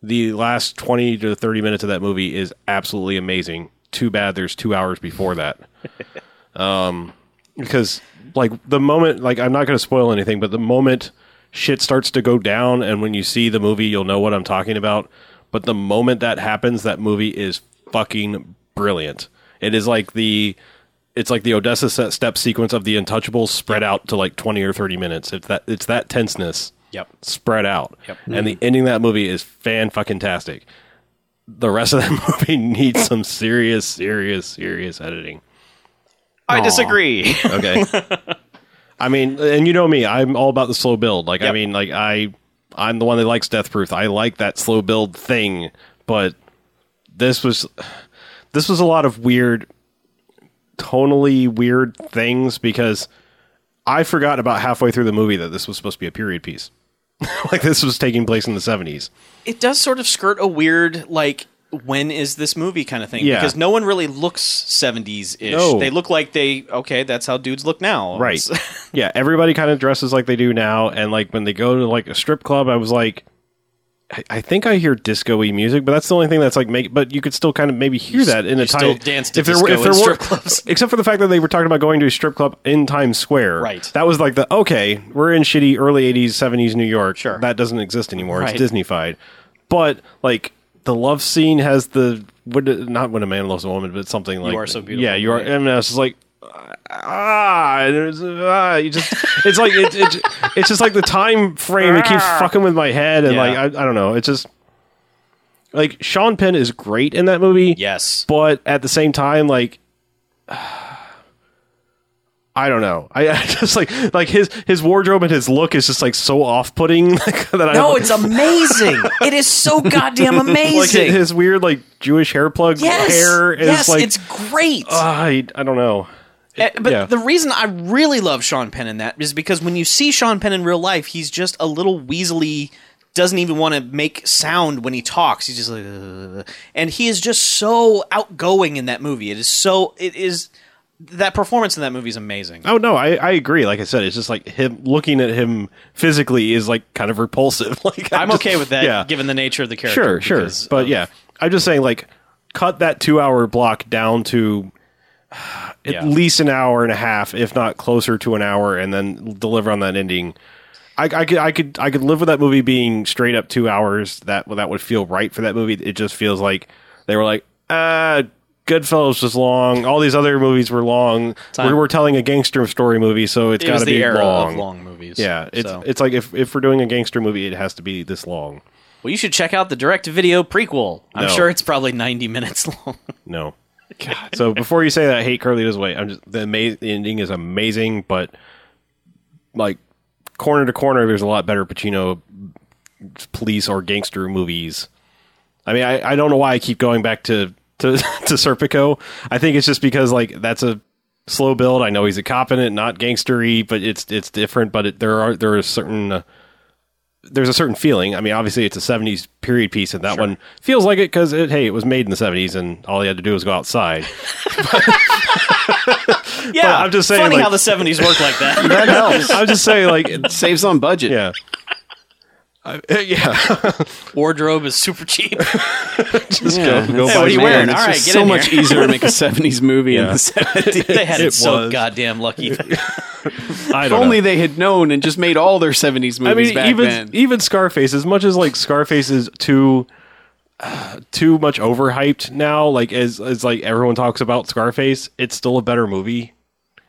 S2: The last twenty to thirty minutes of that movie is absolutely amazing. Too bad there's two hours before that because like the moment like I'm not going to spoil anything, but the moment shit starts to go down and when you see the movie, you'll know what I'm talking about. But the moment that happens, that movie is fucking brilliant. It is like the it's like the Odessa se- step sequence of the Untouchables spread out to like 20 or 30 minutes. It's that it's that tenseness
S3: Yep.
S2: spread out.
S3: Yep.
S2: And the ending of that movie is fan fucking tastic. The rest of that movie needs some serious, serious, serious editing.
S3: I disagree.
S2: Okay. I mean, and you know me, I'm all about the slow build. Like, I mean, like I, I'm the one that likes Death Proof. I like that slow build thing, but this was, this was a lot of weird, tonally weird things because I forgot about halfway through the movie that this was supposed to be a period piece. like this was taking place in the 70s.
S3: it does sort of skirt a weird like when is this movie kind of thing
S2: Yeah.
S3: because no one really looks 70s ish
S2: No.
S3: they look like they okay that's how dudes look now
S2: Right.
S3: It's-
S2: yeah, everybody kind of dresses like they do now and like when they go to like a strip club, I was like I- I think I hear disco-y music, but that's the only thing that's like make. But you could still kind of maybe hear that in a
S3: still
S2: time.
S3: dance to disco in strip clubs.
S2: except for the fact that they were talking about going to a strip club in Times Square.
S3: Right.
S2: That was like the okay, we're in shitty early '80s, '70s New York. Sure, that doesn't exist anymore.
S3: Right.
S2: It's Disneyfied. But like the love scene has the what, not when a man loves a woman, but something like
S3: Are So Beautiful.
S2: Yeah, you are. And I was just like, ah, there's- ah, you just it's like it, it, it's just like the time frame it keeps fucking with my head and
S3: Ah. Yeah.
S2: like I, I don't know it's just like Sean Penn is great in that movie
S3: yes
S2: but at the same time like I don't know. I, I just like like his his wardrobe and his look is just like so off putting like, that. I
S3: no it's amazing it is so goddamn
S2: like
S3: amazing
S2: his weird like Jewish hair plug
S3: yes
S2: hair is
S3: yes
S2: like ah,
S3: it's great
S2: I I don't know.
S3: Uh, but
S2: yeah.
S3: the reason I really love Sean Penn in that is because when you see Sean Penn in real life, he's just a little weaselly, doesn't even want to make sound when he talks. He's just like, "Ugh." and he is just so outgoing in that movie. It is so, it is that performance in that movie is amazing.
S2: Oh no, I, I agree. Like I said, it's just like him looking at him physically is like kind of repulsive. Like
S3: I'm
S2: just-
S3: okay with that,
S2: Yeah,
S3: given the nature of the character.
S2: sure, sure.
S3: because
S2: But
S3: of-
S2: yeah, I'm just saying like cut that two hour block down to at
S3: Yeah.
S2: least an hour and a half, if not closer to an hour, and then deliver on that ending. I, I could I could I could live with that movie being straight up two hours. That that would feel right for that movie. It just feels like they were like, uh, Goodfellas was long. All these other movies were long. We're, we're telling a gangster story movie, so it's
S3: it
S2: got
S3: was
S2: to
S3: the
S2: be
S3: era
S2: long.
S3: of long movies.
S2: Yeah, it's
S3: so.
S2: it's like if if we're doing a gangster movie, it has to be this long.
S3: well, you should check out the direct video prequel. I'm
S2: No.
S3: sure it's probably 90 minutes long.
S2: No. God. So before you say that, I hate Carlito's Way. I'm just the amazing the ending is amazing, but like corner to corner, there's a lot better Pacino police or gangster movies. I mean, I, I don't know why I keep going back to to to Serpico. I think it's just because like that's a slow build. I know he's a cop in it, not gangstery, but it's it's different. But it, there are there are certain. Uh, there's a certain feeling. I mean, obviously, it's a '70s period piece, and that one feels like it because it, hey, it was made in the '70s, and all he had to do was go outside.
S3: Yeah,
S2: I'm just saying,
S3: Funny
S2: like-
S3: how the 70s work like that.
S1: That helps.
S2: I'm just saying, like,
S1: Saves on budget.
S2: yeah, I, yeah.
S3: Wardrobe is super cheap.
S2: just
S1: Yeah,
S2: go, go
S1: that's-
S2: buy
S3: what are you
S2: some
S3: wearing?
S2: clothes.
S1: It's
S3: All right,
S1: just
S3: get
S1: so
S3: in
S1: much
S3: here.
S1: easier to make a '70s movie in the '70s.
S3: they had it,
S2: It
S3: so
S2: was.
S3: goddamn lucky.
S2: I
S1: If
S2: don't
S1: only
S2: know.
S1: they had known and just made all their '70s movies
S2: I mean,
S1: back
S2: even e
S1: then.
S2: even Scarface, as much as like Scarface is too uh, too much overhyped now, like as as like everyone talks about Scarface, it's still a better movie.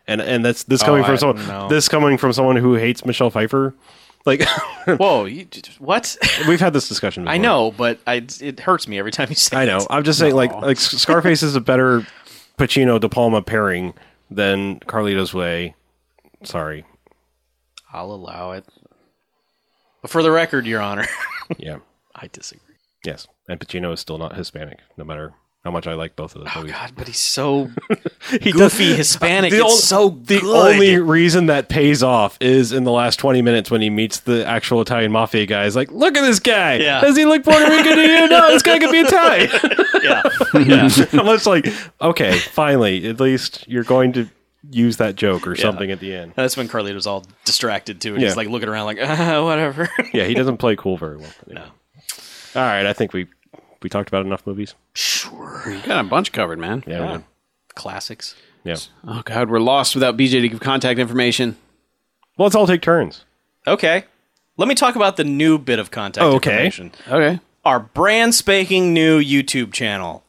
S2: And and that's this coming from
S3: Oh, I
S2: someone
S3: don't know.
S2: this coming from someone who hates Michelle Pfeiffer. Like
S3: Whoa, you, what?
S2: we've had this discussion. Before.
S3: I know, but I, it hurts me every time you say.
S2: I know.
S3: it.
S2: I'm just saying, like, like Scarface is a better Pacino De Palma pairing than Carlito's Way. Sorry.
S3: I'll allow it. But for the record, Your Honor,
S2: Yeah.
S3: I disagree.
S2: Yes. And Pacino is still not Hispanic, no matter how much I like both of those movies.
S3: Oh, God, but he's so
S2: He
S3: goofy Hispanic.
S2: The
S3: it's
S2: ol-
S3: so
S2: the
S3: good.
S2: only reason that pays off is in the last 20 minutes when he meets the actual Italian mafia guy. He's like, look at this guy.
S3: Yeah.
S2: Does he look Puerto Rican to you? No, this guy could be Italian.
S3: yeah.
S2: Unless, like, okay, finally, at least you're going to use that joke or something at the end.
S3: That's when Carlito's all distracted too, and
S2: Yeah.
S3: he's like looking around, like uh, whatever.
S2: yeah, he doesn't play cool very well. No. All right, I think we we talked about enough movies.
S1: You got a bunch covered, man.
S2: Yeah. we did.
S3: Classics.
S2: Yeah.
S1: Oh God, we're lost without BJ to give contact information.
S2: Well, let's all take turns.
S3: Okay, let me talk about the new bit of contact
S2: Oh, Okay.
S3: information.
S1: Okay.
S3: our brand spanking new YouTube channel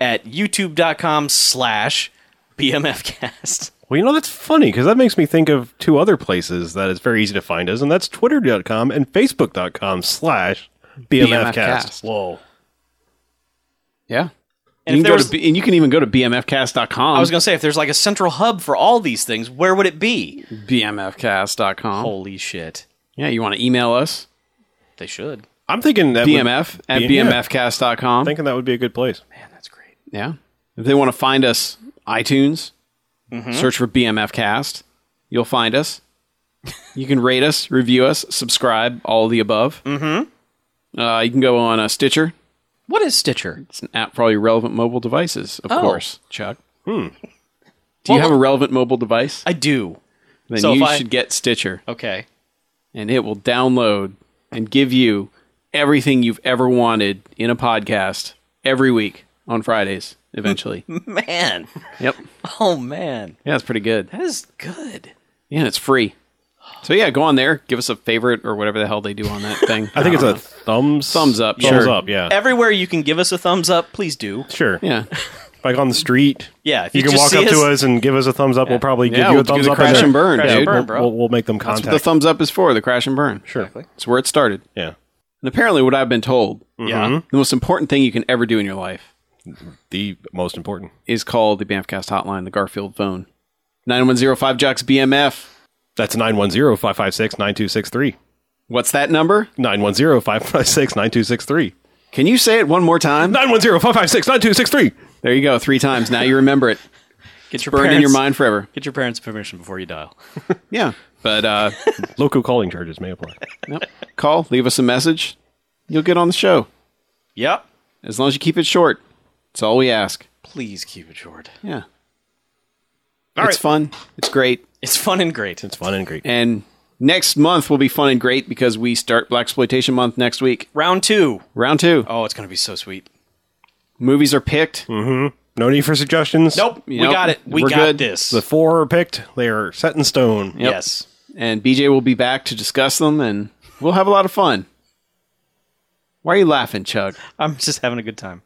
S3: at youtube.com slash bmfcast.
S2: Well, you know that's funny because that makes me think of two other places that it's very easy to find us, and that's twitter.com and facebook.com slash BMFcast.
S1: BMFcast.
S2: Whoa.
S1: Yeah.
S3: And
S1: you
S3: if
S1: can
S3: there
S1: go
S3: was,
S1: to, B- and you can even go to bmfcast.com.
S3: I was going to say, if there's like a central hub for all these things, where would it be?
S1: bmfcast.com.
S3: Holy shit.
S1: Yeah, you want to email us?
S3: They should.
S2: I'm thinking that would-
S1: BMF at
S2: B- yeah,
S1: bmfcast.com.
S2: I'm thinking that would be a good place.
S3: Man, that's great.
S1: yeah. If they want to find
S3: Mm-hmm.
S1: us, iTunes, search for BMFcast. You'll find us. You can rate us, review us, subscribe, all the above. Mm-hmm. Uh, you can go on uh, Stitcher.
S3: What is Stitcher?
S1: It's an app for all your relevant mobile devices, of
S3: Oh.
S1: course, Chuck. Hmm. Do you have a relevant mobile device?
S3: I do.
S1: Then
S3: so if
S1: you
S3: I-
S1: should get Stitcher,
S3: Okay.
S1: and it will download and give you everything you've ever wanted in a podcast every week on Fridays, eventually.
S3: Man.
S1: yep.
S3: Oh man.
S1: Yeah, it's pretty good.
S3: That is good.
S1: Yeah, and it's free. So yeah, go on there, give us a favorite or whatever the hell they do on that thing.
S2: I think it's a thumbs
S1: Thumbs up,
S2: Thumbs
S1: sure.
S2: up, yeah.
S3: Everywhere you can give us a thumbs up, please do.
S2: Sure.
S1: yeah.
S2: Like on the street.
S3: Yeah, if
S2: you,
S3: you
S2: can
S3: just
S2: walk
S3: see
S2: up to us
S3: us-
S2: and give us a thumbs up. We'll probably
S1: Yeah,
S2: give you
S1: we'll
S2: a
S1: do
S2: thumbs
S1: the
S2: up.
S1: crash
S2: then
S1: and burn,
S2: we'll-
S1: dude.
S2: We'll,
S3: Burn, bro.
S2: we'll- we'll make them
S1: That's
S2: contact.
S1: what the thumbs up is for, the crash and burn.
S2: sure.
S1: It's where it started.
S2: Yeah.
S1: And apparently what I've been told,
S3: Yeah.
S1: the most important thing you can ever do in your life
S2: The most important.
S1: is call the Banffcast hotline, the Garfield phone. 9105 Jocks BMF.
S2: That's 910 556 9263.
S1: What's that number?
S2: 910 556 9263.
S1: Can you say it one more time?
S2: 910 556 9263.
S1: There you go, three times. Now you remember it.
S3: Get your
S1: Burned
S3: parents,
S1: in your mind forever.
S3: Get your parents' permission before you dial.
S1: Yeah. But uh,
S2: Local calling charges may apply.
S1: yep. call, leave us a message. You'll get on the show.
S3: yep.
S1: As long as you keep it short. That's all we ask.
S3: Please keep it short.
S1: Yeah.
S2: All
S1: it's
S2: right.
S1: fun. It's great.
S3: It's fun and great.
S2: It's fun and great.
S1: And next month will be fun and great because we start Black Exploitation Month next week.
S3: Round two.
S1: Round two.
S3: Oh, it's gonna be so sweet.
S1: Movies are picked.
S2: Hmm. No need for suggestions.
S3: Nope. We
S1: Nope.
S3: got it. We
S1: We're
S3: got
S1: good.
S3: this.
S2: The four are picked. They are set in stone.
S1: Yep.
S3: Yes.
S1: And BJ will be back to discuss them and we'll have a lot of fun. Why are you laughing, Chuck?
S3: I'm just having a good time.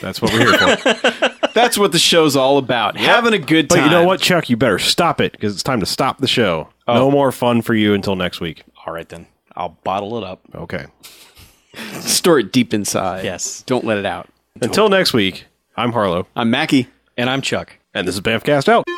S2: That's what we're here for.
S1: That's what the show's all about. Having a good time.
S2: But you know what, Chuck? You better stop it because it's time to stop the show. No more fun for you until next week.
S3: All right then. I'll bottle it up.
S2: Okay.
S1: Store it deep inside.
S3: Yes.
S1: Don't let it out.
S2: Until next week, I'm Harlow,
S1: I'm Mackie.
S3: And I'm Chuck.
S2: and this is Bamfcast Out.